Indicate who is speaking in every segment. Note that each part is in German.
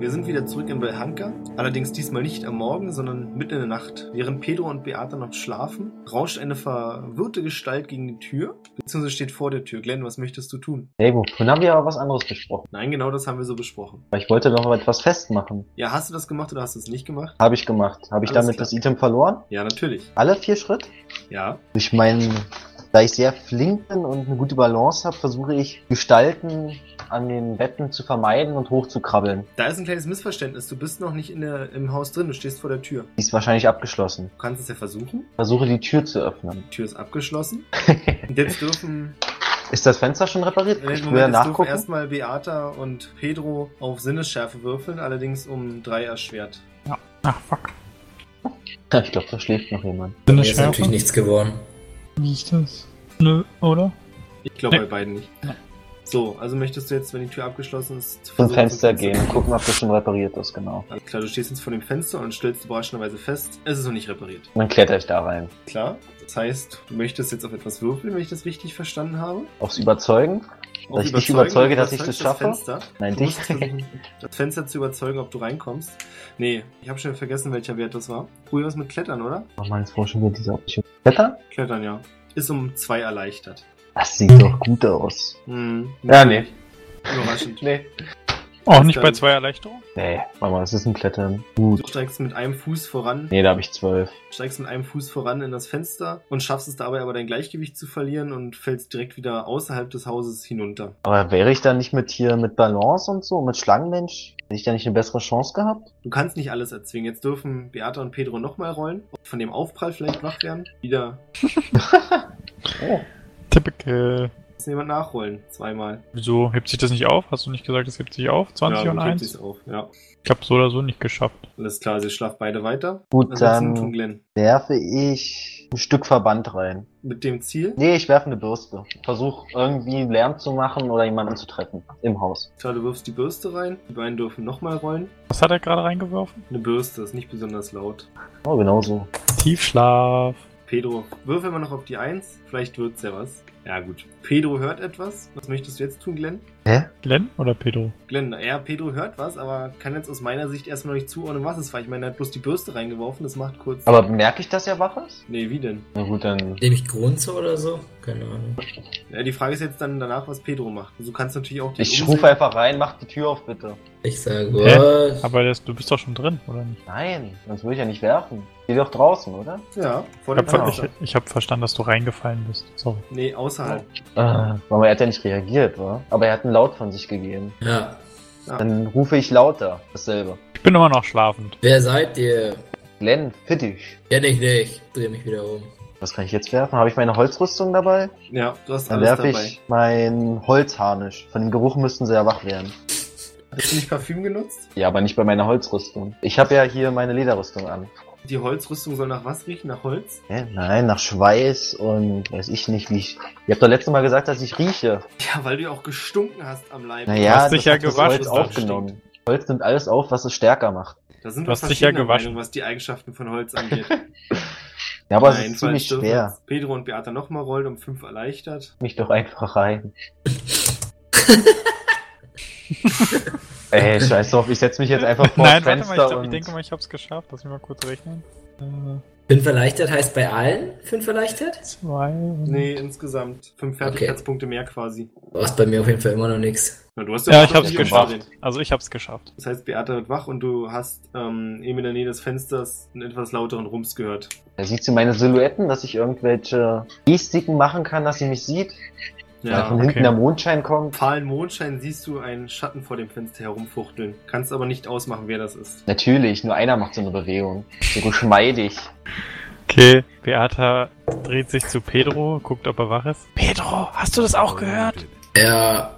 Speaker 1: Wir sind wieder zurück in Belhanka, allerdings diesmal nicht am Morgen, sondern mitten in der Nacht. Während Pedro und Beata noch schlafen, rauscht eine verwirrte Gestalt gegen die Tür, beziehungsweise steht vor der Tür. Glenn, was möchtest du tun?
Speaker 2: Nee, wovon haben wir aber was anderes besprochen?
Speaker 1: Nein, genau das haben wir so besprochen.
Speaker 2: Weil ich wollte noch mal etwas festmachen.
Speaker 1: Ja, hast du das gemacht oder hast du es nicht gemacht?
Speaker 2: Habe ich gemacht. Habe ich
Speaker 1: Alles
Speaker 2: damit
Speaker 1: klar.
Speaker 2: das Item verloren?
Speaker 1: Ja, natürlich.
Speaker 2: Alle vier Schritt?
Speaker 1: Ja.
Speaker 2: Ich meine, da ich sehr flink bin und eine gute Balance habe, versuche ich Gestalten an den Betten zu vermeiden und hochzukrabbeln.
Speaker 1: Da ist ein kleines Missverständnis. Du bist noch nicht in der, im Haus drin, du stehst vor der Tür.
Speaker 2: Die ist wahrscheinlich abgeschlossen.
Speaker 1: Du kannst es ja versuchen.
Speaker 2: Versuche die Tür zu öffnen.
Speaker 1: Die Tür ist abgeschlossen. Und jetzt dürfen,
Speaker 2: Ist das Fenster schon repariert?
Speaker 1: äh,
Speaker 2: Ich will ja
Speaker 1: Moment, jetzt dürfen
Speaker 2: nachgucken.
Speaker 1: erstmal Beata und Pedro auf Sinnesschärfe würfeln, allerdings um drei erschwert.
Speaker 3: Ach, Ah, fuck.
Speaker 2: Ich glaube, da schläft noch jemand.
Speaker 3: Bin
Speaker 4: Mir
Speaker 3: ich
Speaker 4: ist natürlich
Speaker 3: Schärfe?
Speaker 4: nichts geworden.
Speaker 3: Wie ist das? Nö, oder?
Speaker 1: Ich glaube
Speaker 3: Nee.
Speaker 1: bei beiden nicht.
Speaker 3: Ja.
Speaker 1: So, also möchtest du jetzt, wenn die Tür abgeschlossen Also, ist,
Speaker 2: Zum
Speaker 1: versuchen,
Speaker 2: Fenster
Speaker 1: zum
Speaker 2: gehen und gucken, ob das schon repariert ist, genau.
Speaker 1: Alles klar, du stehst jetzt vor dem Fenster und stellst überraschenderweise fest, es ist noch nicht repariert.
Speaker 2: Und dann kletter ich da rein.
Speaker 1: Klar, das heißt, du möchtest jetzt auf etwas würfeln, wenn ich das richtig verstanden habe.
Speaker 2: Aufs Überzeugen?
Speaker 1: Auf
Speaker 2: Dass ich dich
Speaker 1: Überzeugen,
Speaker 2: überzeuge,
Speaker 1: du
Speaker 2: dass ich das
Speaker 1: überzeugst
Speaker 2: schaffe?
Speaker 1: Fenster.
Speaker 2: Nein,
Speaker 1: Du
Speaker 2: dich.
Speaker 1: musst versuchen, das Fenster zu überzeugen, ob du reinkommst. Nee, ich habe schon vergessen, welcher Wert das war. Probier was mit Klettern, oder?
Speaker 2: Oh Mann, jetzt brauch ich schon wieder diese Option. Klettern?
Speaker 1: Klettern, ja. Ist um zwei erleichtert.
Speaker 2: Das sieht doch gut aus.
Speaker 1: Hm,
Speaker 2: Ja, nee.
Speaker 1: Überraschend.
Speaker 2: Nee.
Speaker 3: Auch
Speaker 1: Ist
Speaker 3: nicht bei
Speaker 1: dann-
Speaker 3: zwei Erleichterungen?
Speaker 2: Nee, Mama, das ist ein Klettern. Gut.
Speaker 1: Du steigst mit einem Fuß voran
Speaker 2: Nee, da habe ich zwölf.
Speaker 1: steigst mit einem Fuß voran in das Fenster und schaffst es dabei aber dein Gleichgewicht zu verlieren und fällst direkt wieder außerhalb des Hauses hinunter.
Speaker 2: Aber wäre ich da nicht mit hier, mit Balance und so, mit Schlangenmensch? Hätte ich da nicht eine bessere Chance gehabt?
Speaker 1: Du kannst nicht alles erzwingen. Jetzt dürfen Beata und Pedro nochmal rollen, ob von dem Aufprall vielleicht wach werden. Wieder
Speaker 2: Oh.
Speaker 3: Typical.
Speaker 1: muss jemand nachrollen. Zweimal.
Speaker 3: äh, Wieso hebt sich das nicht auf? Hast du nicht gesagt, es hebt sich auf? 20
Speaker 1: ja,
Speaker 3: und
Speaker 1: dann hebt
Speaker 3: 1?
Speaker 1: sich's auf. Ja,
Speaker 3: Ich hab's so oder so nicht geschafft.
Speaker 1: alles klar. Sie schlafen beide weiter.
Speaker 2: Gut,
Speaker 1: Was willst du denn tun,
Speaker 2: dann
Speaker 1: Glenn?
Speaker 2: werfe ich ein Stück Verband rein.
Speaker 1: Mit dem Ziel?
Speaker 2: Nee, ich werfe eine Bürste. Versuch irgendwie Lärm zu machen oder jemanden zu treffen. Im Haus.
Speaker 1: Klar, du wirfst die Bürste rein. Die beiden dürfen nochmal rollen.
Speaker 3: Was hat er gerade reingeworfen?
Speaker 1: Eine Bürste ist nicht besonders laut.
Speaker 2: Oh, genau so.
Speaker 3: Tiefschlaf.
Speaker 1: Pedro, würfel mal noch auf die Eins. Vielleicht wird's ja was. Ja, gut. Pedro hört etwas. Was möchtest du jetzt tun, Glenn?
Speaker 3: Glenn oder Pedro?
Speaker 1: Glenn, ja, Pedro hört was, aber kann jetzt aus meiner Sicht erstmal nicht zuordnen, was es war. Ich meine, er hat bloß die Bürste reingeworfen, das macht kurz.
Speaker 2: Aber merke ich, dass er wach ist?
Speaker 1: Nee, wie denn?
Speaker 2: Na gut, dann.
Speaker 4: Indem ich grunze oder so? Keine Ahnung.
Speaker 1: Ja, die Frage ist jetzt dann danach, was Pedro macht. Also, du kannst natürlich auch die
Speaker 2: Ich
Speaker 1: umsehen.
Speaker 2: rufe einfach rein, mach die Tür auf, bitte.
Speaker 4: Ich sage,
Speaker 3: Hä?
Speaker 4: was?
Speaker 3: Aber das, du bist doch schon drin, oder nicht?
Speaker 2: Nein, sonst würde ich ja nicht werfen. Geh doch draußen, oder?
Speaker 1: Ja, vor
Speaker 3: Ich
Speaker 1: dem
Speaker 3: hab, ver- ich,
Speaker 1: Fenster.
Speaker 3: ich hab verstanden, dass du reingefallen bist. Sorry.
Speaker 1: Nee, außerhalb.
Speaker 2: Ah, aber er hat ja nicht reagiert, wa? Aber er hat einen Laut von sich gegeben.
Speaker 4: Ja.
Speaker 2: Dann rufe ich lauter, dasselbe.
Speaker 3: Ich bin immer noch schlafend.
Speaker 4: Wer seid ihr?
Speaker 2: Glenn, fittig.
Speaker 4: Kenn ich nicht. Dreh mich wieder um.
Speaker 2: Was kann ich jetzt werfen? Habe ich meine Holzrüstung dabei?
Speaker 1: Ja, du hast
Speaker 2: Dann
Speaker 1: alles
Speaker 2: werfe
Speaker 1: dabei.
Speaker 2: ich mein Holzharnisch. Von dem Geruch müssten sie ja wach werden.
Speaker 1: Hast du nicht Parfüm genutzt?
Speaker 2: Ja, aber nicht bei meiner Holzrüstung. Ich habe ja hier meine Lederrüstung an.
Speaker 1: Die Holzrüstung soll nach was riechen? Nach Holz?
Speaker 2: Hä? Nein, nach Schweiß und weiß ich nicht, wie ich. Ihr habt doch letztes Mal gesagt, dass ich rieche.
Speaker 1: Ja, weil du ja auch gestunken hast am Leib.
Speaker 2: Naja,
Speaker 3: hast dich ja
Speaker 2: hat das
Speaker 3: gewaschen,
Speaker 2: Holz
Speaker 3: das
Speaker 2: aufgenommen. Holz nimmt alles auf, was es stärker macht.
Speaker 1: Da sind
Speaker 3: Du
Speaker 1: wir
Speaker 3: hast dich ja
Speaker 1: verschiedener
Speaker 3: gewaschen.
Speaker 1: Meinung, was die Eigenschaften von Holz angeht.
Speaker 2: Ja, aber es
Speaker 1: Nein,
Speaker 2: ist ziemlich
Speaker 1: falls dürfen
Speaker 2: schwer.
Speaker 1: jetzt Pedro und Beata nochmal rollen, um fünf erleichtert.
Speaker 2: Mich doch einfach rein. Ey, scheiß drauf, ich setz mich jetzt einfach vor
Speaker 3: Nein,
Speaker 2: das
Speaker 3: warte
Speaker 2: Fenster
Speaker 3: mal, ich, glaub,
Speaker 2: und
Speaker 3: ich denke mal, ich hab's geschafft. Lass mich mal kurz rechnen. Äh,
Speaker 4: Fünf erleichtert heißt bei allen fünf erleichtert?
Speaker 3: zwei. und-
Speaker 1: Nee, insgesamt. Fünf
Speaker 4: Okay.
Speaker 1: Fertigkeitspunkte mehr quasi.
Speaker 4: Du hast bei mir auf jeden Fall immer noch nichts.
Speaker 1: Na, du hast
Speaker 3: Ja,
Speaker 1: doch
Speaker 3: ich hab's
Speaker 1: die
Speaker 3: geschafft.
Speaker 1: Umdrehen.
Speaker 3: Also ich hab's geschafft.
Speaker 1: Das heißt, Beata wird wach und du hast ähm, eben in der Nähe des Fensters einen etwas lauteren Rums gehört.
Speaker 2: Da sieht sie meine Silhouetten, dass ich irgendwelche Gestiken machen kann, dass sie mich sieht. Weil von
Speaker 1: Ja.
Speaker 3: okay.
Speaker 2: hinten der Mondschein kommt.
Speaker 1: Fahlen Mondschein siehst du einen Schatten vor dem Fenster herumfuchteln. Kannst aber nicht ausmachen, wer das ist.
Speaker 2: Natürlich, nur einer macht so eine Bewegung. So geschmeidig.
Speaker 3: Okay, Beata dreht sich zu Pedro, guckt, ob er wach ist. Pedro, hast du das auch gehört?
Speaker 4: Ja,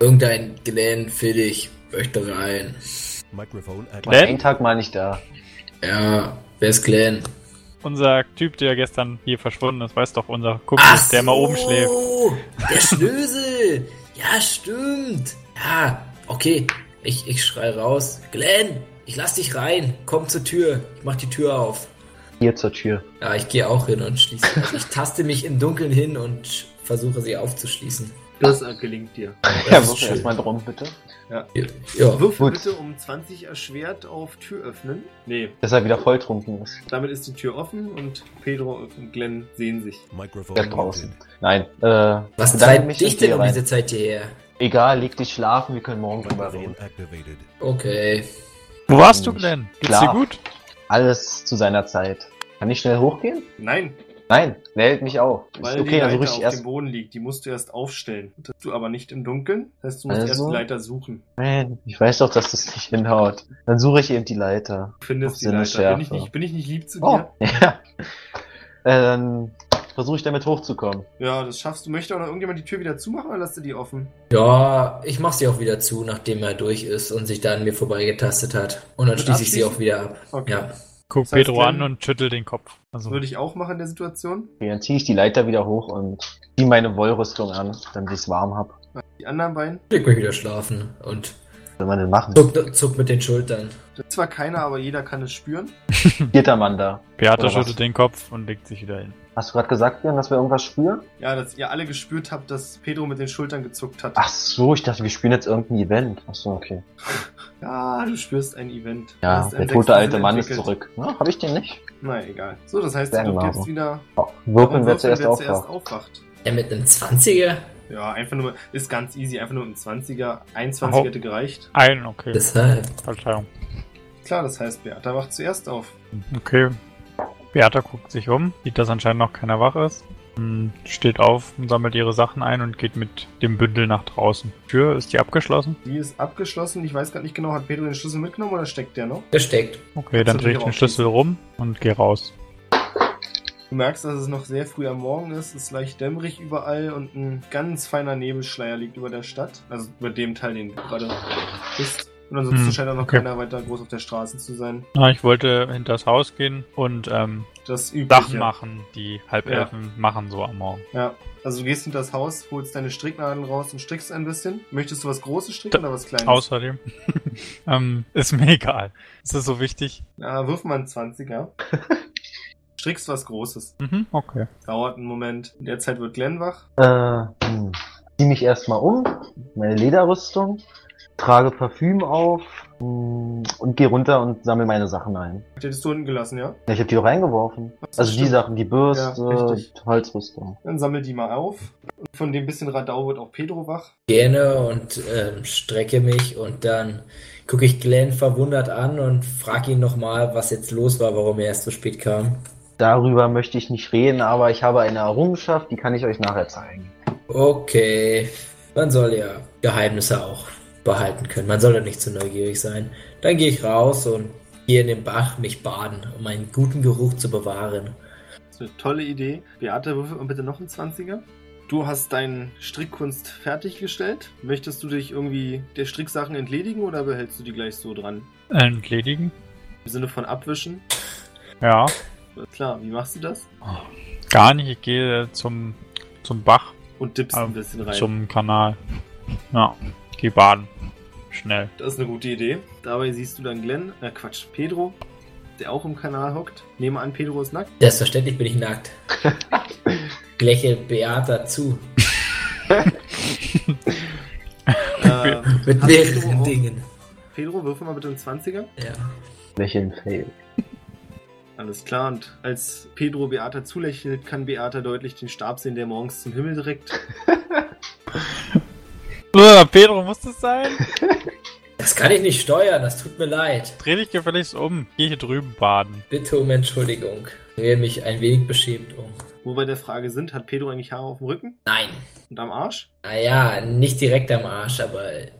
Speaker 4: irgendein Glenn Fiddich möchte rein.
Speaker 5: Microphone at
Speaker 2: War
Speaker 3: Glenn?
Speaker 2: einen Tag mal nicht da.
Speaker 4: Ja, wer ist Glenn?
Speaker 3: Unser Typ, der gestern hier verschwunden ist, weiß doch unser Kumpel,
Speaker 4: Ach,
Speaker 3: der mal
Speaker 4: so,
Speaker 3: oben schläft.
Speaker 4: Der Schnösel! ja, stimmt! Ja, okay. Ich, ich schrei raus. Glenn, ich lass dich rein. Komm zur Tür. Ich mach die Tür auf.
Speaker 2: Hier zur Tür.
Speaker 4: Ja, ich gehe auch hin und schließe. Also ich taste mich im Dunkeln hin und sch- versuche sie aufzuschließen.
Speaker 1: Das äh, gelingt dir.
Speaker 2: Ja,
Speaker 4: ist
Speaker 2: wirf
Speaker 4: schön.
Speaker 2: erstmal drum, bitte.
Speaker 4: Ja,
Speaker 1: Würfel
Speaker 2: Gut.
Speaker 1: bitte um 20 erschwert auf Tür öffnen. Nee,
Speaker 2: Dass er wieder volltrunken ist.
Speaker 1: damit ist die Tür offen und Pedro und Glenn sehen sich.
Speaker 5: microphone
Speaker 2: Der draußen. Nein. Äh,
Speaker 4: was
Speaker 2: bedanke
Speaker 4: treibt
Speaker 2: mich
Speaker 4: dich
Speaker 2: und gehe
Speaker 4: denn um
Speaker 2: rein.
Speaker 4: diese Zeit hierher?
Speaker 2: Egal, leg dich schlafen, wir können morgen drüber
Speaker 5: Microphone
Speaker 2: reden.
Speaker 5: activated.
Speaker 4: Okay.
Speaker 3: Wo warst du, Glenn? Geht's dir
Speaker 2: Klar.
Speaker 3: gut?
Speaker 2: Alles zu seiner Zeit. Kann ich schnell hochgehen?
Speaker 1: Nein,
Speaker 2: Nein, der hält mich auf. Ist
Speaker 1: weil
Speaker 2: okay,
Speaker 1: die
Speaker 2: dann
Speaker 1: Leiter
Speaker 2: suche
Speaker 1: auf
Speaker 2: ich
Speaker 1: dem
Speaker 2: erst.
Speaker 1: Boden liegt. Die musst du erst aufstellen. Das tust du aber nicht im Dunkeln. Das heißt, du musst
Speaker 2: Also?
Speaker 1: erst die Leiter suchen.
Speaker 2: Man, ich weiß doch, dass das nicht hinhaut. Dann suche ich eben die Leiter.
Speaker 1: Du findest die
Speaker 2: Auf
Speaker 1: Leiter. Bin ich,
Speaker 2: Sinnesschärfe.
Speaker 1: nicht, bin ich nicht lieb zu
Speaker 2: Oh,
Speaker 1: dir?
Speaker 2: ja. Äh, Dann versuche ich damit hochzukommen.
Speaker 1: Ja, das schaffst du. Möchte auch noch irgendjemand die Tür wieder zumachen oder lässt du die offen?
Speaker 4: Ja, ich mach sie auch wieder zu, nachdem er durch ist und sich da an mir vorbeigetastet hat. Und dann
Speaker 1: Mit
Speaker 4: schließe ich sie
Speaker 1: abschließen?
Speaker 4: auch wieder ab.
Speaker 1: Okay.
Speaker 4: Ja.
Speaker 3: Guck
Speaker 1: Das heißt,
Speaker 3: Pedro an
Speaker 1: Glenn-
Speaker 3: und schüttelt den Kopf. Also,
Speaker 1: Würde ich auch machen in der Situation.
Speaker 2: Okay, dann ziehe ich die Leiter wieder hoch und ziehe meine Wollrüstung an, damit ich es warm habe.
Speaker 1: Die anderen beiden.
Speaker 4: Leg mich wieder schlafen und
Speaker 2: Was soll man denn machen?
Speaker 4: zuck, zuck mit den Schultern.
Speaker 1: Das ist zwar keiner, aber jeder kann es spüren.
Speaker 2: Vierter Mann da.
Speaker 3: Beata
Speaker 2: Oder was?
Speaker 3: schüttelt den Kopf und legt sich wieder hin.
Speaker 2: Hast du gerade gesagt, Björn, dass wir irgendwas spüren?
Speaker 1: Ja, dass ihr alle gespürt habt, dass Pedro mit den Schultern gezuckt hat.
Speaker 2: Ach so, ich dachte, wir spielen jetzt irgendein Event. Ach so, okay.
Speaker 1: Ja, du spürst ein Event. Du
Speaker 2: Ja,
Speaker 1: hast
Speaker 2: der
Speaker 1: einen
Speaker 2: tote
Speaker 1: sechsten
Speaker 2: alte
Speaker 1: Sinn
Speaker 2: Mann ist
Speaker 1: entwickelt.
Speaker 2: zurück. Na, hab ich den nicht?
Speaker 1: Na, egal. So, das heißt,
Speaker 2: Sehr
Speaker 1: du
Speaker 2: genau.
Speaker 1: jetzt wieder.
Speaker 2: Oh,
Speaker 1: Warum
Speaker 2: Würfeln, wer zuerst aufwacht.
Speaker 1: aufwacht.
Speaker 4: Ja, mit einem 20er?
Speaker 1: Ja, einfach nur, ist ganz easy, einfach nur ein 20er. Ein 20er
Speaker 3: Oh.
Speaker 1: hätte gereicht.
Speaker 3: Ein, okay.
Speaker 4: Deshalb.
Speaker 3: Verzeihung.
Speaker 1: Klar, das heißt, Beata wacht zuerst auf.
Speaker 3: Okay. Beata guckt sich um, sieht, dass anscheinend noch keiner wach ist. Hm, Steht auf und sammelt ihre Sachen ein und geht mit dem Bündel nach draußen. Tür, ist die abgeschlossen?
Speaker 1: Die ist abgeschlossen. Ich weiß gerade nicht genau, hat Pedro den Schlüssel mitgenommen oder steckt der noch?
Speaker 4: Gesteckt.
Speaker 3: Okay, dann
Speaker 1: du
Speaker 3: drehe ich
Speaker 1: wieder
Speaker 3: den Schlüssel rum und gehe raus.
Speaker 1: Du merkst, dass es noch sehr früh am Morgen ist, es ist leicht dämmerig überall und ein ganz feiner Nebelschleier liegt über der Stadt. Also über dem Teil, den du gerade bist. Und ansonsten
Speaker 3: Hm,
Speaker 1: scheint auch noch
Speaker 3: okay.
Speaker 1: keiner weiter groß auf der Straße zu sein.
Speaker 3: Na, ich wollte hinters Haus gehen und ähm,
Speaker 1: Das übliche.
Speaker 3: Sachen machen, die Halbelfen machen so am Morgen.
Speaker 1: Ja. Also du gehst hinter das Haus, holst deine Stricknadeln raus und strickst ein bisschen. Möchtest du was Großes stricken oder was Kleines?
Speaker 3: Außerdem ähm, ist mir egal. Ist das so wichtig?
Speaker 1: Ja, wirf mal einen 20er. Strickst was Großes.
Speaker 3: Mhm, okay.
Speaker 1: Dauert einen Moment. In der Zeit wird Glenn wach.
Speaker 2: Äh, hm. zieh mich erstmal um, meine Lederrüstung, trage Parfüm auf hm, und gehe runter und sammle meine Sachen ein.
Speaker 1: Die Hättest du unten gelassen, ja?
Speaker 2: Ja, Ich habe die auch reingeworfen. Also die
Speaker 1: stimmt.
Speaker 2: Sachen, die
Speaker 1: Ja,
Speaker 2: Bürste,
Speaker 1: richtig.
Speaker 2: die Holzrüstung.
Speaker 1: Dann sammel die mal auf. Und von dem bisschen Radau wird auch Pedro wach.
Speaker 4: Gerne und ähm, strecke mich und dann gucke ich Glenn verwundert an und frage ihn nochmal, was jetzt los war, warum er erst so spät kam.
Speaker 2: Darüber möchte ich nicht reden, aber ich habe eine Errungenschaft, die kann ich euch nachher zeigen.
Speaker 4: Okay, man soll ja Geheimnisse auch behalten können. Man soll ja nicht zu neugierig sein. Dann gehe ich raus und gehe in den Bach mich baden, um einen guten Geruch zu bewahren.
Speaker 1: Das ist eine tolle Idee. Beate, würfel mal bitte noch einen 20er. Du hast deine Strickkunst fertiggestellt. Möchtest du dich irgendwie der Stricksachen entledigen oder behältst du die gleich so dran?
Speaker 3: Entledigen?
Speaker 1: Im Sinne von abwischen?
Speaker 3: Ja.
Speaker 1: Klar, wie machst du das?
Speaker 3: Gar nicht. Ich gehe zum, zum Bach,
Speaker 1: Und dippst
Speaker 3: Ah,
Speaker 1: ein bisschen rein.
Speaker 3: zum Kanal. Ja, geh baden. Schnell.
Speaker 1: Das ist eine gute Idee. Dabei siehst du dann Glenn, äh Quatsch, Pedro, der auch im Kanal hockt. Nehme an, Pedro ist nackt.
Speaker 4: Selbstverständlich bin ich nackt. Lächel Beata zu.
Speaker 1: Äh,
Speaker 4: Mit
Speaker 1: hat
Speaker 4: mehreren
Speaker 1: Pedro auch-
Speaker 4: Dingen.
Speaker 1: Pedro, würfel mal bitte einen 20er.
Speaker 4: Ja.
Speaker 2: Welchen Fail.
Speaker 1: Alles klar, und als Pedro Beata zulächelt, kann Beata deutlich den Stab sehen, der morgens zum Himmel direkt.
Speaker 3: Uah, Äh, Pedro, muss das sein?
Speaker 4: Das kann ich nicht steuern, das tut mir leid.
Speaker 3: Dreh dich gefälligst um. Geh hier drüben baden.
Speaker 4: Bitte um Entschuldigung. drehe mich ein wenig beschämt um.
Speaker 1: Wo wir der Frage sind, hat Pedro eigentlich Haare auf dem Rücken
Speaker 4: Nein.
Speaker 1: und am Arsch?
Speaker 4: Naja, nicht direkt am Arsch, aber äh,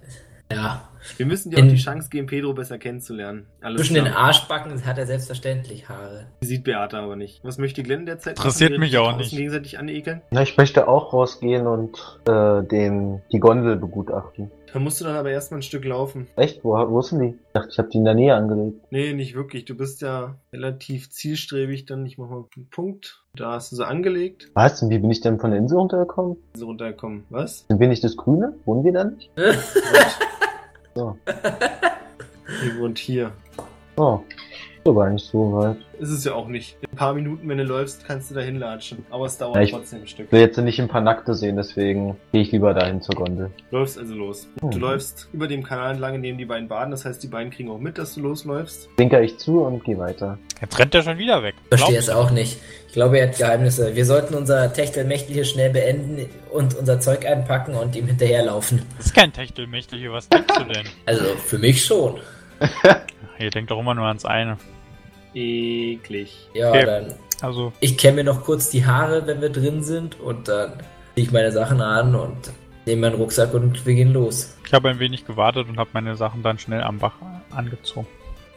Speaker 4: ja.
Speaker 1: Wir müssen dir
Speaker 4: In-
Speaker 1: auch die Chance geben, Pedro besser kennenzulernen. Alles
Speaker 4: Zwischen
Speaker 1: klar.
Speaker 4: den Arschbacken hat er selbstverständlich Haare.
Speaker 1: Die sieht Beata aber nicht. Was möchte Glenn derzeit? machen,
Speaker 3: Interessiert
Speaker 1: während
Speaker 3: mich
Speaker 1: sie
Speaker 3: auch
Speaker 1: draußen
Speaker 3: nicht.
Speaker 1: gegenseitig anekeln?
Speaker 2: Na, ich möchte auch rausgehen und äh, den, die Gondel begutachten.
Speaker 1: Da musst du dann aber erstmal ein Stück laufen.
Speaker 2: Echt? Wo, wo ist denn die? Ich dachte, ich habe die in der Nähe angelegt.
Speaker 1: Nee, nicht wirklich. Du bist ja relativ zielstrebig. Dann, ich mach mal einen Punkt. Da hast du sie angelegt.
Speaker 2: Was? Und wie bin ich denn von der Insel runtergekommen?
Speaker 1: So runtergekommen. Was?
Speaker 2: Sind wir nicht das Grüne? Wohnen wir da nicht? So.
Speaker 1: Hier wohnt hier.
Speaker 2: Oh. So gar nicht so weit.
Speaker 1: Ist es ja auch nicht. In ein paar Minuten, wenn du läufst, kannst du da hinlatschen. Aber es dauert
Speaker 2: Ja, ich-
Speaker 1: trotzdem ein Stück.
Speaker 2: Ich will jetzt nicht ein paar Nackte sehen, deswegen gehe ich lieber dahin zur Gondel.
Speaker 1: Läufst also los. Du
Speaker 2: Mhm.
Speaker 1: läufst über dem Kanal entlang, in dem die beiden baden. Das heißt, die beiden kriegen auch mit, dass du losläufst.
Speaker 2: Winker ich zu und gehe weiter.
Speaker 3: Jetzt rennt er schon wieder weg.
Speaker 4: Verstehe
Speaker 3: Glaubt-
Speaker 4: es auch nicht. Ich glaube, er hat Geheimnisse. Wir sollten unser Techtelmächtel hier schnell beenden und unser Zeug einpacken und ihm hinterherlaufen.
Speaker 3: Das ist kein Techtelmächtel hier, was denkst du denn?
Speaker 4: Also für mich schon.
Speaker 3: Ihr denkt doch immer nur ans eine.
Speaker 1: Eklig.
Speaker 4: Ja,
Speaker 3: Okay.
Speaker 4: dann.
Speaker 3: Also,
Speaker 4: Ich kämme mir noch kurz die Haare, wenn wir drin sind und dann ziehe ich meine Sachen an und nehme meinen Rucksack und wir gehen los.
Speaker 3: ich habe ein wenig gewartet und habe meine Sachen dann schnell am Bach angezogen.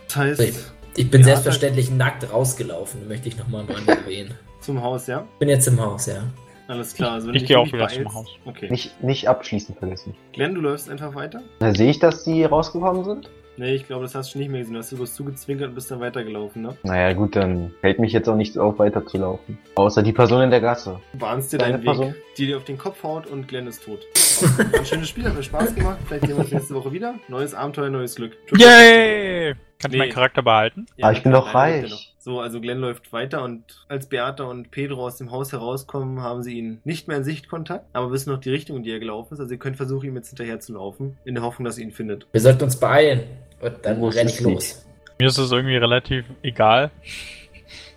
Speaker 1: Das heißt,
Speaker 4: Ich- Ich bin
Speaker 1: Ja,
Speaker 4: selbstverständlich nackt rausgelaufen, möchte ich nochmal am Rande erwähnen.
Speaker 1: zum Haus, ja?
Speaker 4: Ich bin jetzt im Haus, ja.
Speaker 1: Alles klar. Also wenn du
Speaker 3: Ich
Speaker 1: dich
Speaker 3: gehe auch
Speaker 1: nicht
Speaker 3: wieder zum
Speaker 1: beeilst-
Speaker 3: Haus.
Speaker 1: Okay.
Speaker 2: Nicht, nicht abschließen vergessen.
Speaker 1: Glenn, du läufst einfach weiter?
Speaker 2: Na, sehe ich, dass die rausgekommen sind?
Speaker 1: Nee, ich glaube, das hast du nicht mehr gesehen. Du hast du bloß zugezwinkert und bist dann weitergelaufen, ne?
Speaker 2: Naja, gut, dann hält mich jetzt auch nichts auf, weiterzulaufen. Außer die Person in der Gasse.
Speaker 1: Du bahnst dir
Speaker 2: Deine
Speaker 1: deinen
Speaker 2: Person.
Speaker 1: Weg, die dir auf den Kopf haut und Glenn ist tot. War Ein schönes Spiel, hat mir Spaß gemacht. Vielleicht sehen wir uns nächste Woche wieder. Neues Abenteuer, neues Glück.
Speaker 3: Yay! Kann
Speaker 1: Nee.
Speaker 3: ich meinen Charakter behalten?
Speaker 1: Ja,
Speaker 2: Aber Ah, ich bin doch
Speaker 1: nein, läuft
Speaker 2: reich.
Speaker 1: ja noch. So, also Glenn läuft weiter und als Beata und Pedro aus dem Haus herauskommen, haben sie ihn nicht mehr in Sichtkontakt, aber wissen noch die Richtung, in die er gelaufen ist. Also ihr könnt versuchen, ihm jetzt hinterher zu laufen, in der Hoffnung, dass ihr ihn findet.
Speaker 4: Wir sollten uns beeilen und dann
Speaker 2: Wo ist
Speaker 4: renne
Speaker 2: es
Speaker 4: ich los.
Speaker 3: Mir ist es irgendwie relativ egal.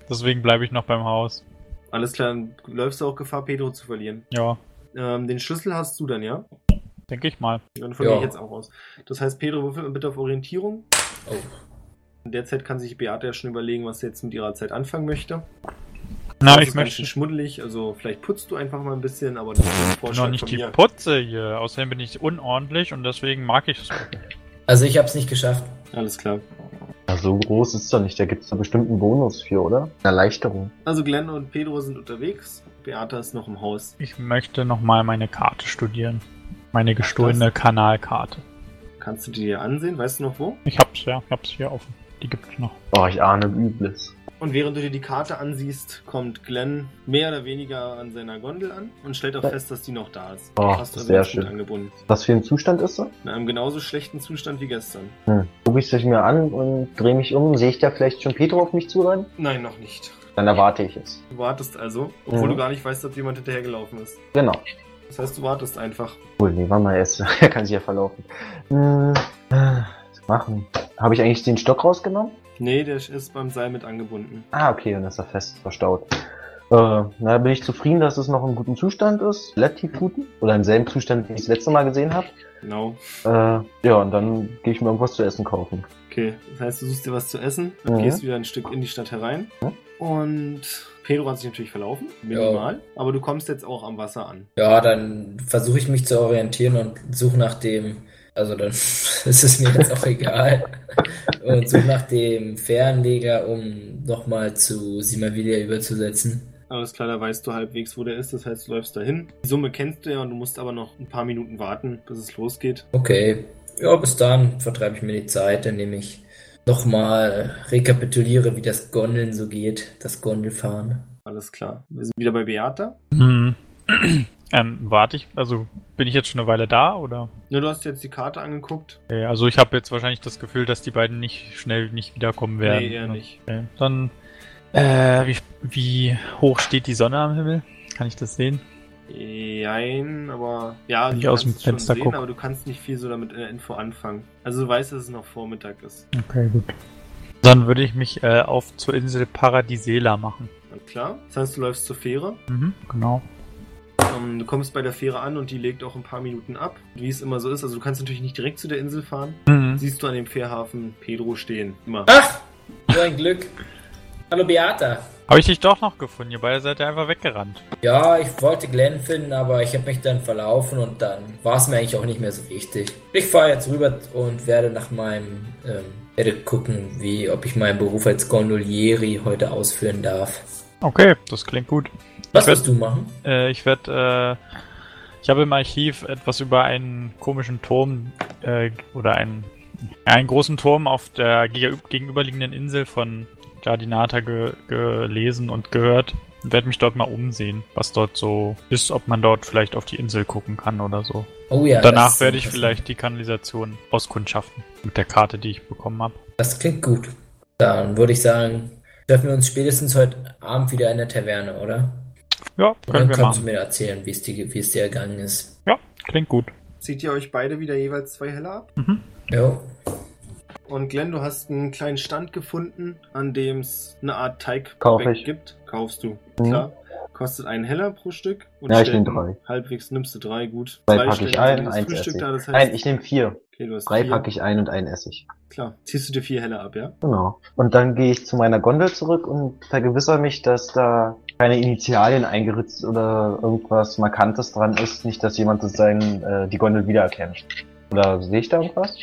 Speaker 3: Deswegen bleibe ich noch beim Haus.
Speaker 1: Alles klar, dann läufst du auch Gefahr, Pedro zu verlieren.
Speaker 3: Ja,
Speaker 1: Ähm, den Schlüssel hast du dann, ja?
Speaker 3: denke ich mal.
Speaker 1: Dann von mir
Speaker 4: Ja.
Speaker 1: jetzt auch aus. Das heißt, Pedro, würfel mal bitte auf Orientierung.
Speaker 4: Oh.
Speaker 1: In der Zeit kann sich Beate ja schon überlegen, was sie jetzt mit ihrer Zeit anfangen möchte.
Speaker 3: Na,
Speaker 1: Das
Speaker 3: ich
Speaker 1: ist ganz schön
Speaker 3: möchte
Speaker 1: schmuddelig, also vielleicht putzt du einfach mal ein bisschen, aber das ist ein Vorschlag
Speaker 3: noch nicht
Speaker 1: von
Speaker 3: die
Speaker 1: mir.
Speaker 3: Putze hier. Außerdem bin ich unordentlich und deswegen mag ich es auch.
Speaker 4: Also ich habe es nicht geschafft.
Speaker 1: Alles klar.
Speaker 2: Na, so groß ist doch nicht. Da gibt's da bestimmt einen Bonus für, oder? Eine Erleichterung.
Speaker 1: Also Glenn und Pedro sind unterwegs. Beata ist noch im Haus.
Speaker 3: Ich möchte nochmal meine Karte studieren. Meine gestohlene Kanalkarte.
Speaker 1: Kannst du die dir ansehen? Weißt du noch wo?
Speaker 3: Ich hab's, ja. Ich hab's hier offen. Die gibt's noch.
Speaker 2: Oh, ich ahne Übles.
Speaker 1: Und während du dir die Karte ansiehst, kommt Glenn mehr oder weniger an seiner Gondel an und stellt auch
Speaker 2: Ja.
Speaker 1: fest, dass die noch da ist.
Speaker 2: Oh,
Speaker 1: Hast du
Speaker 2: sehr
Speaker 1: ganz gut
Speaker 2: schön.
Speaker 1: angebunden.
Speaker 2: Was für ein Zustand ist das?
Speaker 1: In einem genauso schlechten Zustand wie gestern.
Speaker 2: Hm. Gucke ich es mir an und drehe mich um. Sehe ich da vielleicht schon Pedro auf mich zurennen?
Speaker 1: Nein, noch nicht.
Speaker 2: Dann erwarte ich es.
Speaker 1: Du wartest also, obwohl
Speaker 2: Mhm.
Speaker 1: du gar nicht weißt, ob jemand hinterhergelaufen ist.
Speaker 2: Genau.
Speaker 1: Das heißt, du wartest einfach.
Speaker 2: Cool, nee, warte mal erst. er kann sich ja verlaufen. Hm. Was machen? Habe ich eigentlich den Stock rausgenommen?
Speaker 1: Nee, der ist beim Seil mit angebunden.
Speaker 2: Ah, okay, dann ist er fest verstaut. Äh, na, bin ich zufrieden, dass es noch im guten Zustand ist. Relativ guten. Oder im selben Zustand, wie ich das letzte Mal gesehen habe.
Speaker 1: Genau.
Speaker 2: Äh, ja, und dann gehe ich mir irgendwas zu essen kaufen.
Speaker 1: Okay, das heißt, du suchst dir was zu essen, dann
Speaker 2: Mhm.
Speaker 1: gehst wieder ein Stück in die Stadt herein. Und Pedro hat sich natürlich verlaufen, minimal. Aber du kommst jetzt auch am Wasser an.
Speaker 4: Ja, dann versuche ich mich zu orientieren und suche nach dem, also dann ist es mir jetzt auch egal, und suche nach dem Fernleger, um nochmal zu Simavilla überzusetzen.
Speaker 1: Alles klar, da weißt du halbwegs, wo der ist. Das heißt, du läufst dahin. Die Summe kennst du ja und du musst aber noch ein paar Minuten warten, bis es losgeht.
Speaker 4: Okay, ja, bis dann vertreibe ich mir die Zeit, indem ich nochmal rekapituliere, wie das Gondeln so geht, das Gondelfahren.
Speaker 1: Alles klar. Wir sind wieder bei Beata.
Speaker 3: Hm. Ähm, warte ich, also bin ich jetzt schon eine Weile da oder?
Speaker 1: Ja, Ne, du hast jetzt die Karte angeguckt.
Speaker 3: Okay, also ich habe jetzt wahrscheinlich das Gefühl, dass die beiden nicht schnell nicht wiederkommen werden.
Speaker 1: nee, eher nicht.
Speaker 3: Okay. Dann, äh, wie, wie hoch steht die Sonne am Himmel? Kann ich das sehen?
Speaker 1: Jein, aber ja,
Speaker 3: Wenn ich
Speaker 1: du
Speaker 3: aus
Speaker 1: kannst
Speaker 3: dem
Speaker 1: es schon
Speaker 3: Fenster
Speaker 1: sehen,
Speaker 3: guck.
Speaker 1: aber du kannst nicht viel so damit in der Info anfangen. Also du weißt, dass es noch Vormittag ist.
Speaker 3: Okay, gut. Dann würde ich mich äh, auf zur Insel Paradisela machen.
Speaker 1: Alles klar. Das heißt, du läufst zur Fähre.
Speaker 3: Mhm, genau.
Speaker 1: Ähm, du kommst bei der Fähre an und die legt auch ein paar Minuten ab. Wie es immer so ist. Also du kannst natürlich nicht direkt zu der Insel fahren.
Speaker 3: Mhm.
Speaker 1: Siehst du an dem Fährhafen Pedro stehen. Immer.
Speaker 4: Ach, so ein Glück. Hallo Beata.
Speaker 3: Habe ich dich doch noch gefunden, ihr beide seid ja einfach weggerannt.
Speaker 4: Ja, ich wollte Glenn finden, aber ich habe mich dann verlaufen und dann war es mir eigentlich auch nicht mehr so wichtig. Ich fahre jetzt rüber und werde nach meinem, ähm, werde gucken, wie, ob ich meinen Beruf als Gondolieri heute ausführen darf.
Speaker 3: Okay, das klingt gut.
Speaker 4: Was
Speaker 3: Ich werd-
Speaker 4: wirst du machen?
Speaker 3: Äh, ich werde, äh, ich habe im Archiv etwas über einen komischen Turm äh, oder einen, einen großen Turm auf der gege- gegenüberliegenden Insel von Jardinata ge gelesen und gehört. Und werde mich dort mal umsehen, was dort so ist, ob man dort vielleicht auf die Insel gucken kann oder so.
Speaker 4: Oh ja.
Speaker 3: Danach
Speaker 4: das-
Speaker 3: werde ich
Speaker 4: das-
Speaker 3: vielleicht die Kanalisation auskundschaften mit der Karte, die ich bekommen habe.
Speaker 4: Das klingt gut. Dann würde ich sagen, treffen wir uns spätestens heute Abend wieder in der Taverne, oder?
Speaker 3: Ja,
Speaker 4: Und
Speaker 3: können
Speaker 4: dann
Speaker 3: wir
Speaker 4: kannst
Speaker 3: machen.
Speaker 4: du mir erzählen, wie es dir, wie es dir ergangen ist.
Speaker 3: Ja, klingt gut.
Speaker 1: Zieht ihr euch beide wieder jeweils zwei Heller ab?
Speaker 4: Jo.
Speaker 1: Und Glenn, du hast einen kleinen Stand gefunden, an dem es eine Art Teig
Speaker 2: Kauf ich.
Speaker 1: gibt. Kaufst du.
Speaker 2: Mhm.
Speaker 1: Klar. Kostet einen Heller pro Stück. Und
Speaker 2: Ja, ich
Speaker 1: stellen-
Speaker 2: nehm drei.
Speaker 1: Halbwegs nimmst du drei, gut.
Speaker 2: Zwei packe ich
Speaker 1: stellen
Speaker 2: ein,
Speaker 1: dir das
Speaker 2: eins
Speaker 1: Frühstück
Speaker 2: esse
Speaker 1: da, das heißt,
Speaker 2: Nein, ich nehme vier.
Speaker 1: okay, du hast
Speaker 2: Drei
Speaker 1: vier.
Speaker 2: packe ich ein und einen esse ich.
Speaker 1: Klar, ziehst du dir vier Heller ab, ja?
Speaker 2: Genau. Und dann gehe ich zu meiner Gondel zurück und vergewissere mich, dass da keine Initialien eingeritzt oder irgendwas Markantes dran ist. Nicht, dass jemand sein, äh, die Gondel wiedererkennt. Oder sehe ich da irgendwas?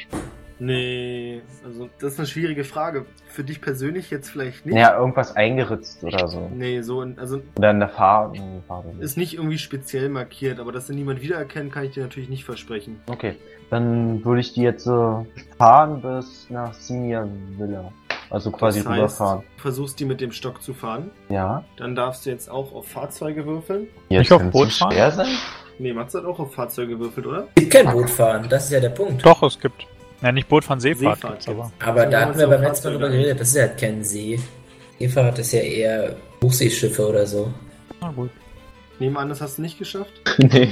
Speaker 1: Nee, also das ist eine schwierige Frage. Für dich persönlich jetzt vielleicht nicht.
Speaker 2: Ja, irgendwas eingeritzt oder so.
Speaker 1: Nee, so, in- also
Speaker 2: Oder in der Farbe. in der Farbe.
Speaker 1: ist nicht irgendwie speziell markiert, aber dass dir niemand wiedererkennt, kann ich dir natürlich nicht versprechen.
Speaker 2: Okay. Dann würde ich die jetzt äh, fahren bis nach Senior Villa. Also quasi
Speaker 1: Das heißt,
Speaker 2: rüberfahren.
Speaker 1: Du versuchst die mit dem Stock zu fahren.
Speaker 2: Ja.
Speaker 1: Dann darfst du jetzt auch auf Fahrzeuge würfeln.
Speaker 2: Jetzt
Speaker 3: auf
Speaker 2: kann's
Speaker 3: Boot
Speaker 2: nicht
Speaker 3: fahren?
Speaker 2: schwer sein?
Speaker 1: Nee, Mats hat auch auf Fahrzeuge gewürfelt, oder?
Speaker 4: Gibt kein Boot fahren, das ist ja der Punkt.
Speaker 3: Doch, es gibt. Ja, nicht Boot von Seefahrt,
Speaker 1: Seefahrt
Speaker 3: gibt's aber.
Speaker 1: jetzt.
Speaker 4: Aber
Speaker 1: Ja, genau,
Speaker 4: da hatten
Speaker 1: so
Speaker 4: wir beim letzten Mal
Speaker 1: Fahrzeuge.
Speaker 4: drüber geredet, das ist ja halt kein See. Seefahrt ist ja eher Hochseeschiffe oder so.
Speaker 3: Na gut.
Speaker 1: Nehmen an, das hast du nicht geschafft.
Speaker 2: nee.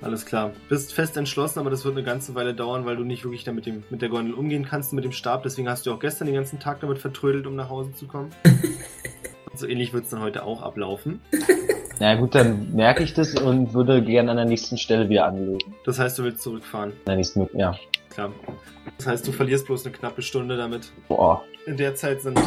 Speaker 1: Alles klar. Bist fest entschlossen, aber das wird eine ganze Weile dauern, weil du nicht wirklich damit dem, mit der Gondel umgehen kannst, mit dem Stab. Deswegen hast du auch gestern den ganzen Tag damit vertrödelt, um nach Hause zu kommen. so ähnlich wird es dann heute auch ablaufen.
Speaker 2: Na gut, dann merke ich das und würde gerne an der nächsten Stelle wieder anlegen.
Speaker 1: Das heißt, du willst zurückfahren.
Speaker 2: An der nächsten, Mö- ja.
Speaker 1: Klar. Das heißt, du verlierst bloß eine knappe Stunde damit.
Speaker 2: Boah.
Speaker 1: In der Zeit sind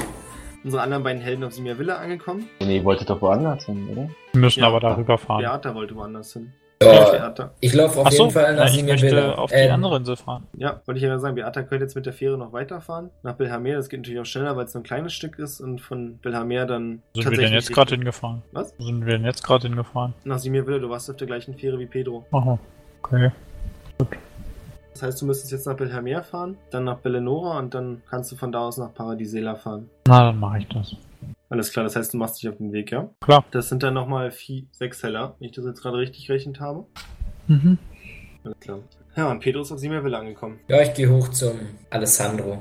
Speaker 1: unsere anderen beiden Helden auf Simia Villa angekommen.
Speaker 2: Nee, ihr wolltet doch woanders hin, oder?
Speaker 3: Wir müssen
Speaker 1: Ja.
Speaker 3: aber darüber fahren.
Speaker 1: Beata wollte woanders hin.
Speaker 4: Ja,
Speaker 1: Beata.
Speaker 4: ich laufe auf
Speaker 3: Ach so,
Speaker 4: jeden Fall
Speaker 3: na,
Speaker 4: nach
Speaker 3: ich möchte
Speaker 4: Simienville.
Speaker 3: auf die
Speaker 4: Ähm,
Speaker 3: andere Insel fahren.
Speaker 1: Ja, wollte ich ja sagen, Beata könnte jetzt mit der Fähre noch weiterfahren. Nach Belhamere, das geht natürlich auch schneller, weil es nur ein kleines Stück ist und von Belhamere dann.
Speaker 3: Wo sind wir denn jetzt
Speaker 1: Richtung-
Speaker 3: gerade hingefahren?
Speaker 1: Was?
Speaker 3: Wo sind wir denn jetzt gerade hingefahren?
Speaker 1: Nach Simirville, du warst auf der gleichen Fähre wie Pedro.
Speaker 3: Aha, okay.
Speaker 1: Das heißt, du müsstest jetzt nach Belhamere fahren, dann nach Bellenora und dann kannst du von da aus nach Paradisela fahren.
Speaker 3: Na, dann mache ich das.
Speaker 1: Alles klar, das heißt, du machst dich auf den Weg, ja?
Speaker 3: Klar.
Speaker 1: Das sind dann nochmal vi- sechs Heller, wenn ich das jetzt gerade richtig gerechnet habe.
Speaker 3: Mhm.
Speaker 1: Alles klar. Ja, und Pedro ist auf Simirville angekommen.
Speaker 4: ja, ich gehe hoch zum Alessandro.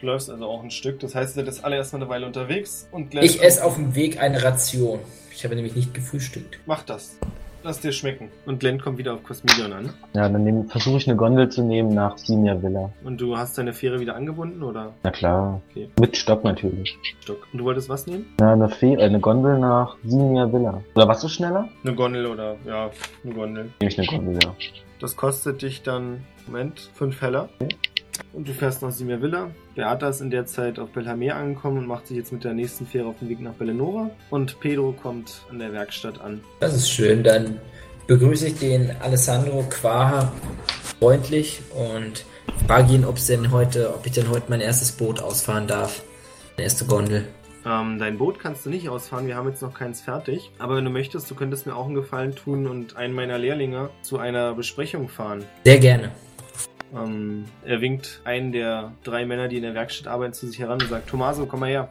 Speaker 1: Du läufst also auch ein Stück, das heißt, ihr seid jetzt alle erstmal eine Weile unterwegs und gleich.
Speaker 4: Ich esse auf dem Weg eine Ration. Ich habe nämlich nicht gefrühstückt.
Speaker 1: Mach das. Lass dir schmecken. Und Glenn kommt wieder auf Cosmedion an.
Speaker 2: Ja, dann nehm- versuche ich eine Gondel zu nehmen nach Senior Villa.
Speaker 1: Und du hast deine Fähre wieder angebunden oder
Speaker 2: Na klar.
Speaker 1: Okay.
Speaker 2: Mit Stock natürlich.
Speaker 1: Stock? Und du wolltest was nehmen?
Speaker 2: Na, eine, Fe äh, eine Gondel nach Senior Villa. Oder was ist schneller?
Speaker 1: Eine Gondel oder ja, eine Gondel.
Speaker 2: Nehme ich eine Gondel, ja.
Speaker 1: Das kostet dich dann, Moment, 5 Heller. Und du fährst nach Simia Villa. Beata ist in der Zeit auf Belhamere angekommen und macht sich jetzt mit der nächsten Fähre auf den Weg nach Bellenora. Und Pedro kommt an der Werkstatt an.
Speaker 4: Das ist schön. Dann begrüße ich den Alessandro Quaha freundlich und frage ihn, ob denn heute, ob ich denn heute mein erstes Boot ausfahren darf. Meine erste Gondel.
Speaker 1: Ähm, dein Boot kannst du nicht ausfahren, wir haben jetzt noch keins fertig. Aber wenn du möchtest, du könntest mir auch einen Gefallen tun und einen meiner Lehrlinge zu einer Besprechung fahren.
Speaker 4: Sehr gerne.
Speaker 1: Ähm, er winkt einen der drei Männer, die in der Werkstatt arbeiten, zu sich heran und sagt, Tomaso, komm mal her.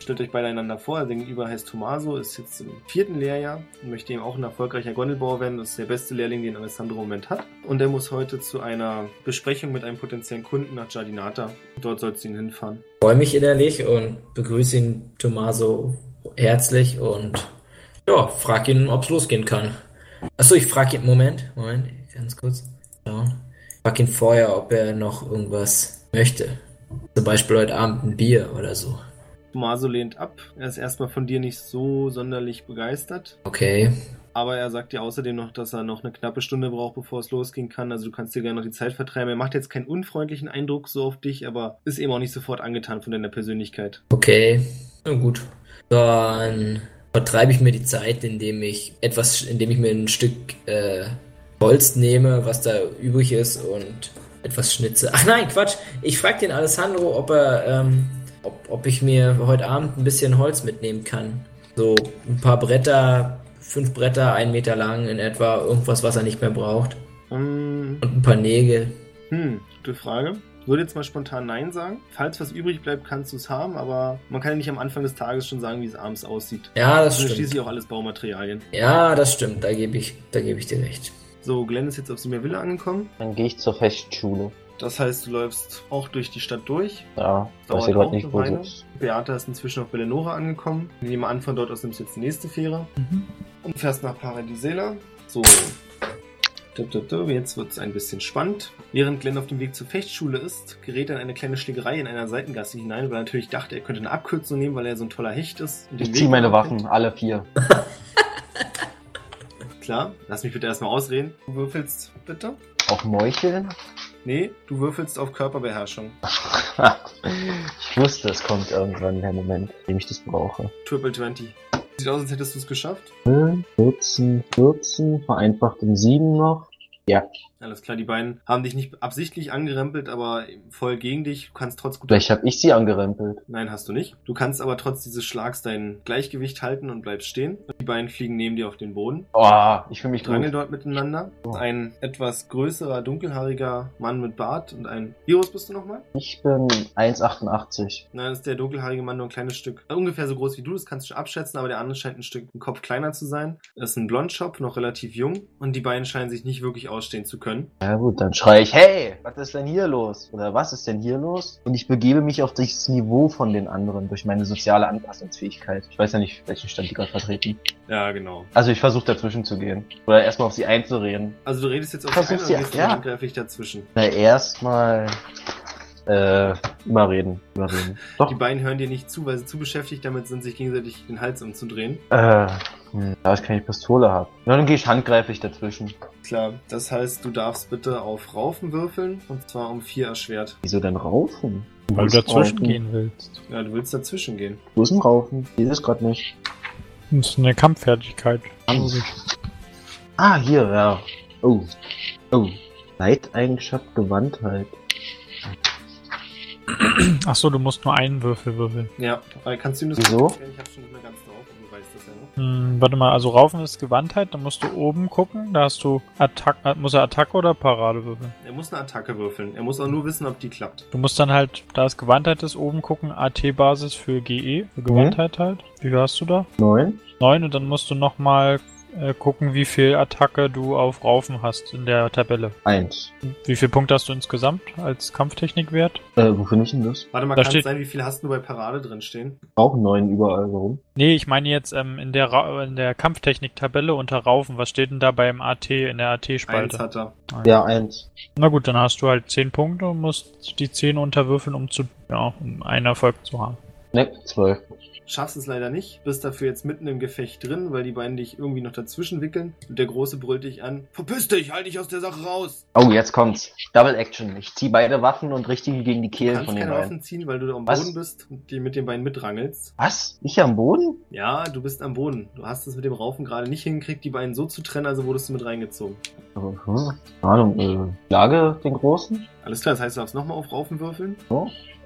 Speaker 1: Stellt euch beide einander vor, der gegenüber heißt Tomaso, ist jetzt im vierten Lehrjahr und möchte eben auch ein erfolgreicher Gondelbauer werden. Das ist der beste Lehrling, den Alessandro im Moment hat. Und er muss heute zu einer Besprechung mit einem potenziellen Kunden nach Giardinata. Dort sollst du ihn hinfahren.
Speaker 4: Freue mich innerlich und begrüße ihn Tommaso herzlich und ja, frag ihn, ob es losgehen kann. Achso, ich frage ihn, Moment, Moment, ganz kurz. Ja. Ich frag ihn vorher, ob er noch irgendwas möchte. Zum Beispiel heute Abend ein Bier oder so.
Speaker 1: Tomaso lehnt ab. Er ist erstmal von dir nicht so sonderlich begeistert.
Speaker 4: Okay.
Speaker 1: Aber er sagt dir außerdem noch, dass er noch eine knappe Stunde braucht, bevor es losgehen kann. Also du kannst dir gerne noch die Zeit vertreiben. Er macht jetzt keinen unfreundlichen Eindruck so auf dich, aber ist eben auch nicht sofort angetan von deiner Persönlichkeit.
Speaker 4: Okay, na gut. Dann vertreibe ich mir die Zeit, indem ich etwas, indem ich mir ein Stück äh, Holz nehme, was da übrig ist und etwas schnitze. Ach nein, Quatsch. Ich frage den Alessandro, ob er, ähm, ob, ob ich mir heute Abend ein bisschen Holz mitnehmen kann. So ein paar Bretter, fünf Bretter, einen Meter lang in etwa, irgendwas, was er nicht mehr braucht.
Speaker 1: Ähm,
Speaker 4: Und ein paar Nägel.
Speaker 1: Hm, gute Frage. Ich würde jetzt mal spontan Nein sagen. Falls was übrig bleibt, kannst du es haben, aber man kann ja nicht am Anfang des Tages schon sagen, wie es abends aussieht. Also
Speaker 4: Ja, das
Speaker 1: Das sind
Speaker 4: stimmt.
Speaker 1: schließlich auch alles Baumaterialien.
Speaker 4: Ja, das stimmt. Da gebe ich, da gebe ich dir recht.
Speaker 1: So, Glenn ist jetzt auf Simerville angekommen.
Speaker 2: Dann gehe ich zur Festschule.
Speaker 1: Das heißt, du läufst auch durch die Stadt durch.
Speaker 2: Ja,
Speaker 1: Dauert
Speaker 2: weiß ich
Speaker 1: auch
Speaker 2: gerade nicht, wo
Speaker 1: eine
Speaker 2: sie ist.
Speaker 1: Beata ist inzwischen auf Bellenora angekommen. Ich nehme an, von dort aus nimmst du jetzt die nächste Fähre. Und fährst nach Paradisela. So. Dö, dö, dö. Jetzt wird es ein bisschen spannend. Während Glenn auf dem Weg zur Fechtschule ist, gerät er in eine kleine Schlägerei in einer Seitengasse hinein, weil er natürlich dachte, er könnte eine Abkürzung nehmen, weil er so ein toller Hecht ist. und den
Speaker 2: Ich
Speaker 1: Weg
Speaker 2: ziehe meine
Speaker 1: überkennt.
Speaker 2: Waffen, alle vier.
Speaker 1: Klar, lass mich bitte erstmal ausreden. Du würfelst, bitte?
Speaker 2: Auch Meucheln?
Speaker 1: Nee, du würfelst auf Körperbeherrschung.
Speaker 2: ich wusste, es kommt irgendwann der Moment, in dem ich das brauche.
Speaker 1: Triple 20. Sieht aus, als hättest du es geschafft.
Speaker 2: 14, 14, vereinfacht um 7 noch. Ja,
Speaker 1: Alles klar, die beiden haben dich nicht absichtlich angerempelt, aber voll gegen dich. Du kannst trotz guter
Speaker 2: vielleicht habe ich sie angerempelt.
Speaker 1: Nein, hast du nicht. Du kannst aber trotz dieses Schlags dein Gleichgewicht halten und bleibst stehen. Die beiden fliegen neben dir auf den Boden.
Speaker 2: Oh, ich fühle mich
Speaker 1: Drangeln
Speaker 2: gut.
Speaker 1: dort miteinander. Ein etwas größerer, dunkelhaariger Mann mit Bart und ein. Virus bist du nochmal?
Speaker 2: Ich bin 1,88.
Speaker 1: Nein, das ist der dunkelhaarige Mann nur ein kleines Stück. äh, Ungefähr so groß wie du, das kannst du schon abschätzen, aber der andere scheint ein Stück im Kopf kleiner zu sein. Er ist ein Blondschopf, noch relativ jung. Und die beiden scheinen sich nicht wirklich ausstehen zu können.
Speaker 2: Ja gut, dann schreie ich, hey, was ist denn hier los? Oder was ist denn hier los? Und ich begebe mich auf das Niveau von den anderen durch meine soziale Anpassungsfähigkeit. Ich weiß ja nicht, welchen Stand die gerade vertreten.
Speaker 1: Ja, genau.
Speaker 2: Also ich versuche dazwischen zu gehen. Oder erstmal auf sie einzureden.
Speaker 1: Also du redest jetzt auf einen
Speaker 2: Versuch's
Speaker 1: und
Speaker 2: ja,
Speaker 1: gehst
Speaker 2: ja.
Speaker 1: ja. handgreiflich dazwischen.
Speaker 2: Na, erstmal äh, überreden. Überreden. Doch.
Speaker 1: Die beiden hören dir nicht zu, weil sie zu beschäftigt damit sind, sich gegenseitig den Hals umzudrehen.
Speaker 2: Äh, hm, da ich keine Pistole habe. Na, dann gehe ich handgreiflich dazwischen.
Speaker 1: Klar, das heißt, du darfst bitte auf Raufen würfeln und zwar um vier erschwert.
Speaker 2: Wieso denn raufen?
Speaker 3: Weil du dazwischen
Speaker 2: Raufen.
Speaker 3: gehen willst.
Speaker 1: Ja, du willst dazwischen gehen.
Speaker 2: Wo ist denn raufen? Ich sehe das gerade nicht.
Speaker 3: Das ist eine Kampffertigkeit.
Speaker 2: Ah, hier, ja. Oh. Oh. halt. Leiteigenschaft Gewandtheit.
Speaker 3: Achso, du musst nur einen Würfel würfeln.
Speaker 1: Ja, aber kannst du ihm das
Speaker 2: Wieso?
Speaker 1: Ich hab's schon nicht mehr ganz drauf, und du weißt das ja ne? noch.
Speaker 3: Hm, warte mal, also Raufen ist Gewandtheit, dann musst du oben gucken, da hast du Attack, äh, muss er Attacke oder Parade würfeln?
Speaker 1: Er muss eine Attacke würfeln. Er muss auch nur wissen, ob die klappt.
Speaker 3: Du musst dann halt, da es Gewandtheit ist, oben gucken, AT-Basis für GE, für Gewandtheit halt. Wie viel hast du da?
Speaker 2: Neun?
Speaker 3: Neun und dann musst du nochmal äh, gucken, wie viel Attacke du auf Raufen hast in der Tabelle.
Speaker 2: Eins.
Speaker 3: Wie viel Punkte hast du insgesamt als Kampftechnikwert?
Speaker 2: Äh, wo finde ich denn das?
Speaker 1: Warte mal,
Speaker 3: Da
Speaker 1: kann es
Speaker 3: steht-
Speaker 1: sein, wie viel hast du bei Parade drin stehen?
Speaker 2: Auch neun überall, warum?
Speaker 3: Nee, ich meine jetzt ähm, in der Ra in der Kampftechnik-Tabelle unter Raufen. Was steht denn da beim AT in der
Speaker 1: Eins
Speaker 3: AT-Spalte?
Speaker 1: hat er.
Speaker 2: Ja, eins.
Speaker 3: Na gut, dann hast du halt 10 Punkte und musst die 10 unterwürfeln, um zu ja, um einen Erfolg zu haben.
Speaker 2: Ne, zwölf.
Speaker 1: Schaffst es leider nicht, bist dafür jetzt mitten im Gefecht drin, weil die beiden dich irgendwie noch dazwischen wickeln. Und der Große brüllt dich an. Verpiss dich, halt dich aus der Sache raus!
Speaker 2: Oh, jetzt kommt's. Double Action. Ich ziehe beide Waffen und richtige gegen die
Speaker 1: Du
Speaker 2: Kehlen
Speaker 1: kannst
Speaker 2: von den
Speaker 1: keine
Speaker 2: beiden.
Speaker 1: Waffen ziehen, weil du da am
Speaker 2: Was?
Speaker 1: Boden bist und die mit den Beinen mitrangelst.
Speaker 2: Was? Ich am Boden?
Speaker 1: Ja, du bist am Boden. Du hast es mit dem Raufen gerade nicht hingekriegt, die beiden so zu trennen, also wurdest du mit reingezogen.
Speaker 2: Oh, Hm. Keine Ahnung, äh, Lage den Großen?
Speaker 1: Alles klar, das heißt, du darfst nochmal auf Raufen würfeln?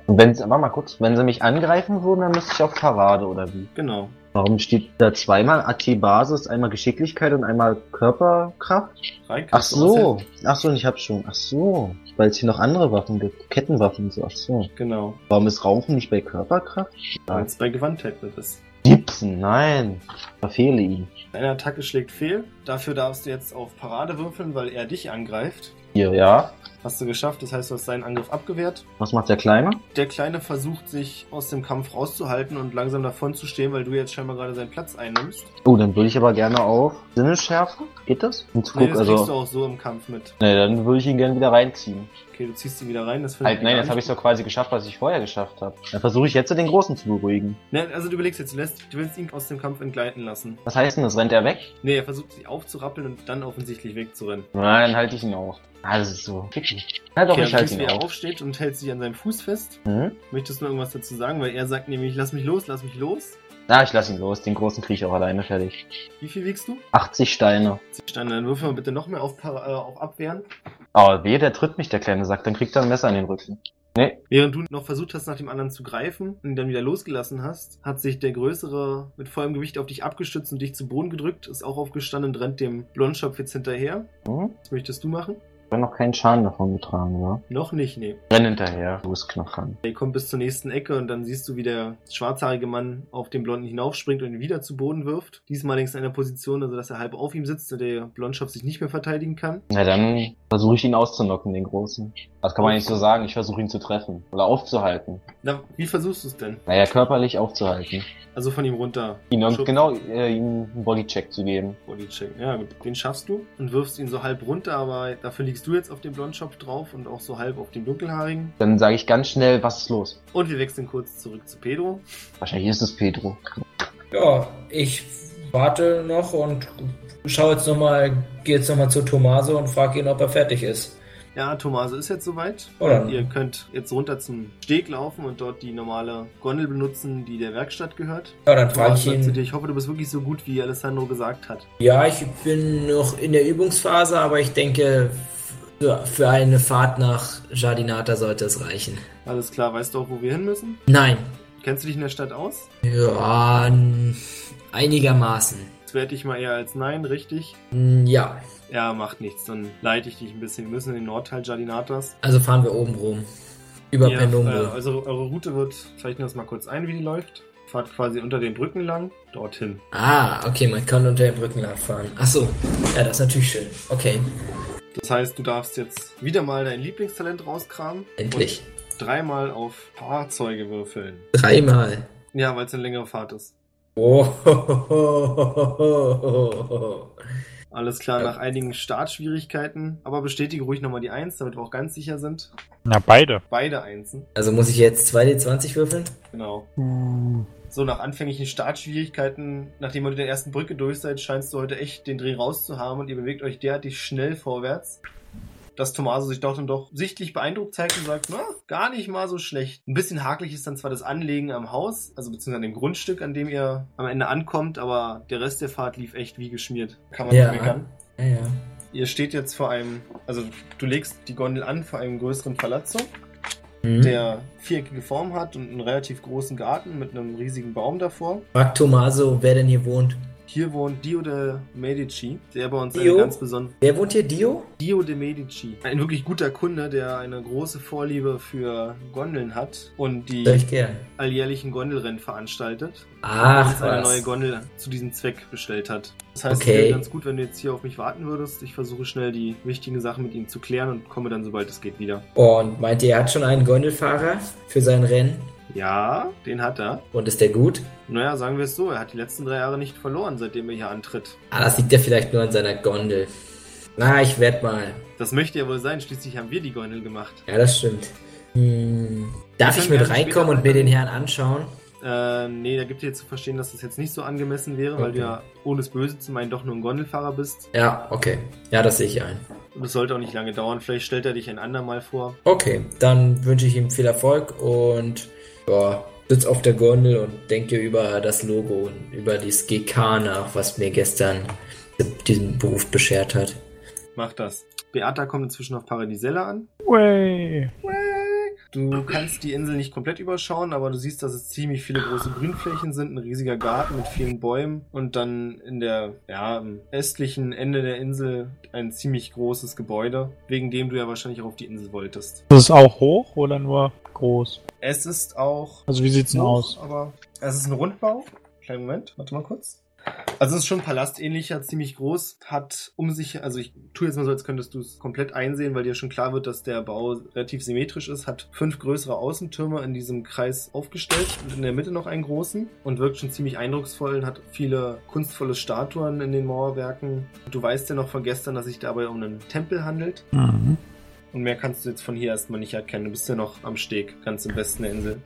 Speaker 2: Und wenn sie, warte mal kurz, wenn sie mich angreifen würden, dann müsste ich auf Parade oder wie?
Speaker 1: Genau.
Speaker 2: Warum steht da zweimal AT-Basis, einmal Geschicklichkeit und einmal Körperkraft?
Speaker 1: Rein,
Speaker 2: Ach
Speaker 1: kannst du
Speaker 2: so,
Speaker 1: aushelfen.
Speaker 2: ach so, und ich hab schon, ach so, weil es hier noch andere Waffen gibt, Kettenwaffen und so, ach so.
Speaker 1: Genau.
Speaker 2: Warum ist Rauchen nicht bei Körperkraft?
Speaker 1: Weil es bei Gewandtheit mit ist.
Speaker 2: Gibson, nein, verfehle ihn.
Speaker 1: Deine Attacke schlägt fehl. Dafür darfst du jetzt auf Parade würfeln, weil er dich angreift.
Speaker 2: Hier, ja,
Speaker 1: Hast du geschafft, das heißt, du hast seinen Angriff abgewehrt.
Speaker 2: was macht der Kleine?
Speaker 1: Der Kleine versucht, sich aus dem Kampf rauszuhalten und langsam davon zu stehen, weil du jetzt scheinbar gerade seinen Platz einnimmst.
Speaker 2: Oh, dann würde ich aber gerne auf Sinnesschärfe, geht das? Und guck,
Speaker 1: Nee, das kriegst du
Speaker 2: also,
Speaker 1: auch so im Kampf mit.
Speaker 2: nee, dann würde ich ihn gerne wieder reinziehen.
Speaker 1: Okay, du ziehst ihn wieder rein. Das finde
Speaker 2: Halt, nein, jetzt habe ich doch quasi geschafft, was ich vorher geschafft habe. Dann versuche ich jetzt den Großen zu beruhigen.
Speaker 1: Ne, also du überlegst jetzt, du, lässt, du willst ihn aus dem Kampf entgleiten lassen.
Speaker 2: Was heißt denn das? Rennt er weg?
Speaker 1: Nee, er versucht sich aufzurappeln und dann offensichtlich wegzurennen.
Speaker 2: Nein, dann halte ich ihn auf. Ah, das ist so. fickig. Na doch,
Speaker 1: okay,
Speaker 2: ich
Speaker 1: dann
Speaker 2: halte
Speaker 1: siehst du, wie
Speaker 2: ihn
Speaker 1: er
Speaker 2: auf.
Speaker 1: aufsteht und hält sich an seinem Fuß fest.
Speaker 2: Hm?
Speaker 1: Möchtest du noch irgendwas dazu sagen? Weil er sagt nämlich, lass mich los, lass mich los.
Speaker 2: Na, ich lasse ihn los. Den großen kriege ich auch alleine fertig.
Speaker 1: Wie viel wiegst du?
Speaker 2: 80 Steine.
Speaker 1: Steine, dann würfel mal bitte noch mehr auf, Para- äh, auf Abwehren.
Speaker 2: Aber wehe, der tritt mich, der kleine Sack. Dann kriegt er ein Messer in den Rücken. Nee,
Speaker 1: Während du noch versucht hast, nach dem anderen zu greifen und ihn dann wieder losgelassen hast, hat sich der Größere mit vollem Gewicht auf dich abgestützt und dich zu Boden gedrückt, ist auch aufgestanden und rennt dem Blondschopf jetzt hinterher.
Speaker 2: hm?
Speaker 1: Was möchtest du machen?
Speaker 2: Ich habe noch keinen Schaden davon getragen, oder?
Speaker 1: Noch nicht, nee.
Speaker 2: Renn hinterher. Fußknochen.
Speaker 1: Er kommt bis zur nächsten Ecke und dann siehst du, wie der schwarzhaarige Mann auf den Blonden hinaufspringt und ihn wieder zu Boden wirft. Diesmal allerdings in einer Position, also dass er halb auf ihm sitzt und der Blondschopf sich nicht mehr verteidigen kann.
Speaker 2: Na dann versuche ich ihn auszunocken, den großen. Das kann man nicht so sagen. Ich versuche ihn zu treffen. Oder aufzuhalten.
Speaker 1: Na, wie versuchst du es denn?
Speaker 2: Naja, körperlich aufzuhalten.
Speaker 1: Also von ihm runter.
Speaker 2: Ihn
Speaker 1: Schub.
Speaker 2: genau äh, ihm einen Bodycheck zu geben.
Speaker 1: Bodycheck. Ja, gut. Den schaffst du und wirfst ihn so halb runter, aber dafür liegst du jetzt auf dem Blondschopf drauf und auch so halb auf dem Dunkelhaarigen.
Speaker 2: Dann sage ich ganz schnell, was ist los?
Speaker 1: Und wir wechseln kurz zurück zu Pedro.
Speaker 2: Wahrscheinlich ist es Pedro.
Speaker 4: Ja, ich warte noch und schaue jetzt nochmal, gehe jetzt nochmal zu Tommaso und frage ihn, ob er fertig ist.
Speaker 1: Ja, Tomase ist jetzt soweit.
Speaker 4: Oh ja.
Speaker 1: Und ihr könnt jetzt runter zum Steg laufen und dort die normale Gondel benutzen, die der Werkstatt gehört.
Speaker 4: Ja, dann frage
Speaker 1: Thomas,
Speaker 4: ich
Speaker 1: sagt zu dir,
Speaker 4: ihn.
Speaker 1: ich hoffe, du bist wirklich so gut, wie Alessandro gesagt hat.
Speaker 4: Ja, ich bin noch in der Übungsphase, aber ich denke, für, für eine Fahrt nach Jardinata sollte es reichen.
Speaker 1: Alles klar, weißt du auch, wo wir hin müssen?
Speaker 4: Nein.
Speaker 1: Kennst du dich in der Stadt aus?
Speaker 4: Ja, n- einigermaßen.
Speaker 1: Das werde ich mal eher als Nein, richtig?
Speaker 4: N- Ja,
Speaker 1: Ja, macht nichts, dann leite ich dich ein bisschen. Wir müssen in den Nordteil Jardinatas.
Speaker 4: also fahren wir oben rum. Über
Speaker 1: Ja, äh,
Speaker 4: Penombro.
Speaker 1: also eure Route wird, zeichne das mal kurz ein, wie die läuft. Fahrt quasi unter den Brücken lang, dorthin.
Speaker 4: Ah, okay, man kann unter den Brücken langfahren. Ach so, ja, das ist natürlich schön. Okay,
Speaker 1: Das heißt, du darfst jetzt wieder mal dein Lieblingstalent rauskramen.
Speaker 4: endlich.
Speaker 1: Und dreimal auf Fahrzeuge würfeln.
Speaker 4: Dreimal.
Speaker 1: Ja, weil es eine längere Fahrt ist.
Speaker 4: Oh,
Speaker 1: Alles klar,
Speaker 4: Ja.
Speaker 1: nach einigen Startschwierigkeiten. Aber bestätige ruhig nochmal die Eins, damit wir auch ganz sicher sind.
Speaker 3: Na, beide.
Speaker 1: Beide Einsen.
Speaker 4: Also muss ich jetzt 2D20 würfeln?
Speaker 1: Genau.
Speaker 3: Uh.
Speaker 1: So, nach anfänglichen Startschwierigkeiten, nachdem ihr mit der ersten Brücke durch seid, scheinst du heute echt den Dreh rauszuhaben und ihr bewegt euch derartig schnell vorwärts, dass Tommaso sich doch dann doch sichtlich beeindruckt zeigt und sagt, na, gar nicht mal so schlecht. Ein bisschen hakelig ist dann zwar das Anlegen am Haus, also beziehungsweise an dem Grundstück, an dem ihr am Ende ankommt, aber der Rest der Fahrt lief echt wie geschmiert. Kann man
Speaker 4: Ja.
Speaker 1: nicht meckern.
Speaker 4: Ja, ja.
Speaker 1: Ihr steht jetzt vor einem, also du legst die Gondel an vor einem größeren Palazzo
Speaker 4: Hm?
Speaker 1: der viereckige Form hat und einen relativ großen Garten mit einem riesigen Baum davor.
Speaker 4: Frag Tommaso, wer denn hier wohnt.
Speaker 1: Hier wohnt Dio de Medici, der bei uns
Speaker 4: Dio?
Speaker 1: eine ganz besondere.
Speaker 4: Wer wohnt hier? Dio?
Speaker 1: Dio de Medici. Ein wirklich guter Kunde, der eine große Vorliebe für Gondeln hat und die
Speaker 4: Soll ich gern.
Speaker 1: alljährlichen Gondelrennen veranstaltet. und
Speaker 4: Ach,
Speaker 1: jetzt eine neue
Speaker 4: was.
Speaker 1: Gondel zu diesem Zweck bestellt hat. Das heißt,
Speaker 4: Okay.
Speaker 1: es wäre ganz gut, wenn du jetzt hier auf mich warten würdest. Ich versuche schnell die wichtigen Sachen mit ihm zu klären und komme dann, sobald es geht, wieder.
Speaker 4: Und meint ihr, er hat schon einen Gondelfahrer für sein Rennen?
Speaker 1: Ja, den hat er.
Speaker 4: Und ist der gut?
Speaker 1: Naja, sagen wir es so, er hat die letzten drei Jahre nicht verloren, seitdem er hier antritt.
Speaker 4: Ah, das liegt ja vielleicht nur an seiner Gondel. Na, ich werd mal.
Speaker 1: Das möchte ja wohl sein, schließlich haben wir die Gondel gemacht.
Speaker 4: Ja, das stimmt. Hm. Darf
Speaker 1: Wir
Speaker 4: ich
Speaker 1: können
Speaker 4: mit
Speaker 1: gerne
Speaker 4: reinkommen und mir
Speaker 1: später-
Speaker 4: den Herrn anschauen?
Speaker 1: Äh, nee, da gibt dir zu verstehen, dass das jetzt nicht so angemessen wäre, weil du ja, ohne es böse zu meinen, doch nur ein Gondelfahrer bist.
Speaker 4: Ja, okay. Ja, das sehe ich ein.
Speaker 1: Und es sollte auch nicht lange dauern. Vielleicht stellt er dich ein andermal vor.
Speaker 4: Okay, dann wünsche ich ihm viel Erfolg und ja, sitz auf der Gondel und denke über das Logo und über dieses GK nach, was mir gestern diesen Beruf beschert hat.
Speaker 1: Mach das. Beata kommt inzwischen auf Paradisella an.
Speaker 3: Way.
Speaker 1: Du kannst die Insel nicht komplett überschauen, aber du siehst, dass es ziemlich viele große Grünflächen sind, ein riesiger Garten mit vielen Bäumen und dann in der ja, am östlichen Ende der Insel ein ziemlich großes Gebäude, wegen dem du ja wahrscheinlich auch auf die Insel wolltest.
Speaker 3: Ist es auch hoch oder nur groß?
Speaker 1: Es ist auch
Speaker 3: Also wie sieht's denn
Speaker 1: hoch,
Speaker 3: aus?
Speaker 1: Aber es ist ein Rundbau. Kleinen Moment, warte mal kurz. Also es ist schon palastähnlicher, ziemlich groß, hat um sich, also ich tue jetzt mal so, als könntest du es komplett einsehen, weil dir schon klar wird, dass der Bau relativ symmetrisch ist, hat fünf größere Außentürme in diesem Kreis aufgestellt und in der Mitte noch einen großen und wirkt schon ziemlich eindrucksvoll und hat viele kunstvolle Statuen in den Mauerwerken. Du weißt ja noch von gestern, dass sich dabei um einen Tempel handelt
Speaker 3: Mhm.
Speaker 1: und mehr kannst du jetzt von hier erstmal nicht erkennen. Du bist ja noch am Steg, ganz im Westen der Insel.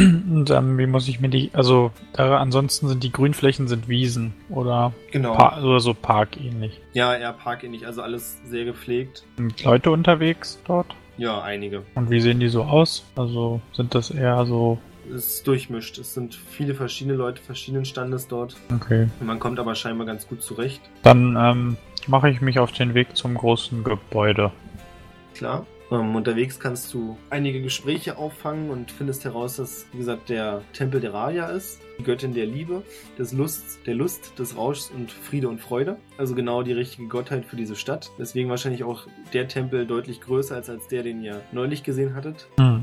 Speaker 3: Und ähm, wie muss ich mir die, also da, ansonsten sind die Grünflächen sind Wiesen oder,
Speaker 1: Genau.
Speaker 3: pa oder so Park ähnlich.
Speaker 1: Ja, eher parkähnlich, also alles sehr gepflegt.
Speaker 3: Sind Leute unterwegs dort?
Speaker 1: Ja, einige.
Speaker 3: Und wie sehen die so aus? Also sind das eher so
Speaker 1: ist durchmischt. Es sind viele verschiedene Leute verschiedenen Standes dort.
Speaker 3: Okay.
Speaker 1: Und man kommt aber scheinbar ganz gut zurecht.
Speaker 3: Dann ähm, mache ich mich auf den Weg zum großen Gebäude.
Speaker 1: Klar. Ähm, unterwegs kannst du einige Gespräche auffangen und findest heraus, dass, wie gesagt, der Tempel der Raya ist. Die Göttin der Liebe, des Lusts, der Lust, des Rauschs und Friede und Freude. Also genau die richtige Gottheit für diese Stadt. Deswegen wahrscheinlich auch der Tempel deutlich größer als, als der, den ihr neulich gesehen hattet.
Speaker 3: Hm.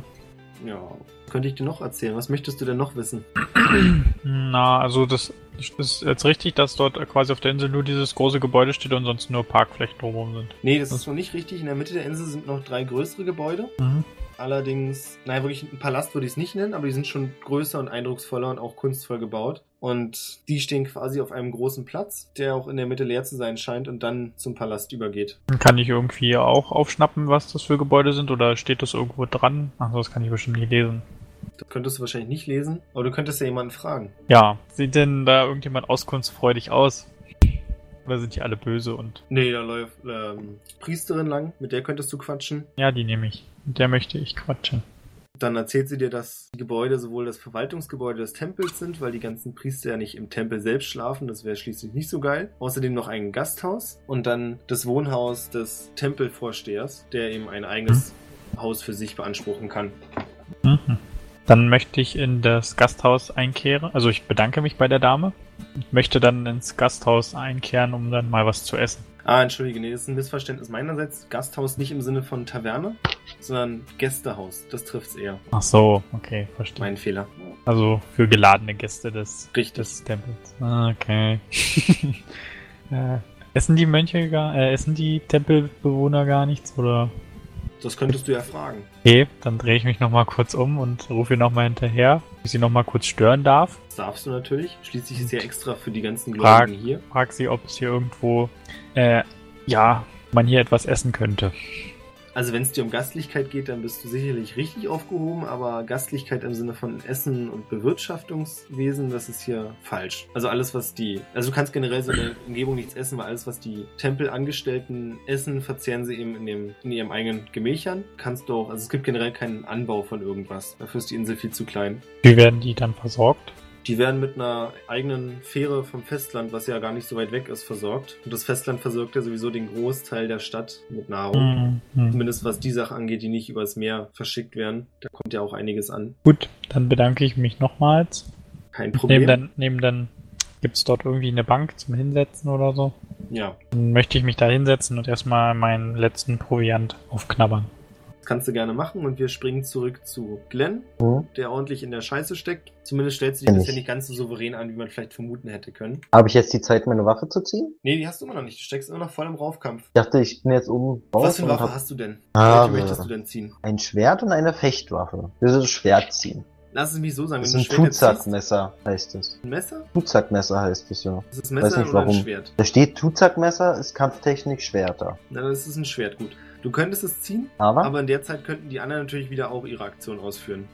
Speaker 1: Ja, was könnte ich dir noch erzählen? Was möchtest du denn noch wissen?
Speaker 3: Na, also das ist jetzt richtig, dass dort quasi auf der Insel nur dieses große Gebäude steht und sonst nur Parkflächen drumherum sind.
Speaker 1: Nee, das ist noch nicht richtig. In der Mitte der Insel sind noch drei größere Gebäude.
Speaker 3: Hm.
Speaker 1: Allerdings, naja, wirklich ein Palast würde ich es nicht nennen, aber die sind schon größer und eindrucksvoller und auch kunstvoll gebaut. Und die stehen quasi auf einem großen Platz, der auch in der Mitte leer zu sein scheint und dann zum Palast übergeht.
Speaker 3: Kann ich irgendwie auch aufschnappen, was das für Gebäude sind oder steht das irgendwo dran? Ach, das kann ich bestimmt nicht lesen.
Speaker 1: Das könntest du wahrscheinlich nicht lesen, aber du könntest ja jemanden fragen.
Speaker 3: Ja, sieht denn da irgendjemand auskunftsfreudig aus? Oder sind die alle böse und...
Speaker 1: Nee, da läuft ähm, Priesterin lang, mit der könntest du quatschen.
Speaker 3: Ja, die nehme ich. Mit der möchte ich quatschen.
Speaker 1: Dann erzählt sie dir, dass die Gebäude sowohl das Verwaltungsgebäude des Tempels sind, weil die ganzen Priester ja nicht im Tempel selbst schlafen, das wäre schließlich nicht so geil. Außerdem noch ein Gasthaus und dann das Wohnhaus des Tempelvorstehers, der eben ein eigenes Haus für sich beanspruchen kann.
Speaker 3: Mhm. Dann möchte ich in das Gasthaus einkehren. Also ich bedanke mich bei der Dame. Ich möchte dann ins Gasthaus einkehren, um dann mal was zu essen.
Speaker 1: Ah, entschuldige, nee, das ist ein Missverständnis meinerseits. Gasthaus nicht im Sinne von Taverne, sondern Gästehaus. Das trifft's eher.
Speaker 3: Ach so, okay, verstehe.
Speaker 1: Mein Fehler.
Speaker 3: Also für geladene Gäste des,
Speaker 1: Richtig.
Speaker 3: des Tempels. Ah, Okay. äh, essen die Mönche gar, äh, essen die Tempelbewohner gar nichts oder?
Speaker 1: Das könntest du ja fragen.
Speaker 3: Okay, dann drehe ich mich nochmal kurz um und rufe ihr nochmal hinterher, ob ich sie nochmal kurz stören darf.
Speaker 1: Das darfst du natürlich. Schließlich ist ja extra für die ganzen
Speaker 3: Frag-
Speaker 1: Gläubigen hier.
Speaker 3: Frag sie, ob es hier irgendwo, äh, ja, man hier etwas essen könnte.
Speaker 1: Also wenn es dir um Gastlichkeit geht, dann bist du sicherlich richtig aufgehoben, aber Gastlichkeit im Sinne von Essen und Bewirtschaftungswesen, das ist hier falsch. Also alles, was die, also du kannst generell so in der Umgebung nichts essen, weil alles, was die Tempelangestellten essen, verzehren sie eben in, dem, in ihrem eigenen Gemächern. Kannst du auch, also es gibt generell keinen Anbau von irgendwas. Dafür ist die Insel viel zu klein.
Speaker 3: Wie werden die dann versorgt?
Speaker 1: Die werden mit einer eigenen Fähre vom Festland, was ja gar nicht so weit weg ist, versorgt. Und das Festland versorgt ja sowieso den Großteil der Stadt mit Nahrung.
Speaker 3: Mhm.
Speaker 1: Zumindest was die Sachen angeht, die nicht übers Meer verschickt werden. Da kommt ja auch einiges an.
Speaker 3: Gut, dann bedanke ich mich nochmals.
Speaker 1: Kein
Speaker 3: Neben
Speaker 1: Problem.
Speaker 3: dann, neben dann gibt es dort irgendwie eine Bank zum Hinsetzen oder so.
Speaker 1: Ja,
Speaker 3: Dann möchte ich mich da hinsetzen und erstmal meinen letzten Proviant aufknabbern.
Speaker 1: das kannst du gerne machen. Und wir springen zurück zu Glenn,
Speaker 2: Hm?
Speaker 1: der ordentlich in der Scheiße steckt. Zumindest stellst du dich
Speaker 2: Kenn
Speaker 1: das ja
Speaker 2: ich.
Speaker 1: nicht ganz so souverän an, wie man vielleicht vermuten hätte können.
Speaker 2: Habe ich jetzt die Zeit, meine Waffe zu ziehen?
Speaker 1: Nee, die hast du immer noch nicht. Du steckst immer noch voll im Raufkampf.
Speaker 2: Ich dachte, ich bin jetzt oben raus
Speaker 1: was für eine
Speaker 2: und
Speaker 1: Waffe
Speaker 2: hab
Speaker 1: hast du denn?
Speaker 2: Ah,
Speaker 1: Welche möchtest
Speaker 2: ne.
Speaker 1: du denn ziehen?
Speaker 2: ein Schwert und eine Fechtwaffe. Ich will das Schwert ziehen.
Speaker 1: Lass es mich so sagen.
Speaker 2: Das
Speaker 1: wenn
Speaker 2: ist
Speaker 1: du
Speaker 2: ein
Speaker 1: Schwert jetzt ziehst-
Speaker 2: Tuzackmesser, heißt es.
Speaker 1: Ein Messer?
Speaker 2: Tuzackmesser heißt es ja.
Speaker 1: Ist es ein Messer
Speaker 2: nicht,
Speaker 1: oder ein
Speaker 2: warum.
Speaker 1: Schwert?
Speaker 2: Da steht Tuzackmesser ist Kampftechnik Schwerter.
Speaker 1: Na, dann ist es ein Schwert. Gut. Du könntest es ziehen,
Speaker 2: Aber,
Speaker 1: aber in der Zeit könnten die anderen natürlich wieder auch ihre Aktion ausführen.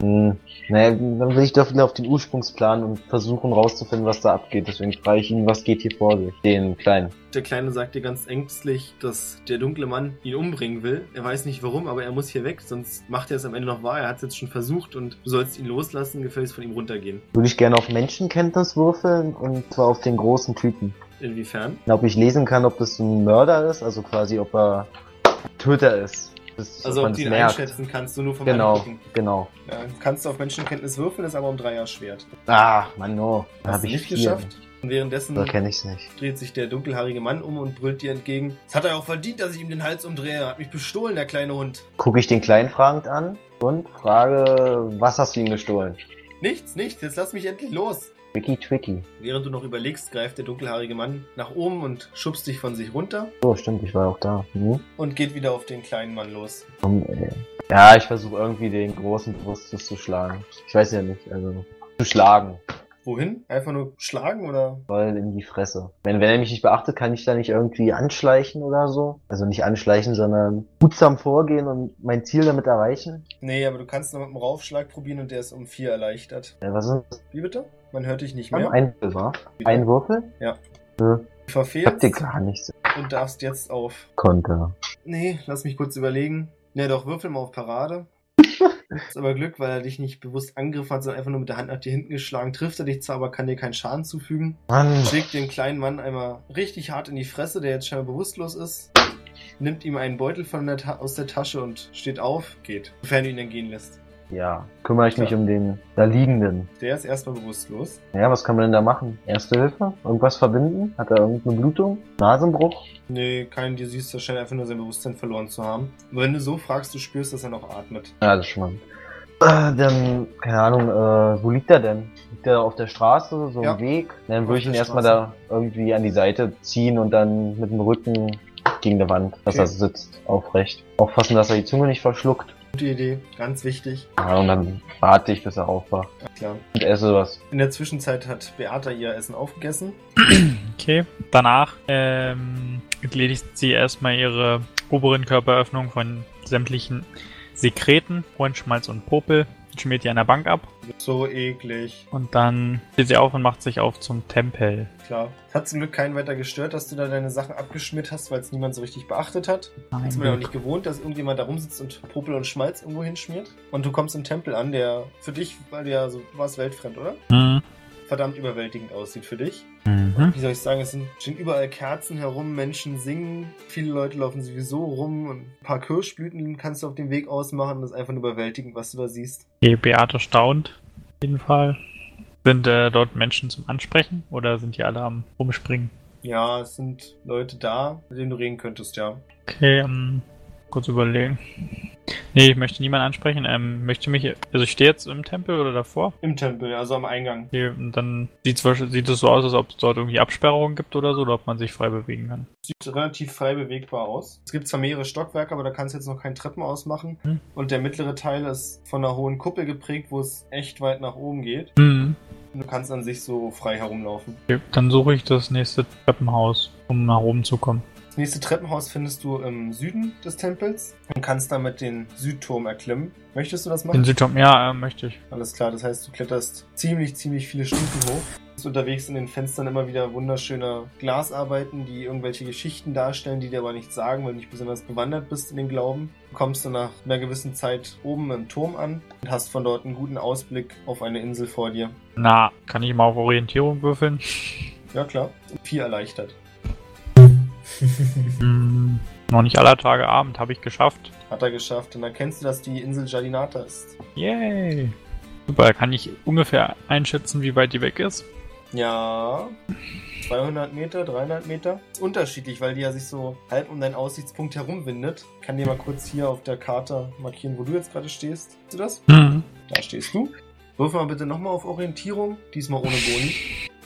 Speaker 2: Hm, naja, dann will ich doch wieder auf den Ursprungsplan und versuchen rauszufinden, was da abgeht. Deswegen frage ich ihn, was geht hier vor sich? Den kleinen.
Speaker 1: Der Kleine sagt dir ganz ängstlich, dass der dunkle Mann ihn umbringen will. Er weiß nicht warum, aber er muss hier weg, sonst macht er es am Ende noch wahr. Er hat es jetzt schon versucht und du sollst ihn loslassen, gefälligst von ihm runtergehen.
Speaker 2: Würde ich gerne auf Menschenkenntnis würfeln und zwar auf den großen Typen.
Speaker 1: Inwiefern?
Speaker 2: Und ob ich lesen kann, ob das ein Mörder ist, also quasi ob er Töter ist. Das,
Speaker 1: Also ob
Speaker 2: man
Speaker 1: du
Speaker 2: das
Speaker 1: ihn
Speaker 2: merkt.
Speaker 1: einschätzen kannst, du nur vom
Speaker 2: Genau,
Speaker 1: Angucken.
Speaker 2: genau.
Speaker 1: Ja, kannst du auf Menschenkenntnis würfeln, ist aber um Dreier schwert.
Speaker 2: Ah, Mann, no. Da
Speaker 1: Hast
Speaker 2: hab
Speaker 1: du
Speaker 2: ich
Speaker 1: nicht
Speaker 2: vier.
Speaker 1: geschafft. Und währenddessen
Speaker 2: Da kenne ich's nicht.
Speaker 1: dreht sich der dunkelhaarige Mann um und brüllt dir entgegen. Es hat er auch verdient, dass ich ihm den Hals umdrehe. Er hat mich bestohlen, der kleine Hund.
Speaker 2: Gucke ich den Kleinen fragend an und frage, was hast du ihm gestohlen?
Speaker 1: Nichts, nichts, jetzt lass mich endlich los.
Speaker 2: Tricky, tricky.
Speaker 1: Während du noch überlegst, greift der dunkelhaarige Mann nach oben und schubst dich von sich runter
Speaker 2: So, Oh, stimmt, ich war auch da. Hm?
Speaker 1: und geht wieder auf den kleinen Mann los.
Speaker 2: Komm, ey. Ja, ich versuche irgendwie den großen Brust zu schlagen. Ich weiß ja nicht, also zu schlagen,
Speaker 1: Wohin? Einfach nur schlagen oder?
Speaker 2: voll in die Fresse. Wenn, wenn er mich nicht beachtet, kann ich da nicht irgendwie anschleichen oder so. Also nicht anschleichen, sondern gutsam vorgehen und mein Ziel damit erreichen.
Speaker 1: Nee, aber du kannst noch mit einem Raufschlag probieren und der ist um vier erleichtert.
Speaker 2: Äh, was ist das?
Speaker 1: Wie bitte? Man hört dich nicht mehr.
Speaker 2: Ein Würfel, wa? Ein Würfel?
Speaker 1: Ja.
Speaker 2: Äh,
Speaker 1: Du
Speaker 2: Ich hab dir
Speaker 1: verfehlst
Speaker 2: gar nichts
Speaker 1: und darfst jetzt auf.
Speaker 2: konnte.
Speaker 1: Nee, lass mich kurz überlegen. Ja, doch, würfel mal auf Parade. Ist aber Glück, weil er dich nicht bewusst angegriffen hat, sondern einfach nur mit der Hand nach dir hinten geschlagen. Trifft er dich zwar, aber kann dir keinen Schaden zufügen.
Speaker 2: Mann.
Speaker 1: Schlägt den kleinen Mann einmal richtig hart in die Fresse, der jetzt scheinbar bewusstlos ist. Nimmt ihm einen Beutel von der Ta aus der Tasche und steht auf, geht. Sofern du ihn dann gehen lässt.
Speaker 2: Ja, kümmere ich mich
Speaker 1: Klar.
Speaker 2: um den da liegenden.
Speaker 1: Der ist erstmal bewusstlos.
Speaker 2: Ja, was kann man denn da machen? Erste Hilfe? Irgendwas verbinden? Hat er irgendeine Blutung? Nasenbruch?
Speaker 1: Nee, kein, dir siehst du scheint einfach nur sein Bewusstsein verloren zu haben. Aber wenn du so fragst, du spürst, dass er noch atmet.
Speaker 2: Ja, das ist schon mal. Äh, dann, keine Ahnung, äh, wo liegt er denn? Liegt er auf der Straße, so
Speaker 1: Ja.
Speaker 2: im Weg? Dann
Speaker 1: Auf
Speaker 2: würde ich ihn
Speaker 1: der
Speaker 2: erstmal
Speaker 1: Straße.
Speaker 2: da irgendwie an die Seite ziehen und dann mit dem Rücken gegen die Wand, dass
Speaker 1: Okay.
Speaker 2: er sitzt, aufrecht. Aufpassen, dass er die Zunge nicht verschluckt.
Speaker 1: Gute Idee, ganz wichtig.
Speaker 2: Ja, und dann warte ich, bis er aufwacht.
Speaker 1: Klar.
Speaker 2: Und esse was.
Speaker 1: In der Zwischenzeit hat Beata ihr Essen aufgegessen.
Speaker 3: Okay. Danach ähm, entledigt sie erstmal ihre oberen Körperöffnung von sämtlichen Sekreten, Ohrenschmalz und Popel, schmiert die an der Bank ab
Speaker 1: So eklig.
Speaker 3: und dann steht sie auf und macht sich auf zum Tempel.
Speaker 1: Klar. Es hat zum Glück keinen weiter gestört, dass du da deine Sachen abgeschmiert hast, weil es niemand so richtig beachtet hat. Ist man ja auch nicht gewohnt, dass irgendjemand da rumsitzt und Popel und Schmalz irgendwo hinschmiert. Und du kommst im Tempel an, der für dich, weil du ja so, du warst weltfremd, oder?
Speaker 3: Mhm.
Speaker 1: Verdammt überwältigend aussieht für dich.
Speaker 3: Mhm.
Speaker 1: Wie soll ich sagen, es sind, stehen überall Kerzen herum, Menschen singen, viele Leute laufen sowieso rum und ein paar Kirschblüten kannst du auf dem Weg ausmachen. Das ist einfach nur überwältigend, was du da siehst.
Speaker 3: Okay, Beate staunt. Auf jeden Fall. Sind äh, dort Menschen zum Ansprechen oder sind die alle am Rumspringen?
Speaker 1: Ja, es sind Leute da, mit denen du reden könntest, ja.
Speaker 3: Okay, ähm, kurz überlegen. Nee, ich möchte niemanden ansprechen. Ähm, möchte mich. Also ich stehe jetzt im Tempel oder davor.
Speaker 1: Im Tempel, also am Eingang.
Speaker 3: Okay, und dann sieht's, wahrsch- sieht es so aus, als ob es dort irgendwie Absperrungen gibt oder so, oder ob man sich frei bewegen kann.
Speaker 1: Sieht relativ frei bewegbar aus. Es gibt zwar mehrere Stockwerke, aber da kannst du jetzt noch kein Treppen ausmachen.
Speaker 3: Hm.
Speaker 1: Und der mittlere Teil ist von einer hohen Kuppel geprägt, wo es echt weit nach oben geht.
Speaker 3: Hm.
Speaker 1: Und du kannst an sich so frei herumlaufen.
Speaker 3: Okay, dann suche ich das nächste Treppenhaus, um nach oben zu kommen.
Speaker 1: Das nächste Treppenhaus findest du im Süden des Tempels und kannst damit den Südturm erklimmen. Möchtest du das machen?
Speaker 3: Den Südturm, ja, äh, möchte ich.
Speaker 1: Alles klar, das heißt, du kletterst ziemlich, ziemlich viele Stufen hoch. Du bist unterwegs in den Fenstern immer wieder wunderschöne Glasarbeiten, die irgendwelche Geschichten darstellen, die dir aber nichts sagen, weil du nicht besonders bewandert bist in den Glauben. Du kommst dann nach einer gewissen Zeit oben im Turm an und hast von dort einen guten Ausblick auf eine Insel vor dir.
Speaker 3: Na, kann ich mal auf Orientierung würfeln?
Speaker 1: Ja klar, viel erleichtert.
Speaker 3: Hm, noch nicht aller Tage Abend, habe ich geschafft.
Speaker 1: Hat er geschafft und dann kennst du, dass die Insel Jardinata ist.
Speaker 3: Yay! Super, kann ich ungefähr einschätzen, wie weit die weg ist?
Speaker 1: Ja, 200 Meter, 300 Meter. Ist unterschiedlich, weil die ja sich so halb um deinen Aussichtspunkt herumwindet. Ich kann dir mal kurz hier auf der Karte markieren, wo du jetzt gerade stehst. Siehst du das?
Speaker 3: Hm.
Speaker 1: Da stehst du. Wirf mal bitte nochmal auf Orientierung. Diesmal ohne Boni.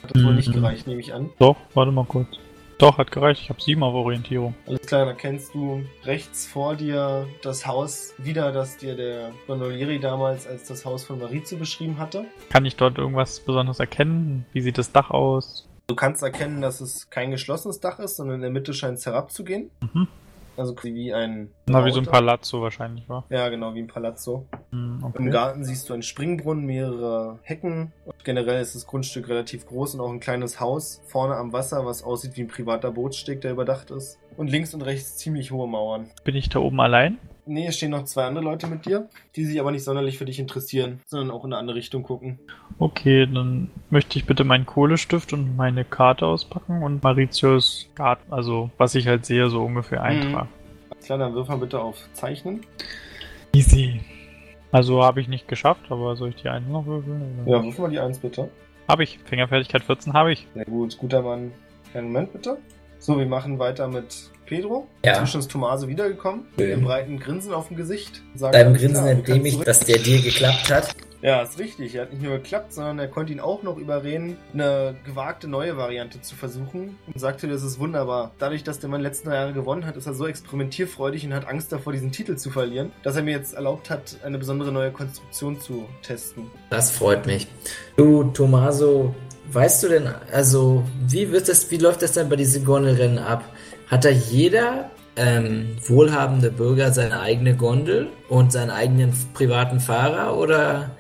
Speaker 1: Hat das wohl nicht
Speaker 3: Mhm.
Speaker 1: gereicht, nehme ich an.
Speaker 3: Doch, warte mal kurz. Doch, hat gereicht. Ich habe sieben auf Orientierung.
Speaker 1: Alles klar, dann kennst du rechts vor dir das Haus wieder, das dir der Gondolieri damals als das Haus von Marizu beschrieben hatte.
Speaker 3: Kann ich dort irgendwas Besonderes erkennen? Wie sieht das Dach aus?
Speaker 1: Du kannst erkennen, dass es kein geschlossenes Dach ist, sondern in der Mitte scheint es herabzugehen.
Speaker 3: Mhm.
Speaker 1: Also quasi wie ein.
Speaker 3: Na, wie so ein
Speaker 1: Auto.
Speaker 3: Palazzo wahrscheinlich, war.
Speaker 1: Ja, genau, wie ein Palazzo.
Speaker 3: Hm,
Speaker 1: Im
Speaker 3: okay.
Speaker 1: Garten siehst du einen Springbrunnen, mehrere Hecken. Und generell ist das Grundstück relativ groß und auch ein kleines Haus vorne am Wasser, was aussieht wie ein privater Bootssteg, der überdacht ist. Und links und rechts ziemlich hohe Mauern.
Speaker 3: Bin ich da oben allein?
Speaker 1: Nee, es stehen noch zwei andere Leute mit dir, die sich aber nicht sonderlich für dich interessieren, sondern auch in eine andere Richtung gucken.
Speaker 3: Okay, dann möchte ich bitte meinen Kohlestift und meine Karte auspacken und Mauritius Garten, also was ich halt sehe, so ungefähr
Speaker 1: Hm.
Speaker 3: eintragen.
Speaker 1: Alles klar, dann wirf mal bitte auf Zeichnen.
Speaker 3: Easy. Also habe ich nicht geschafft, aber soll ich die einen noch würfeln? oder?
Speaker 1: Ja, wirf mal die Eins bitte.
Speaker 3: Habe ich. Fingerfertigkeit 14 habe ich.
Speaker 1: Sehr gut, guter Mann. Einen Moment bitte. So, wir machen weiter mit Pedro.
Speaker 4: Ja.
Speaker 1: Inzwischen ist Tomaso wiedergekommen, mit
Speaker 4: Schön.
Speaker 1: einem breiten Grinsen auf dem Gesicht. Sagt,
Speaker 4: Deinem
Speaker 1: alles klar,
Speaker 4: Grinsen
Speaker 1: du
Speaker 4: entnehme
Speaker 1: kannst
Speaker 4: ich,
Speaker 1: zurück.
Speaker 4: dass der Deal geklappt hat.
Speaker 1: Ja, ist richtig. Er hat nicht nur geklappt, sondern er konnte ihn auch noch überreden, eine gewagte neue Variante zu versuchen und sagte, das ist wunderbar. Dadurch, dass der Mann letzten drei Jahre gewonnen hat, ist er so experimentierfreudig und hat Angst davor, diesen Titel zu verlieren, dass er mir jetzt erlaubt hat, eine besondere neue Konstruktion zu testen.
Speaker 4: Das freut mich. Du, Tomaso, weißt du denn, also, wie wird das, wie läuft das denn bei diesen Gondelrennen ab? Hat da jeder ähm, wohlhabende Bürger seine eigene Gondel und seinen eigenen privaten Fahrer oder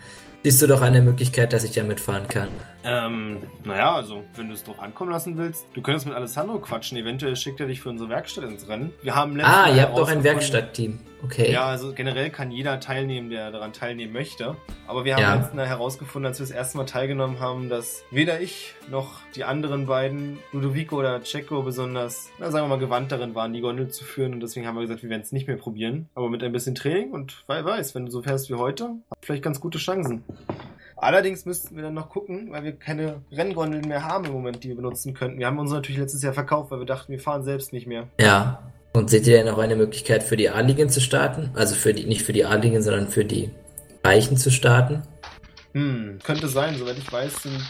Speaker 4: siehst du doch eine Möglichkeit, dass ich da mitfahren kann?
Speaker 1: Ähm, naja, also, wenn du es drauf ankommen lassen willst, du könntest mit Alessandro quatschen. Eventuell schickt er dich für unsere Werkstatt ins Rennen. Wir haben letztes
Speaker 4: Ah,
Speaker 1: Mal
Speaker 4: ihr habt doch ein
Speaker 1: herausgefunden-
Speaker 4: Werkstattteam. Okay.
Speaker 1: Ja, also generell kann jeder teilnehmen, der daran teilnehmen möchte. Aber wir haben
Speaker 4: Ja.
Speaker 1: letztens herausgefunden, als wir das erste Mal teilgenommen haben, dass weder ich noch die anderen beiden, Ludovico oder Checo besonders, na, sagen wir mal, gewandt darin waren, die Gondel zu führen. Und deswegen haben wir gesagt, wir werden es nicht mehr probieren. Aber mit ein bisschen Training und wer weiß, wenn du so fährst wie heute, hast du vielleicht ganz gute Chancen. Allerdings müssten wir dann noch gucken, weil wir keine Renngondeln mehr haben im Moment, die wir benutzen könnten. Wir haben uns natürlich letztes Jahr verkauft, weil wir dachten, wir fahren selbst nicht mehr.
Speaker 4: Ja. Und seht ihr denn noch eine Möglichkeit für die Adligen zu starten? Also für die, nicht für die Adligen, sondern für die Reichen zu starten?
Speaker 1: Hm, könnte sein. Soweit ich weiß, sind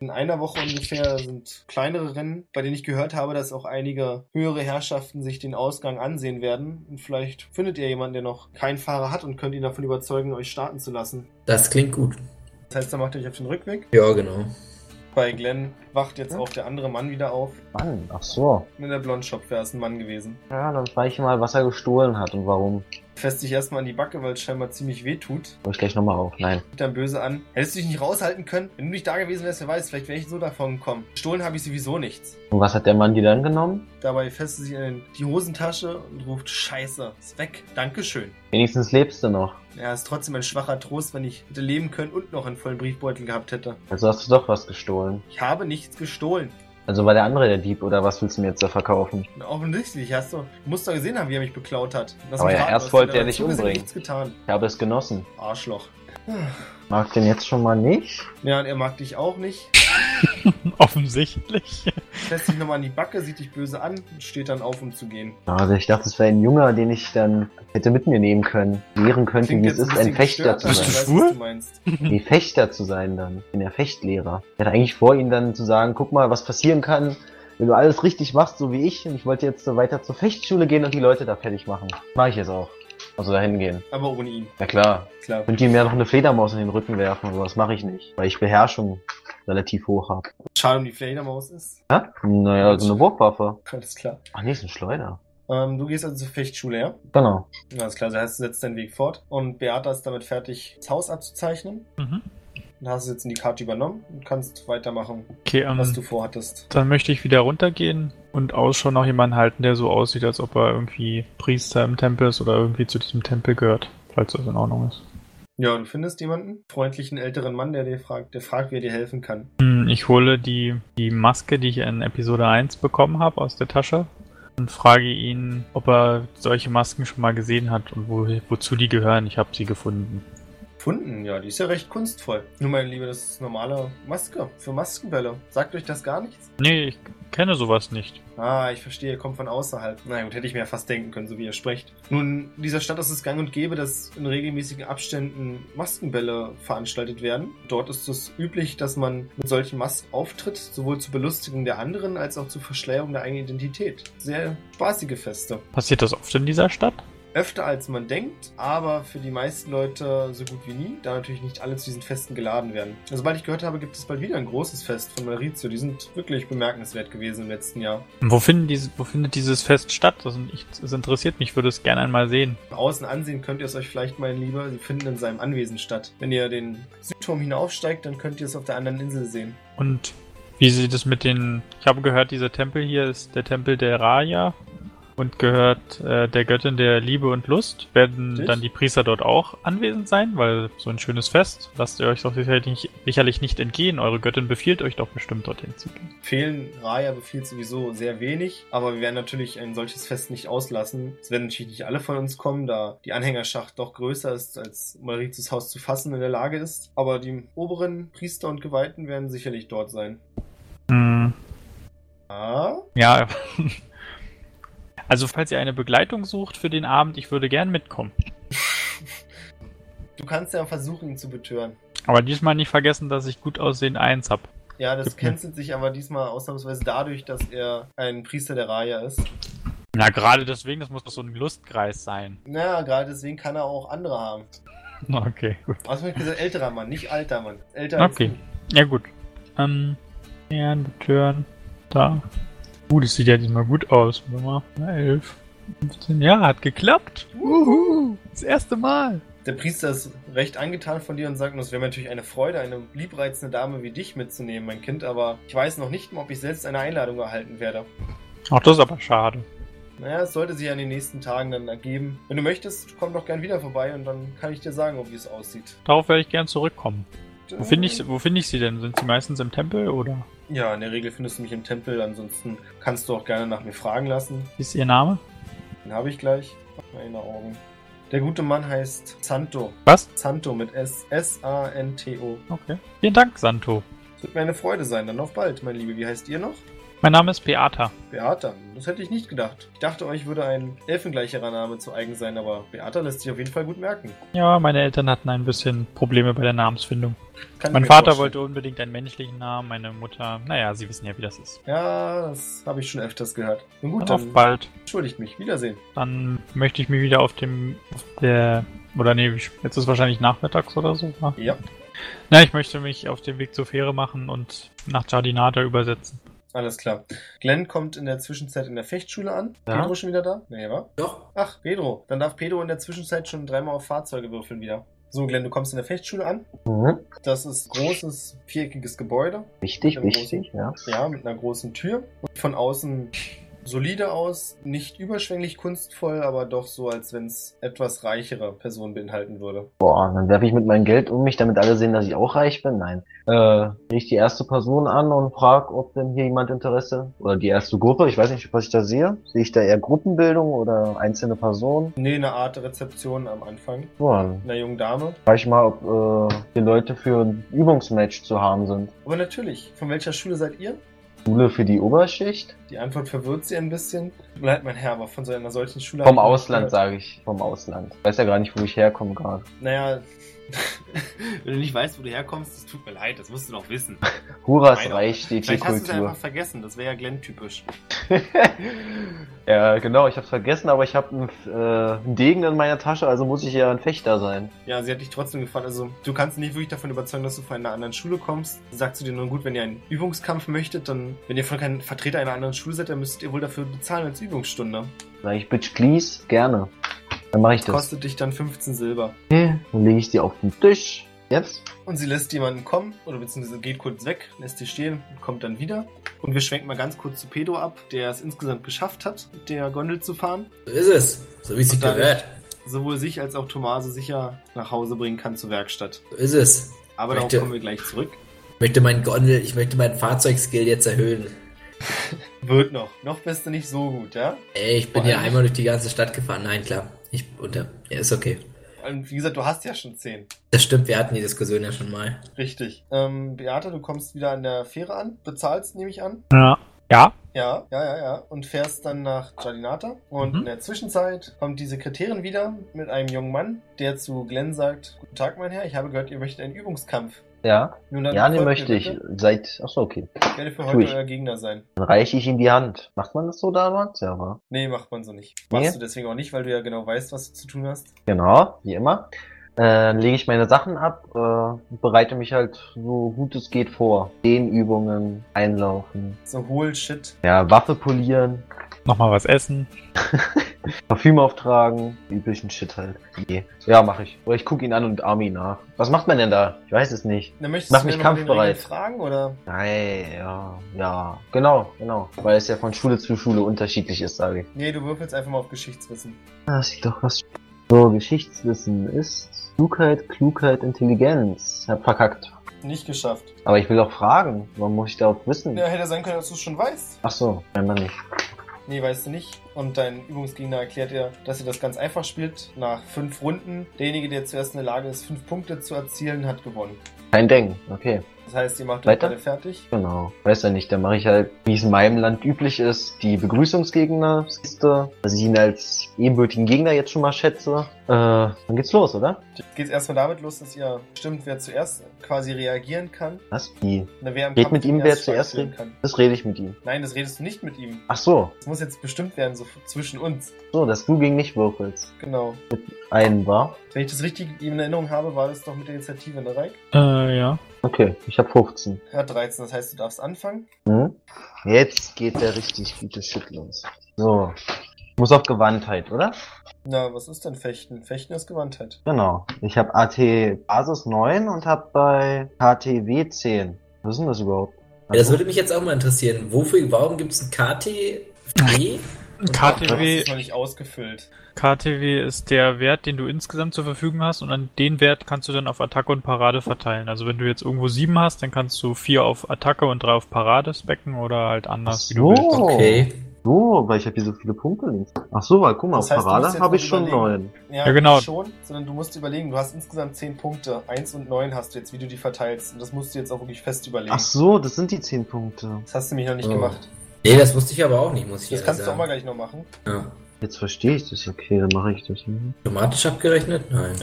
Speaker 1: in einer Woche ungefähr sind kleinere Rennen, bei denen ich gehört habe, dass auch einige höhere Herrschaften sich den Ausgang ansehen werden. Und vielleicht findet ihr jemanden, der noch keinen Fahrer hat und könnt ihn davon überzeugen, euch starten zu lassen.
Speaker 4: Das klingt gut.
Speaker 1: Das heißt, dann macht ihr euch auf den Rückweg.
Speaker 4: Ja, genau.
Speaker 1: Bei Glenn wacht jetzt auch der andere Mann wieder auf.
Speaker 2: Mann, ach so.
Speaker 1: In der Blondshop wäre es ein Mann gewesen.
Speaker 2: Ja, dann frage ich mal, was er gestohlen hat und warum.
Speaker 1: Fest dich erstmal an die Backe, weil es scheinbar ziemlich weh tut.
Speaker 2: Hol ich gleich nochmal auf. Nein.
Speaker 1: Guckt dann böse an. Hättest du dich nicht raushalten können? Wenn du nicht da gewesen wärst, wer weiß, vielleicht wäre ich so davon gekommen. Gestohlen habe ich sowieso nichts.
Speaker 2: Und was hat der Mann dir dann genommen?
Speaker 1: Dabei fesselt sie in die Hosentasche und ruft Scheiße, ist weg, Dankeschön.
Speaker 2: Wenigstens lebst du noch.
Speaker 1: Ja, ist trotzdem ein schwacher Trost, wenn ich hätte leben können und noch einen vollen Briefbeutel gehabt hätte.
Speaker 2: Also hast du doch was gestohlen.
Speaker 1: Ich habe nichts gestohlen.
Speaker 2: Also war der andere der Dieb oder was willst du mir jetzt da verkaufen?
Speaker 1: Und Offensichtlich, hast du, du musst doch gesehen haben, wie er mich beklaut hat. Lass
Speaker 2: Aber
Speaker 1: mich
Speaker 2: ja,
Speaker 1: raten,
Speaker 2: erst
Speaker 1: was
Speaker 2: wollte
Speaker 1: dir
Speaker 2: er
Speaker 1: dabei
Speaker 2: dich
Speaker 1: zugesehen,
Speaker 2: umbringen.
Speaker 1: Nichts getan.
Speaker 2: Ich habe es genossen.
Speaker 1: Arschloch.
Speaker 2: Mag den jetzt schon mal nicht?
Speaker 1: Ja, und er mag dich auch nicht.
Speaker 3: Offensichtlich.
Speaker 1: Fässt dich nochmal an die Backe, sieht dich böse an und steht dann auf, um zu gehen.
Speaker 2: Ja, Also ich dachte, es wäre ein Junger, den ich dann hätte mit mir nehmen können. Lehren könnte, wie es ist, ein Fechter zu
Speaker 1: aber ich
Speaker 2: sein.
Speaker 1: weiß,
Speaker 3: Schwul?
Speaker 1: was du meinst.
Speaker 2: Nee, Fechter zu sein dann. Ich bin ja Fechtlehrer. Ich hatte eigentlich vor, ihnen dann zu sagen, guck mal, was passieren kann, wenn du alles richtig machst, so wie ich. Und ich wollte jetzt so weiter zur Fechtschule gehen und die Leute da fertig machen. Mach ich jetzt auch. Also dahin gehen.
Speaker 1: Aber ohne ihn,
Speaker 2: Na klar.
Speaker 1: klar.
Speaker 2: Könnt ihr mir noch eine Fledermaus in den Rücken werfen, aber das mache ich nicht. Weil ich Beherrschung relativ hoch habe.
Speaker 1: Schade, um die Fledermaus ist.
Speaker 2: Ja? Naja, so eine Wurfwaffe.
Speaker 1: Alles klar.
Speaker 2: Ach nee, ist ein Schleuder.
Speaker 1: Ähm, du gehst also zur Fechtschule, ja?
Speaker 2: Genau.
Speaker 1: Alles klar, das heißt, du setzt deinen Weg fort und Beata ist damit fertig, das Haus abzuzeichnen.
Speaker 3: Mhm.
Speaker 1: Dann hast du es jetzt in die Karte übernommen und kannst weitermachen,
Speaker 3: Okay,
Speaker 1: was du
Speaker 3: ähm,
Speaker 1: vorhattest.
Speaker 3: dann möchte ich wieder runtergehen und Ausschau nach jemanden halten, der so aussieht, als ob er irgendwie Priester im Tempel ist oder irgendwie zu diesem Tempel gehört, falls das in Ordnung ist.
Speaker 1: Ja, du findest jemanden, freundlichen älteren Mann, der dir fragt, der fragt, wie er dir helfen kann.
Speaker 3: Hm, Ich hole die, die Maske, die ich in Episode 1 bekommen habe, aus der Tasche und frage ihn, ob er solche Masken schon mal gesehen hat und wo, wozu die gehören. Ich habe sie gefunden.
Speaker 1: Funden, ja, die ist ja recht kunstvoll. Nur meine Liebe, das ist normale Maske für Maskenbälle. Sagt euch das gar nichts?
Speaker 3: Nee, ich kenne sowas nicht.
Speaker 1: Ah, ich verstehe, ihr kommt von außerhalb. Na gut, hätte ich mir ja fast denken können, so wie ihr sprecht. Nun, in dieser Stadt ist es gang und gäbe, dass in regelmäßigen Abständen Maskenbälle veranstaltet werden. Dort ist es üblich, dass man mit solchen Masken auftritt, sowohl zur Belustigung der anderen als auch zur Verschleierung der eigenen Identität. Sehr spaßige Feste.
Speaker 3: Passiert das oft in dieser Stadt?
Speaker 1: Öfter als man denkt, aber für die meisten Leute so gut wie nie, da natürlich nicht alle zu diesen Festen geladen werden. Also, Sobald ich gehört habe, gibt es bald wieder ein großes Fest von Maurizio. Die sind wirklich bemerkenswert gewesen im letzten Jahr.
Speaker 3: Und Wo, finden diese, wo findet dieses Fest statt? Das, ich, das interessiert mich, würde es gerne einmal sehen.
Speaker 1: Von außen ansehen könnt ihr es euch vielleicht, mein Lieber. Sie finden in seinem Anwesen statt. Wenn ihr den Südturm hinaufsteigt, dann könnt ihr es auf der anderen Insel sehen.
Speaker 3: Und wie sieht es mit den... Ich habe gehört, dieser Tempel hier ist der Tempel der Raya und gehört äh, der Göttin der Liebe und Lust. Werden
Speaker 1: Richtig.
Speaker 3: dann die Priester dort auch anwesend sein? Weil so ein schönes Fest lasst ihr euch doch sicherlich nicht, sicherlich nicht entgehen. Eure Göttin befiehlt euch doch bestimmt, dorthin zu gehen.
Speaker 1: Fehlen Raya befiehlt sowieso sehr wenig, aber wir werden natürlich ein solches Fest nicht auslassen. Es werden natürlich nicht alle von uns kommen, da die Anhängerschacht doch größer ist, als Malrizus Haus zu fassen in der Lage ist. Aber die oberen Priester und Geweihten werden sicherlich dort sein.
Speaker 3: Hm,
Speaker 1: Ah,
Speaker 3: ja. Also falls ihr eine Begleitung sucht für den Abend, ich würde gern mitkommen.
Speaker 1: du kannst ja versuchen, ihn zu betören.
Speaker 3: Aber diesmal nicht vergessen, dass ich gut aussehen eins hab.
Speaker 1: Ja, das cancelt sich aber diesmal ausnahmsweise dadurch, dass er ein Priester der Raya ist.
Speaker 3: Na, gerade deswegen, das muss doch so ein Lustkreis sein.
Speaker 1: Naja, gerade deswegen kann er auch andere haben.
Speaker 3: Okay, gut.
Speaker 1: Was habe ich gesagt? Älterer Mann, nicht alter Mann. Älter
Speaker 3: Okay. Ja, gut. Ähm, Ehren, Betören, da. Uh, das sieht ja diesmal gut aus. Nummer 11, 15, ja, hat geklappt. Uhu, das erste Mal.
Speaker 1: Der Priester ist recht angetan von dir und sagt, es wäre mir natürlich eine Freude, eine liebreizende Dame wie dich mitzunehmen, mein Kind, aber ich weiß noch nicht mal, ob ich selbst eine Einladung erhalten werde.
Speaker 3: Ach, das ist aber schade.
Speaker 1: Naja, es sollte sich ja in den nächsten Tagen dann ergeben. Wenn du möchtest, komm doch gern wieder vorbei und dann kann ich dir sagen, wie es aussieht.
Speaker 3: Darauf werde ich gern zurückkommen. Wo finde ich, wo find ich sie denn? Sind sie meistens im Tempel oder?
Speaker 1: Ja, in der Regel findest du mich im Tempel, ansonsten kannst du auch gerne nach mir fragen lassen.
Speaker 3: Wie Ist ihr Name?
Speaker 1: Den habe ich gleich. Mach mal in die Augen. Der gute Mann heißt Santo.
Speaker 3: Was?
Speaker 1: Santo mit S. S-A-N-T-O.
Speaker 3: Okay. Vielen Dank, Santo.
Speaker 1: Es wird mir eine Freude sein. Dann auf bald, mein Liebe. Wie heißt ihr noch?
Speaker 3: Mein Name ist Beata.
Speaker 1: Beata. Das hätte ich nicht gedacht. Ich dachte, euch würde ein elfengleicherer Name zu eigen sein, aber Beata lässt sich auf jeden Fall gut merken.
Speaker 3: Ja, meine Eltern hatten ein bisschen Probleme bei der Namensfindung.
Speaker 1: Kann ich
Speaker 3: Mein
Speaker 1: mir
Speaker 3: Vater
Speaker 1: vorstellen.
Speaker 3: wollte unbedingt einen männlichen Namen, meine Mutter. Naja, Sie wissen ja, wie das ist.
Speaker 1: Ja, das habe ich schon öfters gehört. Nun gut,
Speaker 3: Dann
Speaker 1: dann
Speaker 3: auf bald.
Speaker 1: entschuldigt mich. Wiedersehen.
Speaker 3: Dann möchte ich mich wieder auf dem, auf der, oder nee, jetzt ist wahrscheinlich nachmittags oder so. wa?
Speaker 1: Ja,
Speaker 3: Na, ich möchte mich auf den Weg zur Fähre machen und nach Jardinata übersetzen.
Speaker 1: alles klar. Glenn kommt in der Zwischenzeit in der Fechtschule an.
Speaker 2: Ja.
Speaker 1: Pedro schon wieder da? Nee, wa?
Speaker 4: Doch,
Speaker 1: Ach, Pedro. Dann darf Pedro in der Zwischenzeit schon dreimal auf Fahrzeuge würfeln wieder. So, Glenn, du kommst in der Fechtschule an.
Speaker 2: Mhm.
Speaker 1: Das ist großes, viereckiges Gebäude.
Speaker 2: Wichtig,
Speaker 1: Im
Speaker 2: wichtig, ja.
Speaker 1: Ja, mit einer großen Tür. Und von außen solide aus, nicht überschwänglich kunstvoll, aber doch so, als wenn es etwas reichere Personen beinhalten würde.
Speaker 2: Boah, dann werfe ich mit meinem Geld um mich, damit alle sehen, dass ich auch reich bin. Nein. Äh, richte ich die erste Person an und frage, ob denn hier jemand Interesse oder die erste Gruppe. Ich weiß nicht, was ich da sehe. Sehe ich da eher Gruppenbildung oder einzelne Personen?
Speaker 1: Nee, eine Art Rezeption am Anfang
Speaker 2: Boah, dann
Speaker 1: einer jungen Dame.
Speaker 2: frage ich mal, ob äh, die Leute für ein Übungsmatch zu haben sind.
Speaker 1: Aber natürlich, von welcher Schule seid ihr?
Speaker 2: Schule für die Oberschicht?
Speaker 1: Die Antwort verwirrt sie ein bisschen. Bleibt mein Herr, aber von so einer solchen Schule.
Speaker 2: Vom
Speaker 1: hab ich noch
Speaker 2: Ausland,
Speaker 1: gehört.
Speaker 2: sage ich. Vom Ausland. Ich weiß ja gar nicht, wo ich herkomme gerade.
Speaker 1: Naja. Wenn du nicht weißt, wo du herkommst, das tut mir leid, das musst du doch wissen.
Speaker 2: Huras
Speaker 1: Meine-
Speaker 2: Reich steht die
Speaker 1: Vielleicht hast du es
Speaker 2: Kultur.
Speaker 1: einfach vergessen, das wäre ja Glenn-typisch.
Speaker 2: ja, genau, ich hab's vergessen, aber ich habe einen, äh, einen Degen in meiner Tasche, also muss ich ja ein Fechter sein.
Speaker 1: Ja, sie hat dich trotzdem gefragt. Also, du kannst nicht wirklich davon überzeugen, dass du von einer anderen Schule kommst. Sie sagt zu dir nun gut, wenn ihr einen Übungskampf möchtet, dann, wenn ihr von keinem Vertreter einer anderen Schule seid, dann müsstet ihr wohl dafür bezahlen als Übungsstunde.
Speaker 2: Sag ich, bitch, please, gerne. Dann mache ich
Speaker 1: Das
Speaker 2: das.
Speaker 1: kostet dich dann 15 Silber.
Speaker 2: Okay, dann lege ich die auf den Tisch. Jetzt?
Speaker 1: Und sie lässt jemanden kommen, oder beziehungsweise geht kurz weg, lässt sie stehen und kommt dann wieder. Und wir schwenken mal ganz kurz zu Pedro ab, der es insgesamt geschafft hat, mit der Gondel zu fahren.
Speaker 4: so ist es. So wie es sich
Speaker 1: Und dann-
Speaker 4: gehört.
Speaker 1: Sowohl sich als auch Tomase sicher nach Hause bringen kann zur Werkstatt.
Speaker 4: So ist es.
Speaker 1: Aber darauf
Speaker 4: Möchte-
Speaker 1: kommen wir gleich zurück.
Speaker 4: Ich möchte mein Gondel, ich möchte mein Fahrzeugskill jetzt erhöhen.
Speaker 1: Wird noch. Noch bist du nicht so gut, ja?
Speaker 4: Ey, ich bin
Speaker 1: Boah,
Speaker 4: ja
Speaker 1: ey.
Speaker 4: einmal durch die ganze Stadt gefahren. Nein, klar. Ich unter. Ja, ist okay.
Speaker 1: Und wie gesagt, du hast ja schon 10.
Speaker 4: Das stimmt, wir hatten die Diskussion ja schon mal.
Speaker 1: Richtig. Ähm, Beate, du kommst wieder an der Fähre an, bezahlst, nehme ich an.
Speaker 3: Ja. Ja?
Speaker 1: Ja, ja, ja, ja. Und fährst dann nach Giardinata. Und
Speaker 3: Mhm.
Speaker 1: in der Zwischenzeit kommt die Sekretärin wieder mit einem jungen Mann, der zu Glenn sagt: Guten Tag, mein Herr, ich habe gehört, ihr möchtet einen Übungskampf.
Speaker 2: Ja?
Speaker 1: Nun dann
Speaker 2: Ja, nee,
Speaker 1: folgt mir
Speaker 2: möchte ich.
Speaker 1: bitte.
Speaker 2: Seit. Achso, okay.
Speaker 1: Ich werde für
Speaker 2: Tu
Speaker 1: heute
Speaker 2: ich.
Speaker 1: euer Gegner sein.
Speaker 2: Dann reiche ich ihm die Hand. Macht man das so damals? Ja, war.
Speaker 1: Nee, macht man so nicht.
Speaker 2: Nee?
Speaker 1: Machst du deswegen auch nicht, weil du ja genau weißt, was du zu tun hast.
Speaker 2: Genau, wie immer. Äh, Dann lege ich meine Sachen ab äh, und bereite mich halt so gut es geht vor. Dehnübungen, einlaufen.
Speaker 1: So hohl Shit.
Speaker 2: Ja, Waffe polieren,
Speaker 3: Nochmal was essen.
Speaker 2: Parfüm auftragen, die üblichen Shit halt. Nee. Ja, mache ich. Oder ich gucke ihn an und arme ihn nach. Was macht man denn da? Ich weiß es nicht.
Speaker 1: Dann möchtest
Speaker 2: Mach
Speaker 1: du mir
Speaker 2: mich
Speaker 1: noch mal den
Speaker 2: kampfbereit.
Speaker 1: Regeln fragen oder?
Speaker 2: Nein, ja, ja. Genau, genau. Weil es ja von Schule zu Schule unterschiedlich ist, sage ich.
Speaker 1: Nee, du würfelst einfach mal auf Geschichtswissen.
Speaker 2: Ah, sieht doch was. So, Geschichtswissen ist Klugheit, Klugheit, Intelligenz. Hab verkackt.
Speaker 1: Nicht geschafft.
Speaker 2: Aber ich will auch fragen. Warum muss ich darauf wissen?
Speaker 1: Ja, hätte sein können, dass du es schon weißt.
Speaker 2: Ach so, scheinbar nicht.
Speaker 1: Nee, weißt du nicht. Und dein Übungsgegner erklärt dir, dass ihr das ganz einfach spielt. Nach fünf Runden, derjenige, der zuerst in der Lage ist, fünf Punkte zu erzielen, hat gewonnen.
Speaker 2: Kein Denken. Okay,
Speaker 1: Das heißt, ihr macht euch
Speaker 2: Weiter?
Speaker 1: alle fertig.
Speaker 2: genau. Weiß ja nicht. Dann mache ich halt, wie es in meinem Land üblich ist, die Begrüßungsgegnerliste. Dass ich ihn Also als ebenbürtigen Gegner jetzt schon mal schätze. Äh, dann geht's los, oder?
Speaker 1: Jetzt geht's erstmal damit los, dass ihr bestimmt, wer zuerst quasi reagieren kann.
Speaker 2: Was? Wie?
Speaker 1: Na, wer im
Speaker 2: Red
Speaker 1: Kampf
Speaker 2: mit ihm, wer
Speaker 1: erst
Speaker 2: zuerst
Speaker 1: schwach werden
Speaker 2: redet.
Speaker 1: kann.
Speaker 2: Das rede ich mit ihm.
Speaker 1: Nein, das redest du nicht mit ihm.
Speaker 2: Ach so.
Speaker 1: Das muss jetzt bestimmt werden, so f- zwischen uns.
Speaker 2: So, dass du gegen mich würfelst.
Speaker 1: Genau.
Speaker 2: Einen war.
Speaker 1: Wenn ich das richtig in Erinnerung habe, war das doch mit der Initiative, ne, Reik?
Speaker 3: Äh, ja.
Speaker 2: Okay, ich habe 15.
Speaker 1: Er hat 13, das heißt, du darfst anfangen.
Speaker 2: Hm? Jetzt geht der richtig gute Shit los. So. Muss auf Gewandtheit, oder?
Speaker 1: Na, was ist denn Fechten? Fechten ist Gewandtheit.
Speaker 2: Genau. Ich habe AT Basis 9 und habe bei KTW 10. Was ist denn das überhaupt? Also
Speaker 4: Ja,
Speaker 1: Also-
Speaker 4: das würde mich jetzt auch mal interessieren. Wofür, warum gibt es ein KTW?
Speaker 1: Das
Speaker 3: KTW,
Speaker 1: ist noch nicht ausgefüllt.
Speaker 3: KTW ist der Wert, den du insgesamt zur Verfügung hast und an den Wert kannst du dann auf Attacke und Parade verteilen. Also wenn du jetzt irgendwo sieben hast, dann kannst du vier auf Attacke und drei auf Parade specken oder halt anders,
Speaker 2: So.
Speaker 3: du willst.
Speaker 4: Okay.
Speaker 2: So, weil ich habe hier so viele Punkte links. Ach so, weil guck mal,
Speaker 1: Das heißt, du musst
Speaker 2: Parade
Speaker 1: jetzt
Speaker 2: habe ich schon
Speaker 1: überlegen.
Speaker 2: neun.
Speaker 3: Ja, genau.
Speaker 1: Schon, sondern du musst überlegen, du hast insgesamt 10 Punkte. 1 und 9 hast du jetzt, wie du die verteilst. Und das musst du jetzt auch wirklich fest überlegen.
Speaker 2: Ach so, das sind die zehn Punkte.
Speaker 1: Das hast du mich noch nicht
Speaker 4: Oh.
Speaker 1: gemacht.
Speaker 4: Nee, das wusste ich aber auch nicht, muss ich
Speaker 1: Das
Speaker 4: ehrlich
Speaker 1: kannst du auch
Speaker 4: sagen.
Speaker 1: mal gleich noch machen.
Speaker 4: ja.
Speaker 2: Jetzt verstehe ich das. Okay, dann mache ich das. Hm.
Speaker 4: Automatisch abgerechnet? Nein.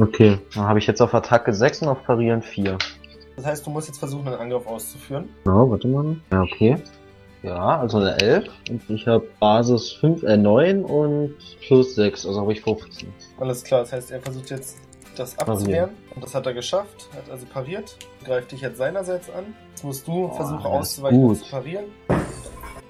Speaker 2: Okay, dann habe ich jetzt auf Attacke 6 und auf Parieren 4.
Speaker 1: Das heißt, du musst jetzt versuchen, einen Angriff auszuführen.
Speaker 2: Ja, warte mal. Ja, okay. Ja, also eine 11. Und ich habe Basis 5, äh 9 und plus 6, also habe ich 15.
Speaker 1: Alles klar, das heißt, er versucht jetzt das abzuwehren. Und das hat er geschafft, hat also pariert, greift dich jetzt seinerseits an. Jetzt musst du
Speaker 2: Oh,
Speaker 1: versuchen
Speaker 2: das ist
Speaker 1: auszuweichen und
Speaker 2: gut.
Speaker 1: zu parieren.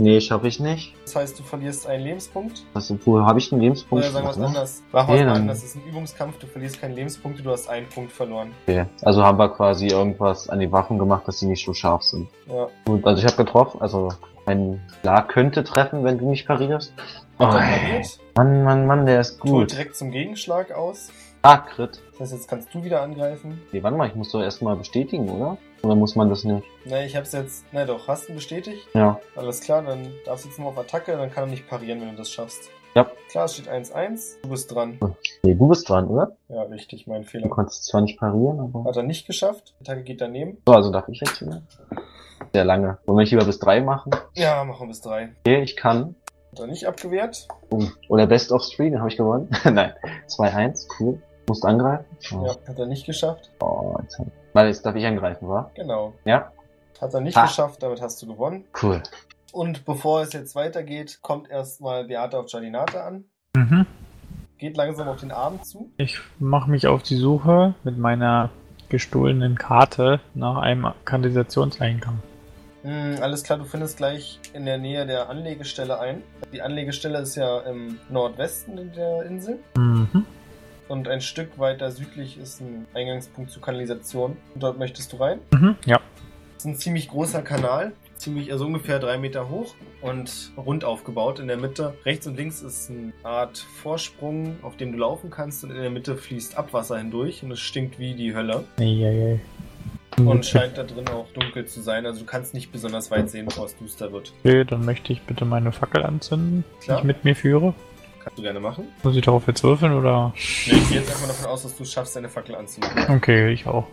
Speaker 2: Nee, schaffe ich nicht.
Speaker 1: Das heißt, du verlierst einen Lebenspunkt.
Speaker 2: Also, wo habe ich einen Lebenspunkt?
Speaker 1: Oder sagen wir es
Speaker 2: verloren?
Speaker 1: anders. Machen wir
Speaker 2: Nee,
Speaker 1: es mal
Speaker 2: ne? dann-
Speaker 1: anders. Das ist ein Übungskampf, du verlierst keine Lebenspunkte, du hast einen Punkt verloren.
Speaker 2: Okay. Also haben wir quasi irgendwas an die Waffen gemacht, dass sie nicht so scharf sind.
Speaker 1: Ja.
Speaker 2: Gut, also ich habe getroffen, also mein La könnte treffen, wenn du nicht parierst.
Speaker 1: Hat er
Speaker 2: Mann,
Speaker 1: pariert,
Speaker 2: Mann, Mann, der ist
Speaker 1: holt
Speaker 2: Oh, gut.
Speaker 1: direkt zum Gegenschlag aus.
Speaker 2: Ah, Crit.
Speaker 1: Das heißt, jetzt kannst du wieder angreifen.
Speaker 2: Nee, warte mal, ich muss doch erstmal bestätigen, oder? Oder muss man das nicht?
Speaker 1: Na, ich hab's jetzt. Na doch, hast du ihn bestätigt?
Speaker 2: Ja.
Speaker 1: Alles klar, dann darfst du jetzt nur auf Attacke, dann kann er nicht parieren, wenn du das schaffst.
Speaker 2: Ja. Hm.
Speaker 1: Klar, es steht 1-1. Du bist dran.
Speaker 2: Nee, du bist dran, oder?
Speaker 1: Ja, richtig, mein
Speaker 2: Du
Speaker 1: Fehler.
Speaker 2: konntest zwar nicht parieren, aber.
Speaker 1: Hat er nicht geschafft. Attacke geht daneben.
Speaker 2: So, also darf ich jetzt wieder? Sehr lange. Wollen wir nicht lieber bis drei machen?
Speaker 1: Ja, machen wir bis 3.
Speaker 2: Okay, ich kann.
Speaker 1: Hat er nicht abgewehrt.
Speaker 2: Oh, Oder Best of Three, dann habe ich gewonnen. Nein. 2-1, cool. Musst angreifen?
Speaker 1: Ja, hat er nicht geschafft.
Speaker 2: Oh, jetzt hab- Weil jetzt darf ich angreifen, wa?
Speaker 1: Genau.
Speaker 2: Ja?
Speaker 1: Hat er nicht
Speaker 2: Ah.
Speaker 1: geschafft, damit hast du gewonnen.
Speaker 2: Cool.
Speaker 1: Und bevor es jetzt weitergeht, kommt erstmal Beate auf Giardinate an.
Speaker 3: Mhm.
Speaker 1: Geht langsam auf den Abend zu.
Speaker 3: Ich mache mich auf die Suche mit meiner gestohlenen Karte nach einem Kanalisationseingang.
Speaker 1: Hm, alles klar, du findest gleich in der Nähe der Anlegestelle ein. Die Anlegestelle ist ja im Nordwesten der Insel.
Speaker 3: Mhm.
Speaker 1: Und ein Stück weiter südlich ist ein Eingangspunkt zur Kanalisation. Und dort möchtest du rein.
Speaker 3: Mhm. Ja.
Speaker 1: Es ist ein ziemlich großer Kanal, ziemlich, also ungefähr drei Meter hoch und rund aufgebaut. In der Mitte, rechts und links ist eine Art Vorsprung, auf dem du laufen kannst. Und in der Mitte fließt Abwasser hindurch und es stinkt wie die Hölle.
Speaker 3: Eieiei.
Speaker 1: Und scheint da drin auch dunkel zu sein. Also du kannst nicht besonders weit sehen, bevor es düster wird.
Speaker 3: Okay, dann möchte ich bitte meine Fackel anzünden, die
Speaker 1: Klar.
Speaker 3: ich mit mir führe.
Speaker 1: Kannst du gerne machen.
Speaker 3: Muss ich darauf jetzt würfeln oder?
Speaker 1: Nee, ich gehe jetzt einfach davon aus, dass du es schaffst, deine Fackel anzumachen.
Speaker 3: Okay, ich auch.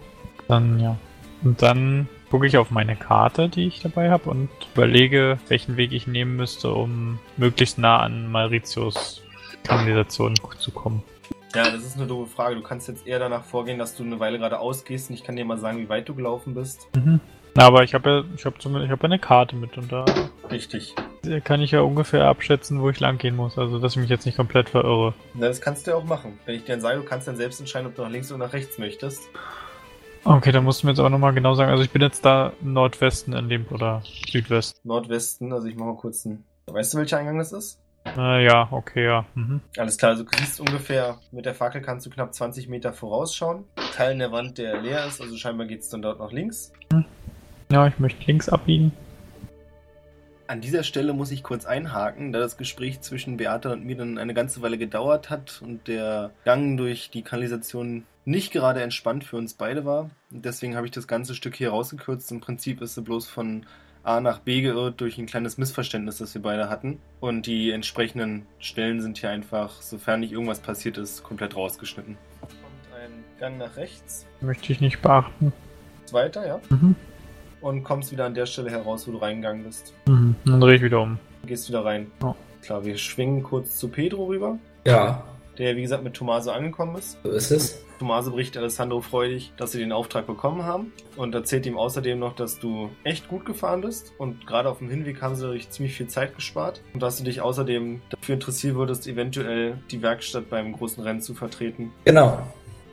Speaker 3: Dann ja. Und dann gucke ich auf meine Karte, die ich dabei habe und überlege, welchen Weg ich nehmen müsste, um möglichst nah an Mauritius Kanalisation zu kommen.
Speaker 1: Ja, das ist eine doofe Frage. Du kannst jetzt eher danach vorgehen, dass du eine Weile geradeaus gehst und ich kann dir mal sagen, wie weit du gelaufen bist.
Speaker 3: Mhm. Na, aber ich habe ja, ich habe zumindest, ich habe ja eine Karte mit und da
Speaker 1: Richtig.
Speaker 3: kann ich ja ungefähr abschätzen, wo ich lang gehen muss. Also, dass ich mich jetzt nicht komplett verirre.
Speaker 1: Na, das kannst du ja auch machen. Wenn ich dir dann sage, du kannst dann selbst entscheiden, ob du nach links oder nach rechts möchtest.
Speaker 3: Okay, dann musst du mir jetzt auch nochmal genau sagen. Also, ich bin jetzt da im Nordwesten in dem oder Südwesten.
Speaker 1: Nordwesten, also ich mache mal kurz einen. Weißt du, welcher Eingang das ist?
Speaker 3: Äh, ja, okay, ja. Mhm.
Speaker 1: Alles klar, also du siehst ungefähr, mit der Fackel kannst du knapp 20 Meter vorausschauen. Teilen der Wand, der leer ist, also scheinbar geht's dann dort nach links.
Speaker 3: Ja, ich möchte links abbiegen.
Speaker 1: An dieser Stelle muss ich kurz einhaken, da das Gespräch zwischen Beate und mir dann eine ganze Weile gedauert hat und der Gang durch die Kanalisation nicht gerade entspannt für uns beide war. Und Deswegen habe ich das ganze Stück hier rausgekürzt. Im Prinzip ist sie bloß von A nach B geirrt durch ein kleines Missverständnis, das wir beide hatten. Und die entsprechenden Stellen sind hier einfach, sofern nicht irgendwas passiert ist, komplett rausgeschnitten. Kommt ein Gang nach rechts,
Speaker 3: Möchte ich nicht beachten.
Speaker 1: weiter, ja.
Speaker 3: Mhm.
Speaker 1: Und kommst wieder an der Stelle heraus, wo du reingegangen bist.
Speaker 3: Mhm. Dann drehe ich wieder um.
Speaker 1: gehst wieder rein.
Speaker 3: Ja.
Speaker 1: Klar, wir schwingen kurz zu Pedro rüber,
Speaker 4: Ja,
Speaker 1: der wie gesagt mit Tommaso angekommen ist.
Speaker 4: so ist es.
Speaker 1: Tommaso berichtet Alessandro freudig, dass sie den Auftrag bekommen haben und erzählt ihm außerdem noch, dass du echt gut gefahren bist und gerade auf dem Hinweg haben sie dadurch ziemlich viel Zeit gespart und dass du dich außerdem dafür interessieren würdest, eventuell die Werkstatt beim großen Rennen zu vertreten.
Speaker 4: Genau.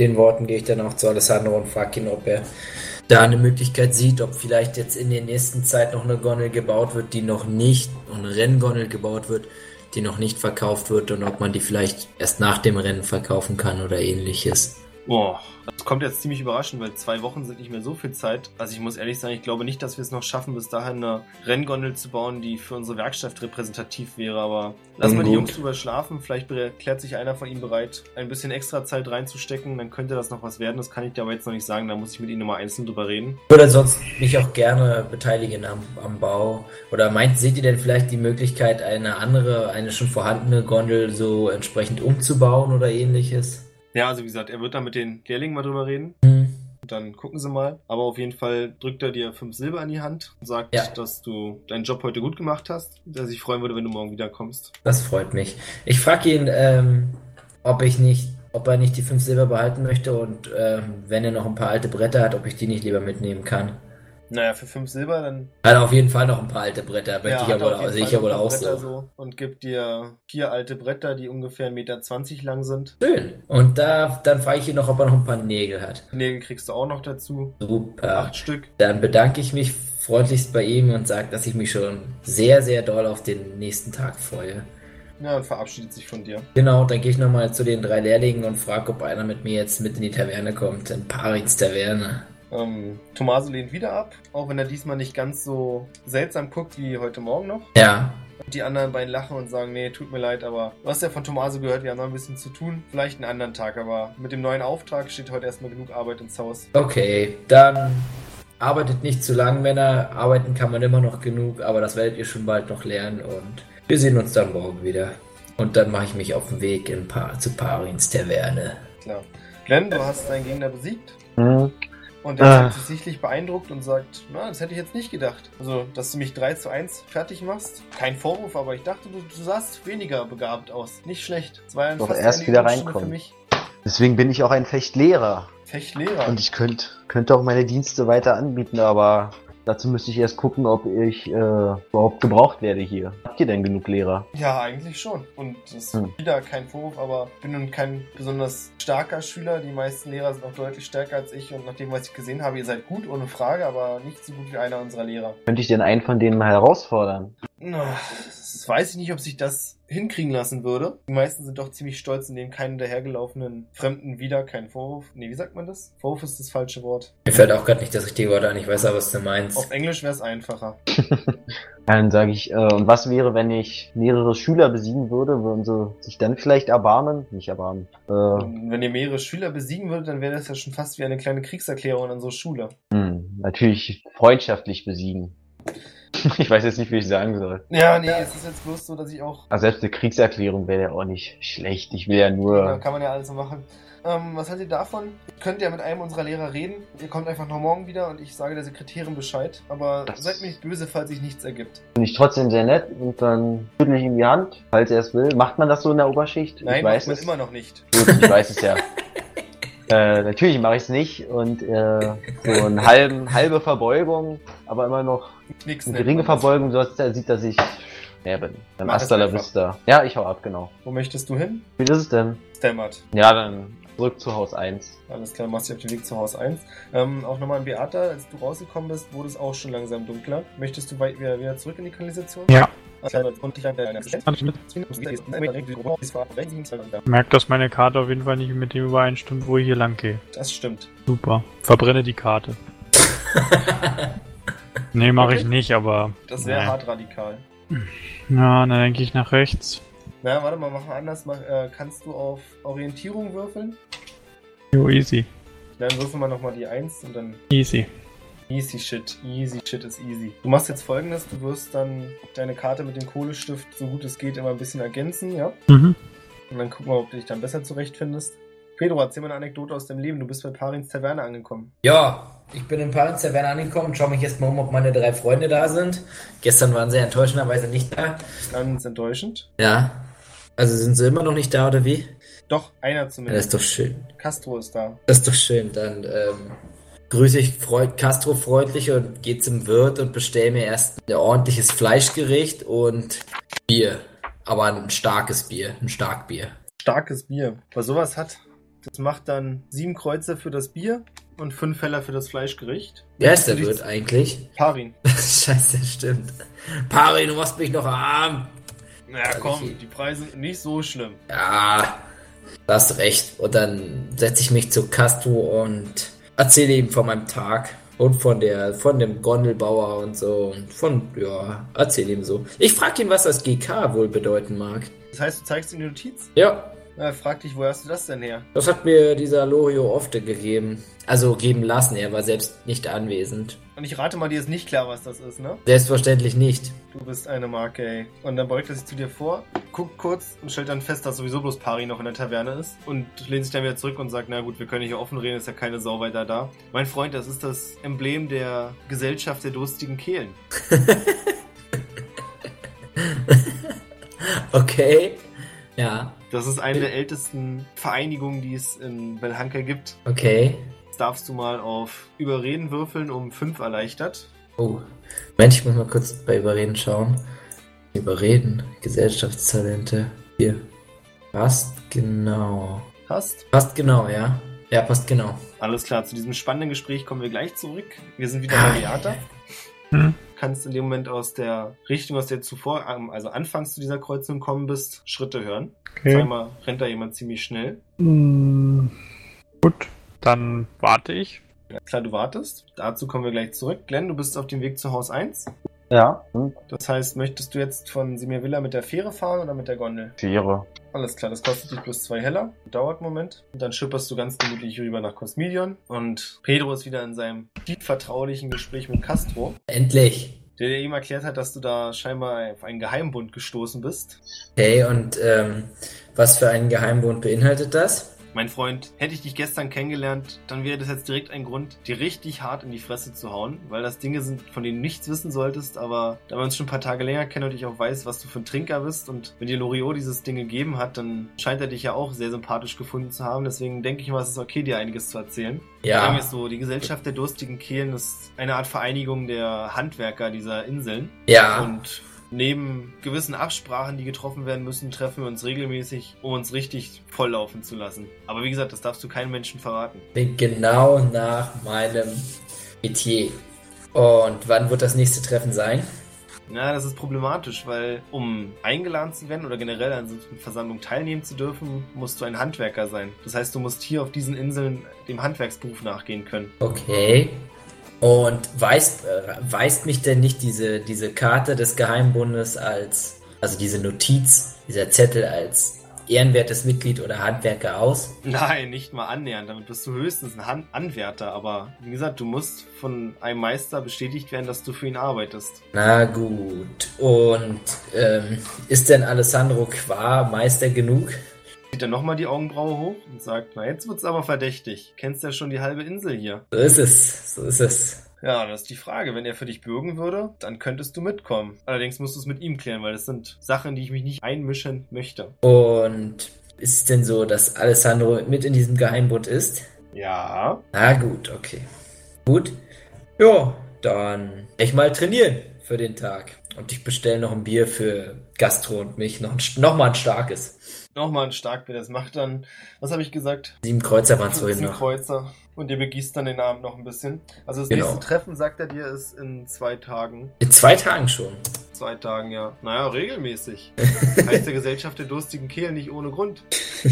Speaker 4: Den Worten gehe ich dann auch zu Alessandro und frage ihn, ob er da eine Möglichkeit sieht, ob vielleicht jetzt in der nächsten Zeit noch eine Gondel gebaut wird, die noch nicht, und eine Renngondel gebaut wird, die noch nicht verkauft wird und ob man die vielleicht erst nach dem Rennen verkaufen kann oder ähnliches.
Speaker 1: Boah, das kommt jetzt ziemlich überraschend, weil zwei Wochen sind nicht mehr so viel Zeit. Also ich muss ehrlich sagen, ich glaube nicht, dass wir es noch schaffen, bis dahin eine Renngondel zu bauen, die für unsere Werkstatt repräsentativ wäre. Aber lass mal die
Speaker 4: Gut.
Speaker 1: Jungs drüber schlafen. Vielleicht be- klärt sich einer von ihnen bereit, ein bisschen extra Zeit reinzustecken. Dann könnte das noch was werden. Das kann ich dir aber jetzt noch nicht sagen. Da muss ich mit ihnen nochmal einzeln drüber reden.
Speaker 4: Ich würde ansonsten mich auch gerne beteiligen am, am Bau. Oder meint, seht ihr denn vielleicht die Möglichkeit, eine andere, eine schon vorhandene Gondel so entsprechend umzubauen oder ähnliches?
Speaker 1: Ja, also wie gesagt, er wird da mit den Lehrlingen mal drüber reden.
Speaker 4: Hm.
Speaker 1: Und Dann gucken sie mal. Aber auf jeden Fall drückt er dir fünf Silber in die Hand und sagt,
Speaker 4: Ja.
Speaker 1: dass du deinen Job heute gut gemacht hast. Dass ich freuen würde, wenn du morgen wiederkommst.
Speaker 4: Das freut mich. Ich frage ihn, ähm, ob ich nicht, ob er nicht die fünf Silber behalten möchte und ähm, wenn er noch ein paar alte Bretter hat, ob ich die nicht lieber mitnehmen kann.
Speaker 1: Naja, für fünf Silber, dann
Speaker 4: Hat er auf jeden Fall noch ein paar alte Bretter, möchte ich
Speaker 1: hat
Speaker 4: aber
Speaker 1: auf jeden
Speaker 4: also ich
Speaker 1: Fall
Speaker 4: ja wohl
Speaker 1: noch
Speaker 4: auch
Speaker 1: Bretter
Speaker 4: so.
Speaker 1: so. Und gibt dir vier alte Bretter, die ungefähr 1,20 Meter lang sind.
Speaker 4: Schön. Und da, dann frage ich ihn noch, ob er noch ein paar Nägel hat.
Speaker 1: Nägel kriegst du auch noch dazu.
Speaker 4: Super.
Speaker 1: Acht Stück.
Speaker 4: Dann bedanke ich mich freundlichst bei ihm und sage, dass ich mich schon sehr, sehr doll auf den nächsten Tag freue.
Speaker 1: Ja, und verabschiedet sich von dir.
Speaker 4: Genau, dann gehe ich nochmal zu den drei Lehrlingen und frage, ob einer mit mir jetzt mit in die Taverne kommt, in Parins Taverne.
Speaker 1: Ähm, Tommaso lehnt wieder ab, auch wenn er diesmal nicht ganz so seltsam guckt wie heute Morgen noch.
Speaker 4: Ja,
Speaker 1: Und die anderen beiden lachen und sagen, nee, tut mir leid, aber du hast ja von Tommaso gehört, wir haben noch ein bisschen zu tun. Vielleicht einen anderen Tag, aber mit dem neuen Auftrag steht heute erstmal genug Arbeit ins Haus.
Speaker 4: okay, dann arbeitet nicht zu lang, Männer. Arbeiten kann man immer noch genug, aber das werdet ihr schon bald noch lernen und wir sehen uns dann morgen wieder. Und dann mache ich mich auf den Weg in pa zu Parins Taverne.
Speaker 1: Klar. Glenn, du hast deinen Gegner besiegt.
Speaker 2: Hm?
Speaker 1: Und er
Speaker 2: Ah.
Speaker 1: ist sich sichtlich beeindruckt und sagt, na, das hätte ich jetzt nicht gedacht. Also, dass du mich 3 zu 1 fertig machst. Kein Vorwurf, aber ich dachte, du, du sahst weniger begabt aus. Nicht schlecht. Es war ja
Speaker 2: Doch
Speaker 1: fast
Speaker 2: erst
Speaker 1: eine
Speaker 2: wieder
Speaker 1: Übungsstunde
Speaker 2: reinkommen.
Speaker 1: Für mich.
Speaker 2: Deswegen bin ich auch ein Fechtlehrer.
Speaker 1: Fechtlehrer.
Speaker 2: Und ich könnte könnte auch meine Dienste weiter anbieten, aber dazu müsste ich erst gucken, ob ich äh, überhaupt gebraucht werde hier. Habt ihr denn genug Lehrer?
Speaker 1: Ja, eigentlich schon. Und das ist
Speaker 2: Hm.
Speaker 1: wieder kein Vorwurf, aber ich bin nun kein besonders starker Schüler. Die meisten Lehrer sind auch deutlich stärker als ich. Und nach dem, was ich gesehen habe, ihr seid gut, ohne Frage, aber nicht so gut wie einer unserer Lehrer.
Speaker 2: Könnte ich denn einen von denen mal herausfordern?
Speaker 1: Na, das weiß ich nicht, ob sich das hinkriegen lassen würde. Die meisten sind doch ziemlich stolz und nehmen keinen dahergelaufenen Fremden wieder, keinen Vorwurf. Nee, wie sagt man das? Vorwurf ist das falsche Wort.
Speaker 4: Mir fällt auch gerade nicht das richtige Wort ein, ich weiß aber, was du meinst.
Speaker 1: Auf Englisch wäre es einfacher.
Speaker 2: Dann sage ich, äh, und was wäre, wenn ich mehrere Schüler besiegen würde? Würden sie sich dann vielleicht erbarmen? Nicht erbarmen. Äh,
Speaker 1: Und wenn ihr mehrere Schüler besiegen würdet, dann wäre das ja schon fast wie eine kleine Kriegserklärung an unsere Schule.
Speaker 2: hm, natürlich freundschaftlich besiegen. ich weiß jetzt nicht, wie ich sagen soll.
Speaker 1: Ja, nee, es ist jetzt bloß so, dass ich auch.
Speaker 2: Aber selbst eine Kriegserklärung wäre ja auch nicht schlecht. Ich will ja
Speaker 1: Da
Speaker 2: nur.
Speaker 1: kann man ja alles so machen. Ähm, was haltet ihr davon? Ihr könnt ja mit einem unserer Lehrer reden. Ihr kommt einfach noch morgen wieder und ich sage der Sekretärin Bescheid. Aber
Speaker 2: Das-
Speaker 1: seid mir nicht böse, falls sich nichts ergibt.
Speaker 2: Finde ich trotzdem sehr nett und dann schüttel ich ihm die Hand, falls er es will. Macht man das so in der Oberschicht?
Speaker 1: Nein,
Speaker 2: ich weiß
Speaker 1: macht man
Speaker 2: es.
Speaker 1: immer noch nicht.
Speaker 2: Gut, ich weiß es ja. Äh, natürlich mache ich es nicht und äh, so eine halben, halbe Verbeugung, aber immer noch
Speaker 1: Knicks
Speaker 2: eine
Speaker 1: nennt
Speaker 2: geringe
Speaker 1: ne? man das.
Speaker 2: Verbeugung, sodass er sieht, dass ich schwer bin. Dann
Speaker 1: Mach es
Speaker 2: Hasta la
Speaker 1: einfach.
Speaker 2: vista. Ja, ich hau ab, genau.
Speaker 1: Wo möchtest du hin?
Speaker 2: Wie ist es denn?
Speaker 1: Stammert.
Speaker 2: Ja, dann zurück zu Haus 1.
Speaker 1: Alles klar, machst dich auf den Weg zu Haus 1. Ähm, auch nochmal an Beata, als du rausgekommen bist, wurde es auch schon langsam dunkler. Möchtest du weit wieder, wieder zurück in die Kanalisation?
Speaker 3: Ja. Kann ich mit.
Speaker 1: Das
Speaker 3: Merkt, dass meine Karte auf jeden Fall nicht mit dem übereinstimmt, wo ich hier lang gehe.
Speaker 1: stimmt.
Speaker 3: Super. Verbrenne die Karte. Nee, mache ich nicht, aber.
Speaker 1: Das wäre
Speaker 3: Nee.
Speaker 1: hart radikal.
Speaker 3: Na, dann gehe ich nach rechts.
Speaker 1: Na, warte mal, machen wir anders. Mach, äh, kannst du auf Orientierung würfeln?
Speaker 3: Jo, easy.
Speaker 1: Dann würfeln wir nochmal die 1 und dann
Speaker 3: Easy.
Speaker 1: Easy shit, easy shit ist easy. Du machst jetzt folgendes, du wirst dann deine Karte mit dem Kohlestift, so gut es geht, immer ein bisschen ergänzen, ja?
Speaker 3: Mhm.
Speaker 1: Und dann gucken wir, ob du dich dann besser zurechtfindest. Pedro, erzähl mal eine Anekdote aus deinem Leben. Du bist bei Parins Taverne angekommen.
Speaker 4: Ja, ich bin in Paris Taverne angekommen und schaue mich erstmal um, ob meine drei Freunde da sind. Gestern waren sie enttäuschenderweise nicht da.
Speaker 1: Ganz enttäuschend.
Speaker 4: Ja. Also sind sie immer noch nicht da oder wie?
Speaker 1: Doch, einer
Speaker 4: Ja, das
Speaker 1: zumindest.
Speaker 4: ist doch schön.
Speaker 1: Castro ist da.
Speaker 4: Das ist doch schön. Dann ähm, grüße ich Freud, Castro freundlich und gehe zum Wirt und bestelle mir erst ein ordentliches Fleischgericht und Bier. Aber ein starkes Bier, ein Starkbier.
Speaker 1: Starkes Bier. Wer sowas hat, das macht dann sieben Kreuze für das Bier und fünf Feller für das Fleischgericht.
Speaker 4: Wer ist der
Speaker 1: Möchtest du
Speaker 4: Wirt eigentlich?
Speaker 1: dich- Parin.
Speaker 4: Scheiße, stimmt. Pari, du machst mich noch arm.
Speaker 1: Na
Speaker 4: Also
Speaker 1: komm,
Speaker 4: ich-
Speaker 1: die Preise sind nicht so schlimm.
Speaker 4: Ja, du hast recht. Und dann setze ich mich zu Castro und erzähle ihm von meinem Tag und von der von dem Gondelbauer und so und von ja, erzähle ihm so. Ich frage ihn, was das GK wohl bedeuten mag.
Speaker 1: Das heißt, du zeigst ihm die Notiz?
Speaker 4: Ja,
Speaker 1: Na, er fragt dich, woher hast du das denn her?
Speaker 4: das hat mir dieser Lorio Ofte gegeben. Also geben lassen, er war selbst nicht anwesend.
Speaker 1: Und ich rate mal, dir ist nicht klar, was das ist, ne?
Speaker 4: Selbstverständlich nicht.
Speaker 1: Du bist eine Marke, ey. Und dann beugt er sich zu dir vor, guckt kurz und stellt dann fest, dass sowieso bloß Pari noch in der Taverne ist. Und lehnt sich dann wieder zurück und sagt, na gut, wir können hier offen reden, ist ja keine Sau weiter da. Mein Freund, das ist das Emblem der Gesellschaft der durstigen Kehlen.
Speaker 4: Okay. Ja,
Speaker 1: Das ist eine der ältesten Vereinigungen, die es in Belhanka gibt.
Speaker 4: okay.
Speaker 1: Jetzt darfst du mal auf Überreden würfeln um 5 erleichtert.
Speaker 4: Oh. Mensch, ich muss mal kurz bei Überreden schauen. Überreden, Gesellschaftstalente. Hier. Passt genau.
Speaker 1: Hast.
Speaker 4: Passt genau, ja. Ja, passt genau.
Speaker 1: Alles klar, zu diesem spannenden Gespräch kommen wir gleich zurück. Wir sind wieder bei Beata.
Speaker 3: Hm.
Speaker 1: Kannst in dem Moment aus der Richtung, aus der du zuvor, am- also anfangs zu dieser Kreuzung gekommen bist, Schritte hören.
Speaker 3: Okay.
Speaker 1: Zweimal rennt da jemand ziemlich schnell.
Speaker 3: Mm, Gut, dann warte ich.
Speaker 1: Ja, klar, du wartest. Dazu kommen wir gleich zurück. Glenn, du bist auf dem Weg zu Haus 1.
Speaker 2: Ja, hm,
Speaker 1: Das heißt, möchtest du jetzt von Simir Villa mit der Fähre fahren oder mit der Gondel?
Speaker 2: Tiere.
Speaker 1: Alles klar, das kostet dich plus zwei Heller. Dauert einen Moment. Und dann schipperst du ganz gemütlich rüber nach Kosmidion. Und Pedro ist wieder in seinem tief vertraulichen Gespräch mit Castro.
Speaker 4: Endlich.
Speaker 1: der dir eben erklärt hat, dass du da scheinbar auf einen Geheimbund gestoßen bist.
Speaker 4: Okay, und ähm, was für einen Geheimbund beinhaltet das?
Speaker 1: Mein Freund, hätte ich dich gestern kennengelernt, dann wäre das jetzt direkt ein Grund, dir richtig hart in die Fresse zu hauen, weil das Dinge sind, von denen du nichts wissen solltest, aber da wir uns schon ein paar Tage länger kennen und ich auch weiß, was du für ein Trinker bist und wenn dir Loriot dieses Ding gegeben hat, dann scheint er dich ja auch sehr sympathisch gefunden zu haben, deswegen denke ich mal, es ist okay, dir einiges zu erzählen. Ja.
Speaker 4: Ja.
Speaker 1: Ist so, die Gesellschaft der durstigen Kehlen ist eine Art Vereinigung der Handwerker dieser Inseln.
Speaker 4: Ja.
Speaker 1: Und neben gewissen Absprachen, die getroffen werden müssen, treffen wir uns regelmäßig, um uns richtig volllaufen zu lassen. Aber wie gesagt, das darfst du keinem Menschen verraten.
Speaker 4: Klingt genau nach meinem Metier. Und wann wird das nächste Treffen sein?
Speaker 1: Na, das ist problematisch, weil um eingeladen zu werden oder generell an so einer Versammlung teilnehmen zu dürfen, musst du ein Handwerker sein. Das heißt, du musst hier auf diesen Inseln dem Handwerksberuf nachgehen können.
Speaker 4: Okay. Und weist, äh, weist mich denn nicht diese, diese Karte des Geheimbundes als, also diese Notiz, dieser Zettel als ehrenwertes Mitglied oder Handwerker aus?
Speaker 1: Nein, nicht mal annähernd. Damit bist du höchstens ein Han Anwärter. Aber wie gesagt, du musst von einem Meister bestätigt werden, dass du für ihn arbeitest.
Speaker 4: Na gut. Und ähm, ist denn Alessandro Qua Meister genug?
Speaker 1: zieht er nochmal die Augenbraue hoch und sagt, na jetzt wird's aber verdächtig. Kennst ja schon die halbe Insel hier.
Speaker 4: So ist es, so ist es.
Speaker 1: Ja, das ist die Frage. Wenn er für dich bürgen würde, dann könntest du mitkommen. Allerdings musst du es mit ihm klären, weil das sind Sachen, die ich mich nicht einmischen möchte.
Speaker 4: Und ist es denn so, dass Alessandro mit in diesem Geheimbund ist?
Speaker 1: Ja.
Speaker 4: Na gut, okay. Gut. Ja, dann ich mal trainieren für den Tag. Und ich bestelle noch ein Bier für Gastro und mich. Noch, ein, noch mal ein starkes.
Speaker 1: Nochmal ein Starkbier, das macht dann, was habe ich gesagt?
Speaker 4: Sieben Kreuzer waren es vorhin
Speaker 1: 15
Speaker 4: noch.
Speaker 1: Kreuzer. Und ihr begießt dann den Abend noch ein bisschen. Also das
Speaker 4: Genau.
Speaker 1: nächste Treffen, sagt er dir, ist in zwei Tagen.
Speaker 4: In zwei Tagen schon.
Speaker 1: Zwei Tagen, ja. Naja, regelmäßig. heißt der Gesellschaft der durstigen Kehlen nicht ohne Grund.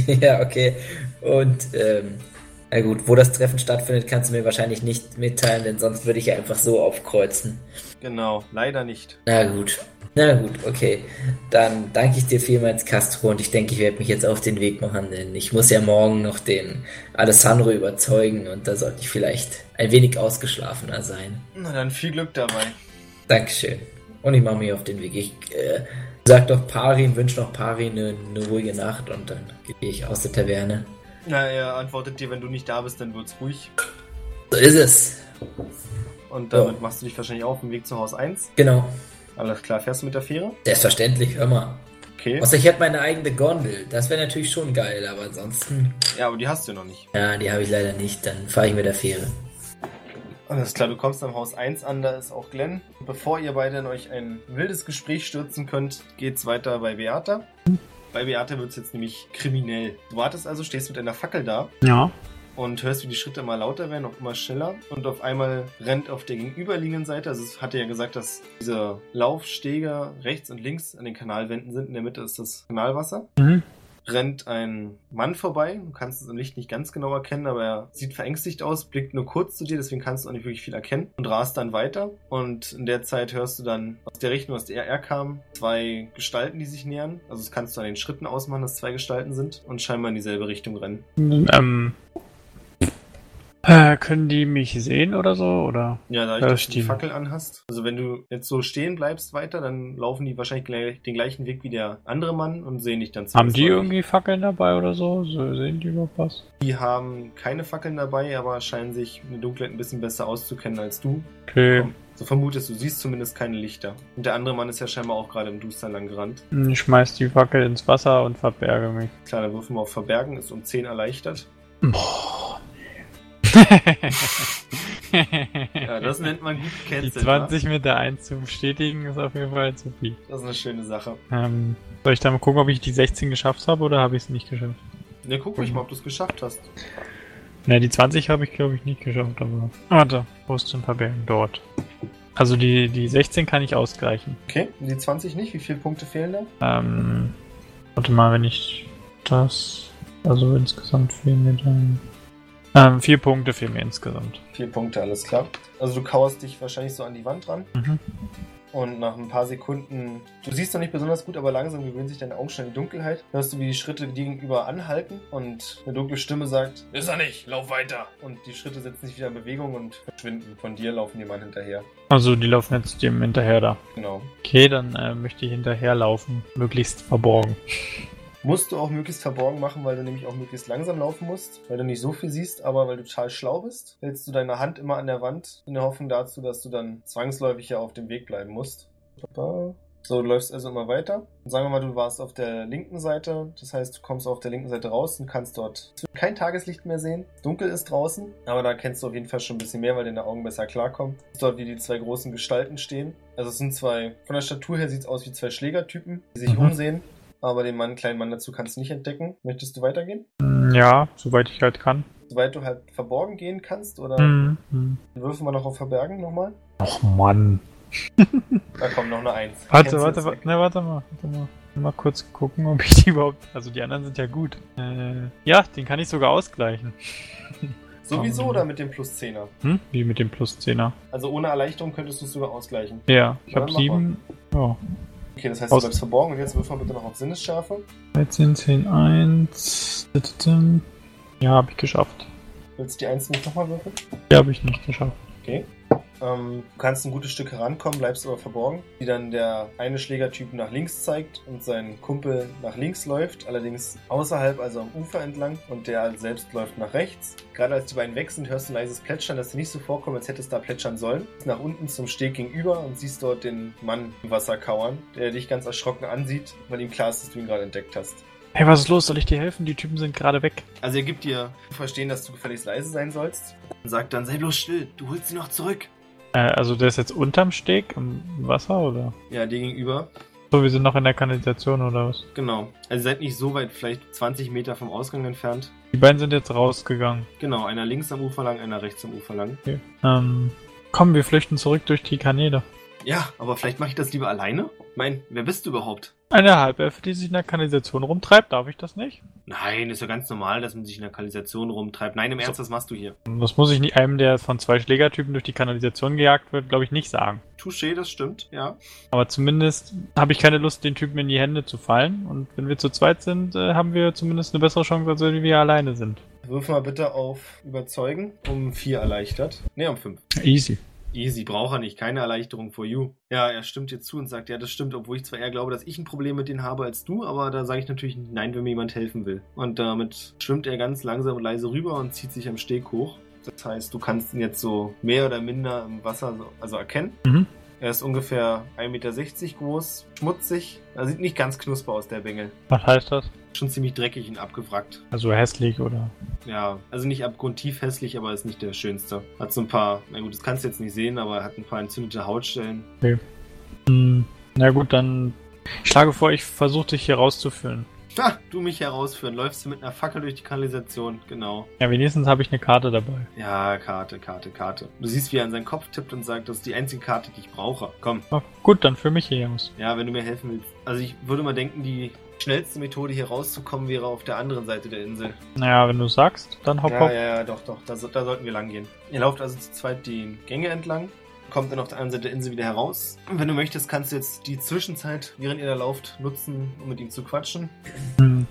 Speaker 4: ja, okay. Und, ähm, na gut, wo das Treffen stattfindet, kannst du mir wahrscheinlich nicht mitteilen, denn sonst würde ich ja einfach so aufkreuzen.
Speaker 1: Genau, leider nicht.
Speaker 4: Na gut. Na gut, okay. Dann danke ich dir vielmals, Castro, und ich denke, ich werde mich jetzt auf den Weg machen, denn ich muss ja morgen noch den Alessandro überzeugen und da sollte ich vielleicht ein wenig ausgeschlafener sein.
Speaker 1: Na dann viel Glück dabei.
Speaker 4: Dankeschön. Und ich mache mich auf den Weg. Ich äh, sag doch Pari, wünsche noch Pari eine, eine ruhige Nacht und dann gehe ich aus der Taverne.
Speaker 1: Na, er antwortet dir, wenn du nicht da bist, dann wird's ruhig.
Speaker 4: So ist es.
Speaker 1: Und damit
Speaker 4: Ja.
Speaker 1: machst du dich wahrscheinlich auf den Weg zu Haus 1.
Speaker 4: Genau.
Speaker 1: Alles klar, fährst du mit der Fähre?
Speaker 4: Selbstverständlich, hör mal.
Speaker 1: Okay.
Speaker 4: Außer ich hätte meine eigene Gondel. Das wäre natürlich schon geil, aber ansonsten.
Speaker 1: Ja, aber die hast du noch nicht.
Speaker 4: Ja, die habe ich leider nicht. Dann fahre ich mit der Fähre.
Speaker 1: Alles klar, du kommst am Haus 1 an, da ist auch Glenn. Und Bevor ihr beide in euch ein wildes Gespräch stürzen könnt, geht's weiter bei Beata. Bei Beata wird's jetzt nämlich kriminell. Du wartest also, stehst mit einer Fackel da
Speaker 3: Ja.
Speaker 1: und hörst, wie die Schritte immer lauter werden, auch immer schneller. Und auf einmal rennt auf der gegenüberliegenden Seite, also es hatte ja gesagt, dass diese Laufstege rechts und links an den Kanalwänden sind, in der Mitte ist das Kanalwasser.
Speaker 3: Mhm.
Speaker 1: Rennt ein Mann vorbei, du kannst es im Licht nicht ganz genau erkennen, aber er sieht verängstigt aus, blickt nur kurz zu dir, deswegen kannst du auch nicht wirklich viel erkennen und rast dann weiter. Und in der Zeit hörst du dann aus der Richtung, aus der er kam, zwei Gestalten, die sich nähern. Also das kannst du an den Schritten ausmachen, dass zwei Gestalten sind und scheinbar in dieselbe Richtung rennen.
Speaker 3: Ähm, äh, können die mich sehen oder so? Oder?
Speaker 1: Ja, dadurch,
Speaker 3: Ja,
Speaker 1: dass du die
Speaker 3: stimmt.
Speaker 1: Fackel anhast. Also wenn du jetzt so stehen bleibst weiter, dann laufen die wahrscheinlich gleich, den gleichen Weg wie der andere Mann und sehen dich dann
Speaker 3: Haben die
Speaker 1: zwangsläufig.
Speaker 3: irgendwie Fackeln dabei oder so? so sehen die überhaupt was?
Speaker 1: Die haben keine Fackeln dabei, aber scheinen sich in der Dunkelheit ein bisschen besser auszukennen als du.
Speaker 3: Okay,
Speaker 1: So vermutest du, siehst zumindest keine Lichter. Und der andere Mann ist ja scheinbar auch gerade im Duster lang gerannt.
Speaker 3: hm, ich schmeiß die Fackel ins Wasser und verberge mich.
Speaker 1: Kleiner Würfel auf Verbergen ist um 10 erleichtert.
Speaker 3: Boah, nee.
Speaker 1: Ja, das nennt man ne? gut
Speaker 3: die
Speaker 1: gecancelt. wa?
Speaker 3: 20 mit der 1 zu bestätigen ist auf jeden Fall zu viel.
Speaker 1: Das ist eine schöne Sache.
Speaker 3: Ähm, soll ich dann mal gucken, ob ich die 16 geschafft habe oder habe ich es nicht geschafft?
Speaker 1: Ne, guck
Speaker 3: Mhm.
Speaker 1: ruhig mal, ob du es geschafft hast.
Speaker 3: Na, die 20 habe ich glaube ich nicht geschafft, aber. Warte, wo ist denn Verbergen? Dort. Also die, die 16 kann ich ausgleichen.
Speaker 1: Okay, die 20 nicht. Wie viele Punkte fehlen da?
Speaker 3: Ähm, warte mal, wenn ich das. Also insgesamt fehlen mir dann. Ähm, vier Punkte fehlen mir insgesamt.
Speaker 1: Vier Punkte, alles klar. Also du kauerst dich wahrscheinlich so an die Wand dran.
Speaker 3: Mhm.
Speaker 1: Und nach ein paar Sekunden, du siehst noch nicht besonders gut, aber langsam gewöhnen sich deine Augen schon in die Dunkelheit. Hörst du, wie die Schritte dir gegenüber anhalten und eine dunkle Stimme sagt, ist er nicht, lauf weiter. Und die Schritte setzen sich wieder in Bewegung und verschwinden. Von dir laufen die Mann hinterher.
Speaker 3: Also die laufen jetzt dem hinterher da.
Speaker 1: Genau.
Speaker 3: Okay, dann äh, möchte ich hinterherlaufen. Möglichst verborgen.
Speaker 1: Musst du auch möglichst verborgen machen, weil du nämlich auch möglichst langsam laufen musst, weil du nicht so viel siehst, aber weil du total schlau bist, hältst du deine Hand immer an der Wand, in der Hoffnung dazu, dass du dann zwangsläufig ja auf dem Weg bleiben musst. Papa. So, du läufst also immer weiter. Und sagen wir mal, du warst auf der linken Seite, das heißt, du kommst auf der linken Seite raus und kannst dort es wird kein Tageslicht mehr sehen. Dunkel ist draußen, aber da kennst du auf jeden Fall schon ein bisschen mehr, weil deine Augen besser klarkommen. Du siehst Dort, wie die zwei großen Gestalten stehen. Also es sind zwei, von der Statur her sieht es aus wie zwei Schlägertypen, die sich
Speaker 3: Mhm.
Speaker 1: umsehen. Aber den Mann, kleinen Mann dazu kannst du nicht entdecken. Möchtest du weitergehen?
Speaker 3: Mm, Ja, soweit ich halt kann.
Speaker 1: Soweit du halt verborgen gehen kannst oder
Speaker 3: Mhm. Mhm.
Speaker 1: würfen wir noch auf Verbergen nochmal?
Speaker 3: Och Mann.
Speaker 1: Da kommt noch eine Eins.
Speaker 3: Warte,
Speaker 1: Kennst du
Speaker 3: warte,
Speaker 1: jetzt
Speaker 3: warte,
Speaker 1: weg.
Speaker 3: ne, warte mal, warte mal. Mal kurz gucken, ob ich die überhaupt. Also die anderen sind ja gut. Äh, ja, den kann ich sogar ausgleichen. Oh,
Speaker 1: Sowieso oder mit dem plus 10er?
Speaker 3: Hm? Wie mit dem plus 10er.
Speaker 1: Also ohne Erleichterung könntest du es sogar ausgleichen.
Speaker 3: Ja, ich Oh,
Speaker 1: Ja,
Speaker 3: habe
Speaker 1: mach mal.
Speaker 3: 7. Ja.
Speaker 1: Okay, das heißt,
Speaker 3: Aus-
Speaker 1: du bleibst verborgen und jetzt würfen wir bitte noch auf Sinnesschärfe.
Speaker 3: 13, 10, 1. Tütütüm. Ja, habe ich geschafft.
Speaker 1: Willst du die Eins nicht nochmal würfeln?
Speaker 3: Ja, habe ich nicht geschafft.
Speaker 1: Ähm, du kannst ein gutes Stück herankommen, bleibst aber verborgen, wie dann der eine Schlägertyp nach links zeigt und sein Kumpel nach links läuft, allerdings außerhalb, also am Ufer entlang und der halt selbst läuft nach rechts. Gerade als die beiden weg sind, hörst du ein leises Plätschern, das dir nicht so vorkommt, als hätte es da plätschern sollen. Gehst Nach unten zum Steg gegenüber und siehst dort den Mann im Wasser kauern, der dich ganz erschrocken ansieht, weil ihm klar ist, dass du ihn gerade entdeckt hast.
Speaker 3: Hey, was ist los? Soll ich dir helfen? Die Typen sind gerade weg.
Speaker 1: Also er gibt dir zu verstehen, dass du gefälligst leise sein sollst und sagt dann, sei bloß still, du holst sie noch zurück.
Speaker 3: Äh, also der ist jetzt unterm Steg im Wasser oder?
Speaker 1: Ja, dir gegenüber
Speaker 3: So, wir sind noch in der Kanalisation oder was?
Speaker 1: Genau. Also ihr seid nicht so weit, vielleicht 20 Meter vom Ausgang entfernt.
Speaker 3: Die beiden sind jetzt rausgegangen.
Speaker 1: Genau, einer links am Ufer lang, einer rechts am Ufer lang.
Speaker 3: Ähm, komm, wir flüchten zurück durch die Kanäle.
Speaker 1: Ja, aber vielleicht mache ich das lieber alleine? Mein, wer bist du überhaupt?
Speaker 3: Eine Halbelfe, die sich in der Kanalisation rumtreibt, darf ich das nicht?
Speaker 1: Nein, ist ja ganz normal, dass man sich in der Kanalisation rumtreibt. Nein, im Ernst, was machst du hier?
Speaker 3: Das muss ich nicht einem, der von zwei Schlägertypen durch die Kanalisation gejagt wird, glaube ich, nicht sagen.
Speaker 1: Touché, das stimmt, ja.
Speaker 3: Aber zumindest habe ich keine Lust, den Typen in die Hände zu fallen. Und wenn wir zu zweit sind, äh, haben wir zumindest eine bessere Chance, als wenn wir alleine sind.
Speaker 1: Wirf mal bitte auf Überzeugen. Um 4 erleichtert. Ne, um 5.
Speaker 3: Easy.
Speaker 1: Easy, braucht er nicht. Keine Erleichterung for you. Ja, er stimmt dir zu und sagt, ja, das stimmt, obwohl ich zwar eher glaube, dass ich ein Problem mit denen habe als du, aber da sage ich natürlich nein, wenn mir jemand helfen will. Und damit schwimmt er ganz langsam und leise rüber und zieht sich am Steg hoch. Das heißt, du kannst ihn jetzt so mehr oder minder im Wasser so, also erkennen.
Speaker 3: Mhm.
Speaker 1: Er ist ungefähr 1,60 Meter groß, schmutzig. Er sieht nicht ganz knusper aus, der Bengel.
Speaker 3: Was heißt das?
Speaker 1: Schon ziemlich dreckig und abgewrackt.
Speaker 3: Also hässlich oder?
Speaker 1: Ja, also nicht abgrundtief hässlich, aber ist nicht der schönste. Hat so ein paar, na gut, das kannst du jetzt nicht sehen, aber er hat ein paar entzündete Hautstellen.
Speaker 3: Hm, na gut, dann. Ich schlage vor, ich versuche dich hier rauszuführen.
Speaker 1: Ha, du mich herausführen. Läufst du mit einer Fackel durch die Kanalisation. Genau.
Speaker 3: Ja, wenigstens habe ich eine Karte dabei.
Speaker 1: Ja, Karte, Karte, Karte. Du siehst, wie er an seinen Kopf tippt und sagt, das ist die einzige Karte, die ich brauche. Komm.
Speaker 3: Ach, gut, dann für mich hier, Jungs.
Speaker 1: Ja, wenn du mir helfen willst. Also ich würde mal denken, die schnellste Methode hier rauszukommen wäre auf der anderen Seite der Insel.
Speaker 3: Naja, wenn du sagst, dann hopp,
Speaker 1: ja,
Speaker 3: hopp.
Speaker 1: ja, ja, doch, doch. Da, so- da sollten wir lang gehen. Ihr lauft also zu zweit die Gänge entlang, kommt dann auf der anderen Seite der Insel wieder heraus. Und wenn du möchtest, kannst du jetzt die Zwischenzeit, während ihr da lauft, nutzen, um mit ihm zu quatschen.
Speaker 3: Hm,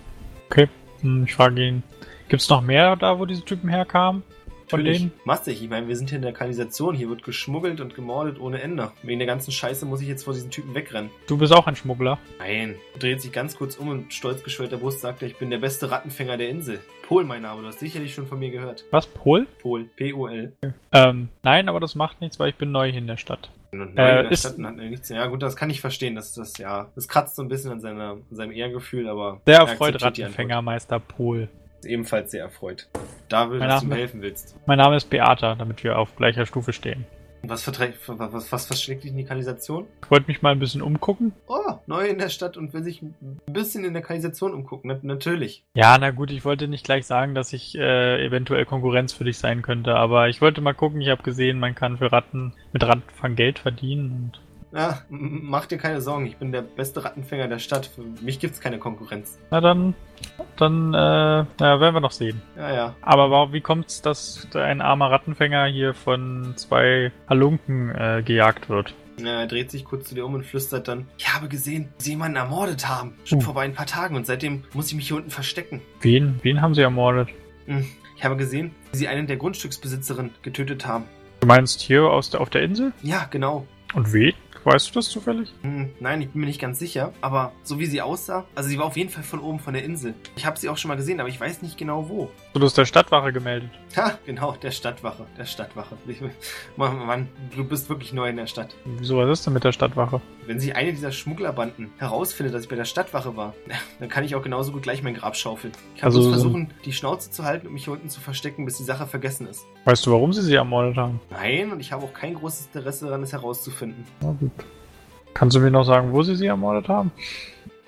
Speaker 3: Okay, hm, ich frage ihn. Gibt's noch mehr da, wo diese Typen herkamen? Von
Speaker 1: Natürlich.
Speaker 3: denen?
Speaker 1: Mastig, ich meine, wir sind hier in der Kanalisation, hier wird geschmuggelt und gemordet ohne Ende. Wegen der ganzen Scheiße muss ich jetzt vor diesen Typen wegrennen.
Speaker 3: Du bist auch ein Schmuggler.
Speaker 1: Nein. Er Dreht sich ganz kurz um und stolz geschwellter Brust sagt er, ich bin der beste Rattenfänger der Insel. Pol, mein Name, du hast sicherlich schon von mir gehört.
Speaker 3: Was, Pol?
Speaker 1: Pol, P-O-L.
Speaker 3: Ähm, nein, aber das macht nichts, weil ich bin neu hier in der Stadt.
Speaker 1: Und neu in der
Speaker 3: Äh, ist-
Speaker 1: Stadt und hat mir nichts- Ja gut, das kann ich verstehen, dass das, ja, das kratzt so ein bisschen an, seiner, an seinem Ehrgefühl, aber...
Speaker 3: Sehr
Speaker 1: er
Speaker 3: erfreut,
Speaker 1: akzeptiert die Antwort.
Speaker 3: Rattenfängermeister Pol.
Speaker 1: Ist Ebenfalls sehr erfreut. Da will,
Speaker 3: Mein
Speaker 1: dass du ihm
Speaker 3: Name-
Speaker 1: helfen willst.
Speaker 3: Mein Name ist Beata, damit wir auf gleicher Stufe stehen.
Speaker 1: Was, verträgt, was, was verschlägt dich in die Kanalisation?
Speaker 3: Ich wollte mich mal ein bisschen umgucken.
Speaker 1: oh, neu in der Stadt und will sich ein bisschen in der Kanalisation umgucken. Na, natürlich.
Speaker 3: Ja, na gut, ich wollte nicht gleich sagen, dass ich äh, eventuell Konkurrenz für dich sein könnte, aber ich wollte mal gucken. Ich habe gesehen, man kann für Ratten mit Rattenfang Geld verdienen. Und,
Speaker 1: Ja, m- mach dir keine Sorgen, ich bin der beste Rattenfänger der Stadt. Für mich gibt's keine Konkurrenz.
Speaker 3: na dann, dann äh, na, werden wir noch sehen.
Speaker 1: Ja, ja.
Speaker 3: Aber warum, wie kommt's, dass ein armer Rattenfänger hier von zwei Halunken äh, gejagt wird?
Speaker 1: Na, Er dreht sich kurz zu dir um und flüstert dann, ich habe gesehen, dass sie jemanden ermordet haben. Schon
Speaker 3: Hm.
Speaker 1: vor ein paar Tagen und seitdem muss ich mich hier unten verstecken.
Speaker 3: Wen? Wen haben sie ermordet?
Speaker 1: Ich habe gesehen, wie sie einen der Grundstücksbesitzerinnen getötet haben.
Speaker 3: Du meinst hier aus der, auf der Insel?
Speaker 1: Ja, genau.
Speaker 3: Und wen? Weißt du das zufällig?
Speaker 1: Hm, nein, ich bin mir nicht ganz sicher, aber so wie sie aussah, also sie war auf jeden Fall von oben von der Insel. Ich habe sie auch schon mal gesehen, aber ich weiß nicht genau wo.
Speaker 3: Du hast der Stadtwache gemeldet.
Speaker 1: Ha, genau, der Stadtwache, der Stadtwache. Ich- Mann, Mann, du bist wirklich neu in der Stadt.
Speaker 3: Wieso, was ist denn mit der Stadtwache?
Speaker 1: Wenn sich eine dieser Schmugglerbanden herausfindet, dass ich bei der Stadtwache war, dann kann ich auch genauso gut gleich mein Grab schaufeln. Ich kann
Speaker 3: Also
Speaker 1: bloß
Speaker 3: so ein-
Speaker 1: versuchen, die Schnauze zu halten und mich hier unten zu verstecken, bis die Sache vergessen ist.
Speaker 3: Weißt du, warum sie sie ermordet haben?
Speaker 1: Nein, und ich habe auch kein großes Interesse daran, es herauszufinden.
Speaker 3: Na gut. Kannst du mir noch sagen, wo sie sie ermordet haben?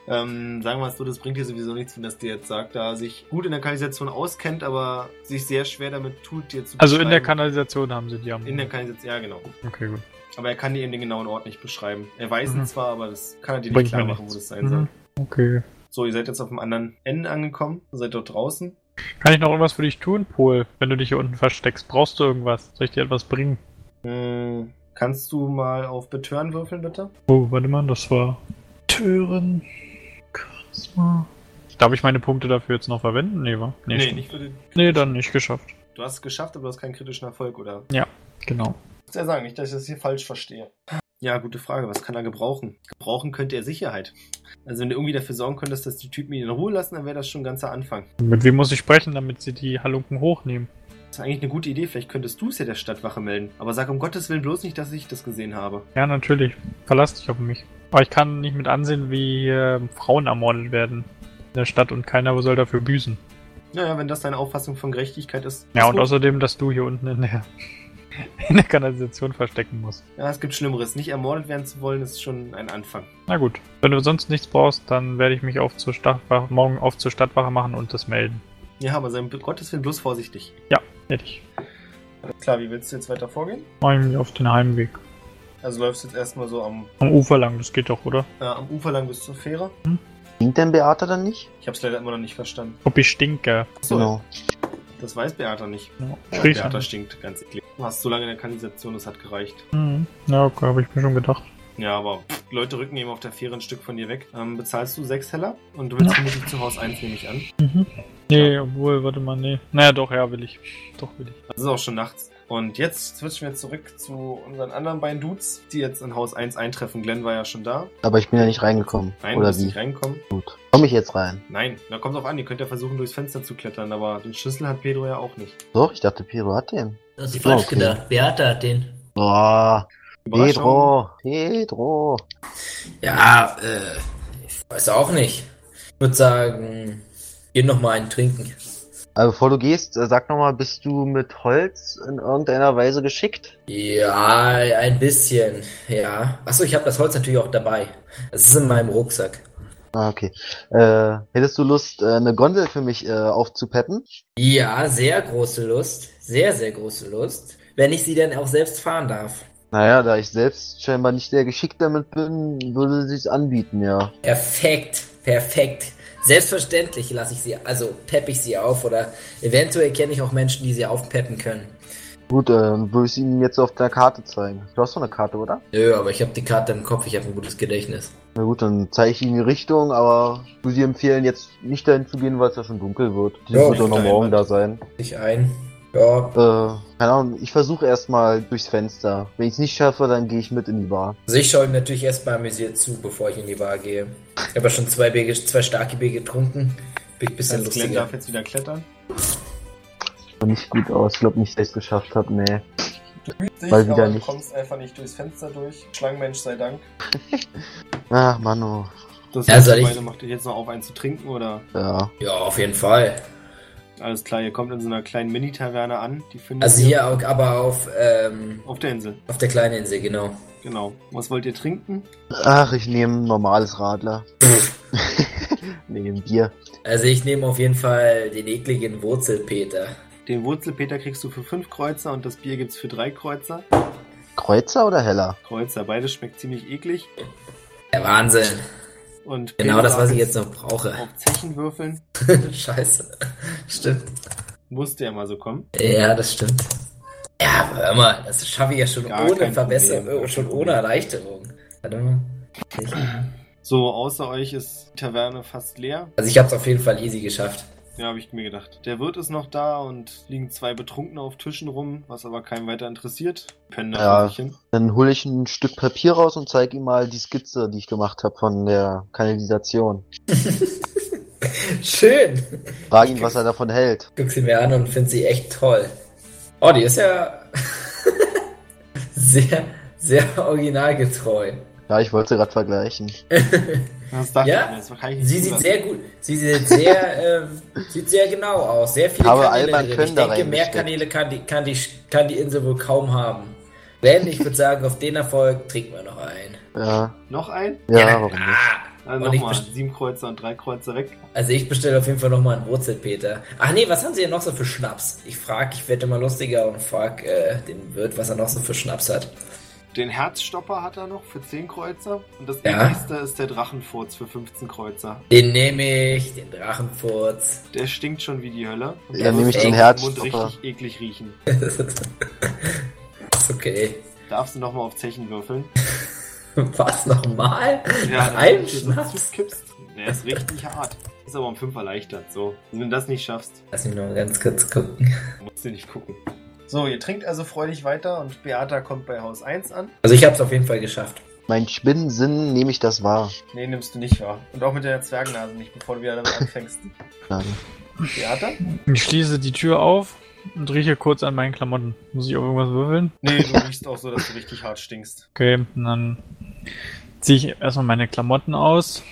Speaker 1: Ähm, sagen wir es so, das bringt dir sowieso nichts, wenn das dir jetzt sagt, da er sich gut in der Kanalisation auskennt, aber sich sehr schwer damit tut, dir zu
Speaker 3: Also in der
Speaker 1: beschreiben-
Speaker 3: Kanalisation haben sie die ermordet.
Speaker 1: In der Kanalisation, ja genau.
Speaker 3: okay, gut.
Speaker 1: Aber er kann dir eben den genauen Ort nicht beschreiben. Er weiß ihn
Speaker 3: Mhm.
Speaker 1: zwar, aber das kann er dir
Speaker 3: Bringt
Speaker 1: nicht klar
Speaker 3: mir
Speaker 1: machen, wo
Speaker 3: nichts.
Speaker 1: das sein soll.
Speaker 3: Mhm. Okay.
Speaker 1: So, ihr seid jetzt auf dem anderen Ende angekommen. Ihr seid dort draußen.
Speaker 3: Kann ich noch irgendwas für dich tun, Pol? Wenn du dich hier unten versteckst, brauchst du irgendwas? Soll ich dir etwas bringen?
Speaker 1: Hm, kannst du mal auf Betören würfeln, bitte?
Speaker 3: Oh, warte mal, das war Türen. Charisma. Darf ich meine Punkte dafür jetzt noch verwenden? Nee, war? stimmt.
Speaker 1: nicht für den.
Speaker 3: nee, dann nicht geschafft.
Speaker 1: Du hast es geschafft, aber du hast keinen kritischen Erfolg, oder?
Speaker 3: Genau.
Speaker 1: Ich muss ja sagen, nicht, dass ich das hier falsch verstehe. Ja, gute Frage. Was kann er gebrauchen? Gebrauchen könnte er Sicherheit. Also, wenn du irgendwie dafür sorgen könntest, dass die Typen ihn in Ruhe lassen, dann wäre das schon ein ganzer Anfang.
Speaker 3: Mit wem muss ich sprechen, damit sie die Halunken hochnehmen?
Speaker 1: Das ist eigentlich eine gute Idee. Vielleicht könntest du es ja der Stadtwache melden. Aber sag um Gottes Willen bloß nicht, dass ich das gesehen habe.
Speaker 3: Ja, natürlich. Verlass dich auf mich. Aber ich kann nicht mit ansehen, wie hier Frauen ermordet werden in der Stadt und keiner soll dafür büßen.
Speaker 1: Naja, wenn das deine Auffassung von Gerechtigkeit ist.
Speaker 3: Ja,
Speaker 1: ist
Speaker 3: und
Speaker 1: gut.
Speaker 3: außerdem, dass du hier unten in der, in der Kanalisation verstecken musst.
Speaker 1: Ja, es gibt Schlimmeres. Nicht ermordet werden zu wollen, ist schon ein Anfang.
Speaker 3: Na gut. Wenn du sonst nichts brauchst, dann werde ich mich auf zur Stadtwache, morgen auf zur Stadtwache machen und das melden.
Speaker 1: Ja, aber sei um Gottes Willen bloß vorsichtig.
Speaker 3: Fertig.
Speaker 1: Klar, wie willst du jetzt weiter vorgehen?
Speaker 3: Mach ich mich auf den Heimweg.
Speaker 1: Also läufst du jetzt erstmal so am,
Speaker 3: Am Ufer lang, das geht doch, oder?
Speaker 1: äh, am Ufer lang bis zur Fähre.
Speaker 2: Dient denn Beate dann nicht?
Speaker 1: Ich hab's leider immer noch nicht verstanden.
Speaker 3: Ob ich stinke.
Speaker 1: Achso,
Speaker 2: Genau.
Speaker 1: das weiß Beata nicht.
Speaker 3: Ja,
Speaker 1: Ja,
Speaker 3: Riech
Speaker 1: Beata
Speaker 3: an.
Speaker 1: stinkt, ganz eklig. Du hast so lange in der Kanalisation, das hat gereicht.
Speaker 3: Mhm. Ja, okay, habe ich mir schon gedacht.
Speaker 1: Ja, aber pff, Leute rücken eben auf der Fähre ein Stück von dir weg. Ähm, bezahlst du sechs Heller und du willst
Speaker 3: Ja.
Speaker 1: vermutlich zu Haus 1, nehme ich an.
Speaker 3: Mhm. Nee, obwohl, warte mal, nee. Naja, doch, ja, will ich. Doch, will ich.
Speaker 1: Es ist auch schon nachts. Und jetzt switchen wir zurück zu unseren anderen beiden Dudes, die jetzt in Haus 1 eintreffen. Glenn war ja schon da.
Speaker 2: Aber ich bin ja nicht reingekommen.
Speaker 1: Nein, du
Speaker 2: Oder
Speaker 1: bist
Speaker 2: wie?
Speaker 1: nicht reinkommen.
Speaker 2: Gut. Komme ich jetzt rein?
Speaker 1: Nein, da kommt drauf an, ihr könnt ja versuchen, durchs Fenster zu klettern, aber den Schlüssel hat Pedro ja auch nicht.
Speaker 2: Doch, ich dachte, Pedro hat den.
Speaker 4: Das ist
Speaker 2: Ja,
Speaker 4: falsch
Speaker 2: okay.
Speaker 4: gedacht. Wer hat da den?
Speaker 2: Boah,
Speaker 1: Überraschung.
Speaker 2: Pedro, Pedro.
Speaker 4: Ja, äh, ich weiß auch nicht. Ich würde sagen, geh noch mal einen trinken.
Speaker 2: Also bevor du gehst, äh, sag nochmal, bist du mit Holz in irgendeiner Weise geschickt?
Speaker 4: Ja, ein bisschen, ja. Achso, ich habe das Holz natürlich auch dabei. Es ist in meinem Rucksack.
Speaker 2: Ah, okay. Äh, hättest du Lust, äh, eine Gondel für mich äh, aufzupeppen?
Speaker 4: Ja, sehr große Lust. Sehr, sehr große Lust. Wenn ich sie dann auch selbst fahren darf.
Speaker 2: Naja, da ich selbst scheinbar nicht sehr geschickt damit bin, würde sie es anbieten, ja.
Speaker 4: Perfekt, perfekt. Selbstverständlich lasse ich sie, also pepp ich sie auf oder eventuell kenne ich auch Menschen, die sie aufpeppen können.
Speaker 2: Gut, äh, würde ich es ihm jetzt auf der Karte zeigen. Du hast doch eine Karte, oder?
Speaker 4: Nö, aber ich habe die Karte im Kopf, ich habe ein gutes Gedächtnis.
Speaker 2: Na gut, dann zeige ich ihm die Richtung, aber ich würde sie empfehlen, jetzt nicht dahin zu gehen, weil es ja schon dunkel wird. Die
Speaker 4: Ja,
Speaker 2: wird doch noch
Speaker 4: nein,
Speaker 2: morgen
Speaker 4: Mann.
Speaker 2: da sein.
Speaker 4: Ich ein. Ja,
Speaker 2: Äh, keine Ahnung, ich versuche erstmal durchs Fenster. Wenn ich es nicht schaffe, dann gehe ich mit in die Bar.
Speaker 4: also ich schaue ihm natürlich erstmal amüsiert zu, bevor ich in die Bar gehe. Ich habe ja schon zwei, Bier, zwei starke Bier getrunken. Bin ich ein bisschen
Speaker 1: Das Glenn
Speaker 4: lustiger.
Speaker 1: darf jetzt wieder klettern.
Speaker 2: Sieht nicht gut aus. Ich glaube nicht, dass ich es geschafft habe. Nee. Mal wieder
Speaker 1: aber du
Speaker 2: nicht.
Speaker 1: kommst einfach nicht durchs Fenster durch. Schlangenmensch sei Dank.
Speaker 2: Ach, Ah, Manu.
Speaker 1: Das
Speaker 4: Ja, soll ich-
Speaker 1: Beine macht euch jetzt noch auf, einen zu trinken oder
Speaker 2: Ja.
Speaker 4: Ja, auf jeden Fall.
Speaker 1: alles klar, ihr kommt in so einer kleinen Mini-Taverne an. Die findet
Speaker 4: Also
Speaker 1: ihr
Speaker 4: hier auch- aber auf, ähm,
Speaker 1: auf der Insel.
Speaker 4: auf der kleinen Insel, genau.
Speaker 1: Genau. Was wollt ihr trinken?
Speaker 2: Ach, ich nehme ein normales Radler. nee, ein Bier.
Speaker 4: Also ich nehme auf jeden Fall den ekligen Wurzelpeter.
Speaker 1: Den Wurzelpeter kriegst du für fünf Kreuzer und das Bier gibt's für drei Kreuzer.
Speaker 2: Kreuzer oder Heller?
Speaker 1: Kreuzer, beides schmeckt ziemlich eklig.
Speaker 4: Der Wahnsinn.
Speaker 1: Und
Speaker 4: Genau das, was ich jetzt
Speaker 1: Peter
Speaker 4: noch brauche.
Speaker 1: auf Zechen würfeln.
Speaker 4: Scheiße. Stimmt.
Speaker 1: Musste ja mal so kommen.
Speaker 4: Ja, das stimmt. Ja, aber hör mal, das schaffe ich ja schon
Speaker 1: Gar
Speaker 4: ohne
Speaker 1: kein
Speaker 4: Verbesserung,
Speaker 1: Problem.
Speaker 4: äh, schon ohne Erleichterung. Warte mal. Ich-
Speaker 1: So, außer euch ist die Taverne fast leer.
Speaker 4: Also ich habe es auf jeden Fall easy geschafft.
Speaker 1: Ja, habe ich mir gedacht. Der Wirt ist noch da und liegen zwei Betrunkene auf Tischen rum, was aber keinen weiter interessiert. Pennen da
Speaker 2: Ja.
Speaker 1: vor sich hin.
Speaker 2: Dann hole ich ein Stück Papier raus und zeige ihm mal die Skizze, die ich gemacht habe von der Kanalisation.
Speaker 4: Schön.
Speaker 2: Frage ihn, was er davon hält.
Speaker 4: Guck sie mir an und finde sie echt toll. Oh, die ist ja sehr, sehr originalgetreu.
Speaker 2: Ja, ich wollte sie gerade vergleichen.
Speaker 1: Das dachte
Speaker 4: Ja.
Speaker 1: ich mir, das war- kann ich nicht
Speaker 4: Sie sieht
Speaker 1: zulassen.
Speaker 4: sehr gut, sie sieht sehr, ähm, sieht sehr genau aus. Sehr viele
Speaker 2: Aber
Speaker 4: Kanäle
Speaker 2: Alban
Speaker 4: drin.
Speaker 2: können
Speaker 4: Ich
Speaker 2: da
Speaker 4: denke, mehr
Speaker 2: reingesteckt.
Speaker 4: Kanäle kann die, kann, die, kann die Insel wohl kaum haben. Wenn, ich würde sagen, auf den Erfolg trinken wir noch einen.
Speaker 2: Ja,
Speaker 1: Noch ein?
Speaker 2: ja, warum nicht?
Speaker 4: Ah,
Speaker 1: Also
Speaker 4: Und ich
Speaker 1: nochmal,
Speaker 4: best-
Speaker 1: sieben Kreuzer und drei Kreuzer weg.
Speaker 4: also ich bestelle auf jeden Fall nochmal einen Wurzelpeter. Ach nee, was haben sie denn noch so für Schnaps? Ich frage, ich werde immer lustiger und frage äh, den Wirt, was er noch so für Schnaps hat.
Speaker 1: Den Herzstopper hat er noch für zehn Kreuzer. Und das
Speaker 4: Ja.
Speaker 1: nächste ist der Drachenfurz für 15 Kreuzer.
Speaker 4: Den nehme ich, den Drachenfurz.
Speaker 1: Der stinkt schon wie die Hölle. Und
Speaker 2: Ja,
Speaker 1: der
Speaker 4: nehme
Speaker 1: wird
Speaker 4: ich den
Speaker 1: im
Speaker 2: Herzstopper.
Speaker 1: Mund richtig eklig riechen.
Speaker 4: Ist okay.
Speaker 1: Darfst du nochmal auf Zechen würfeln?
Speaker 4: Was, nochmal? Nach
Speaker 1: das
Speaker 4: einem
Speaker 1: ist so
Speaker 4: Schnaps?
Speaker 1: zukippst. Der ist richtig hart. Ist aber um 5 erleichtert. So. Also wenn du das nicht schaffst,
Speaker 4: Lass mich noch ganz kurz gucken.
Speaker 1: musst du nicht gucken. So, ihr trinkt also freudig weiter und Beata kommt bei Haus 1 an.
Speaker 4: Also ich habe es auf jeden Fall geschafft.
Speaker 2: Mein Spinnensinn nehme ich das wahr.
Speaker 1: Nee, nimmst du nicht wahr. Und auch mit deiner Zwergnase nicht, bevor du wieder damit anfängst.
Speaker 2: Nein.
Speaker 1: Beata?
Speaker 3: Ich schließe die Tür auf und rieche kurz an meinen Klamotten. Muss ich auch irgendwas würfeln?
Speaker 1: Nee, du riechst auch so, dass du richtig hart stinkst.
Speaker 3: Okay, und dann ziehe ich erstmal meine Klamotten aus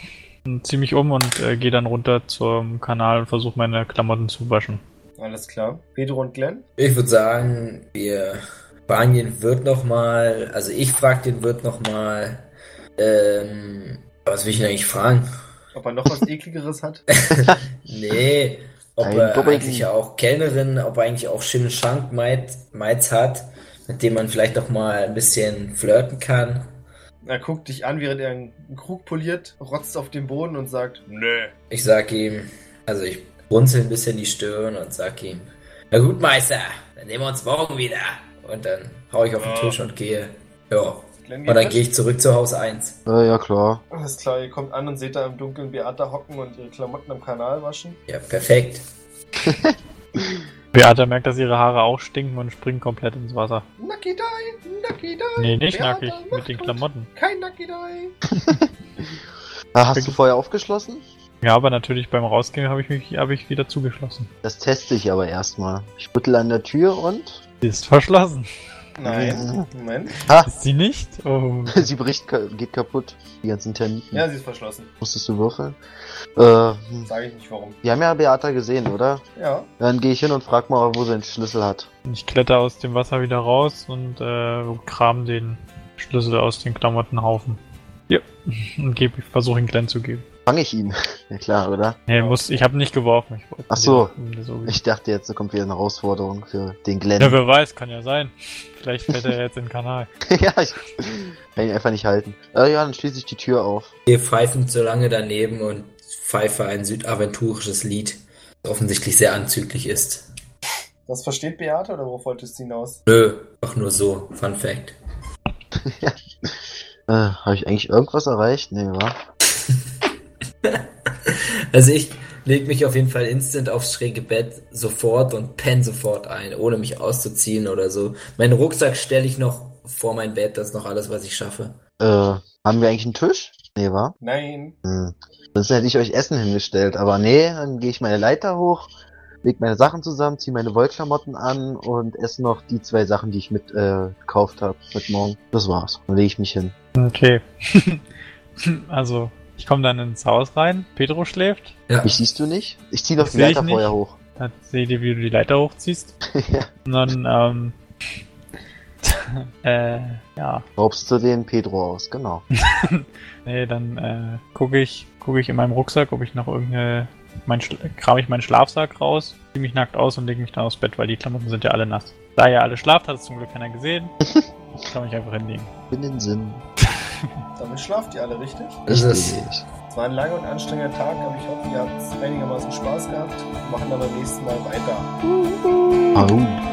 Speaker 3: und ziehe mich um und äh, gehe dann runter zum Kanal und versuche meine Klamotten zu waschen.
Speaker 1: Alles klar. Pedro und Glenn?
Speaker 4: Ich würde sagen, wir fragen den Wirt nochmal, also ich frage den Wirt nochmal, ähm, was will ich denn eigentlich fragen?
Speaker 1: Ob er noch was ekligeres hat?
Speaker 4: Nee, ob
Speaker 2: Ein
Speaker 4: er
Speaker 2: Doppelten.
Speaker 4: eigentlich auch Kellnerin, ob er eigentlich auch schöne Schankmeids hat, mit dem man vielleicht nochmal ein bisschen flirten kann.
Speaker 1: Er guckt dich an, während er einen Krug poliert, rotzt auf den Boden und sagt, Nö.
Speaker 4: Ich sag ihm, also ich runzel ein bisschen die Stirn und sag ihm, na gut, Meister, dann sehen wir uns morgen wieder. Und dann hau ich auf den
Speaker 1: Ja.
Speaker 4: Tisch und gehe. Ja.
Speaker 1: Glenn
Speaker 4: Und dann
Speaker 1: mit.
Speaker 4: gehe ich zurück zu Haus 1.
Speaker 2: Äh, ja, klar.
Speaker 1: Alles klar, ihr kommt an und seht da im Dunkeln Beata hocken und ihre Klamotten am Kanal waschen.
Speaker 4: Ja, perfekt.
Speaker 3: Beata merkt, dass ihre Haare auch stinken und springt komplett ins Wasser.
Speaker 1: Nucky die, Nucky die.
Speaker 3: Nee, nicht
Speaker 1: Beata,
Speaker 3: nackig,
Speaker 1: mach
Speaker 3: mit den
Speaker 1: gut.
Speaker 3: Klamotten.
Speaker 1: Kein Nucky die.
Speaker 2: Ah, hast du vorher aufgeschlossen?
Speaker 3: Ja, aber natürlich beim Rausgehen habe ich mich habe ich wieder zugeschlossen.
Speaker 2: Das teste ich aber erstmal. Ich rüttel an der Tür und.
Speaker 3: Ist verschlossen.
Speaker 1: Nein, Moment.
Speaker 3: Ist sie nicht? Oh.
Speaker 2: Sie bricht, ka- geht kaputt. Die ganzen Termiten.
Speaker 1: Ja, sie ist verschlossen.
Speaker 2: Musstest du würfeln? Äh, hm.
Speaker 1: Sage ich nicht warum.
Speaker 2: wir haben ja Beata gesehen, oder?
Speaker 1: Ja.
Speaker 2: Dann gehe ich hin und frag mal, wo sie den Schlüssel hat.
Speaker 3: Ich kletter aus dem Wasser wieder raus und äh, kram den Schlüssel aus den Klamottenhaufen. und geb- ich versuche ihm Glenn zu geben.
Speaker 2: Fange ich ihn. ja klar, oder?
Speaker 3: Nee, muss, ich habe nicht geworfen. Ich wollte
Speaker 2: Ach so.
Speaker 3: den- so ich,
Speaker 2: Ich dachte jetzt, da kommt wieder eine Herausforderung für den Glenn.
Speaker 3: ja, wer weiß, kann ja sein. Vielleicht fällt er jetzt in den Kanal.
Speaker 2: ja, ich kann ihn einfach nicht halten. Äh, ja, dann schließe ich die Tür auf.
Speaker 4: Wir pfeifen so lange daneben und pfeife ein südaventurisches Lied, das offensichtlich sehr anzüglich ist.
Speaker 1: Das versteht Beate oder worauf wolltest du hinaus?
Speaker 4: Nö, doch nur so. Fun Fact.
Speaker 2: ja. äh, Habe ich eigentlich irgendwas erreicht? Nee, wa?
Speaker 4: Also ich leg mich auf jeden Fall instant aufs schräge Bett sofort und penne sofort ein, ohne mich auszuziehen oder so. Meinen Rucksack stelle ich noch vor mein Bett, das ist noch alles, was ich schaffe.
Speaker 2: Äh, haben wir eigentlich einen Tisch? Nee, wa?
Speaker 1: Nein.
Speaker 2: Hm. Sonst hätte ich euch Essen hingestellt, aber nee, dann gehe ich meine Leiter hoch, leg meine Sachen zusammen, ziehe meine Wollklamotten an und esse noch die zwei Sachen, die ich mit äh, gekauft habe mit morgen. Das war's. Dann lege ich mich hin.
Speaker 3: Okay. also, ich komme dann ins Haus rein. Petro schläft.
Speaker 4: Ja,
Speaker 2: Mich siehst du nicht? Ich ziehe doch
Speaker 3: Das
Speaker 2: die
Speaker 3: seh ich
Speaker 2: Leiter
Speaker 3: nicht.
Speaker 2: vorher hoch.
Speaker 3: Dann seht ihr, wie du die Leiter hochziehst.
Speaker 2: ja.
Speaker 3: Und dann, ähm. äh, ja.
Speaker 2: Raubst du den Pedro aus, genau.
Speaker 3: Nee, dann äh, gucke ich, guck ich in meinem Rucksack, ob ich noch irgendeine. Mein Schla- kram ich meinen Schlafsack raus, ziehe mich nackt aus und lege mich dann aufs Bett, weil die Klamotten sind ja alle nass. Da ihr alle schlaft, hat es zum Glück keiner gesehen. Ich kann mich einfach hinlegen.
Speaker 2: In den Sinn.
Speaker 1: Damit schlaft ihr alle richtig.
Speaker 4: das ist
Speaker 2: Richtig.
Speaker 1: Es war ein langer und anstrengender Tag, aber ich hoffe, ihr habt einigermaßen Spaß gehabt. Wir machen dann beim nächsten Mal weiter.
Speaker 2: Au.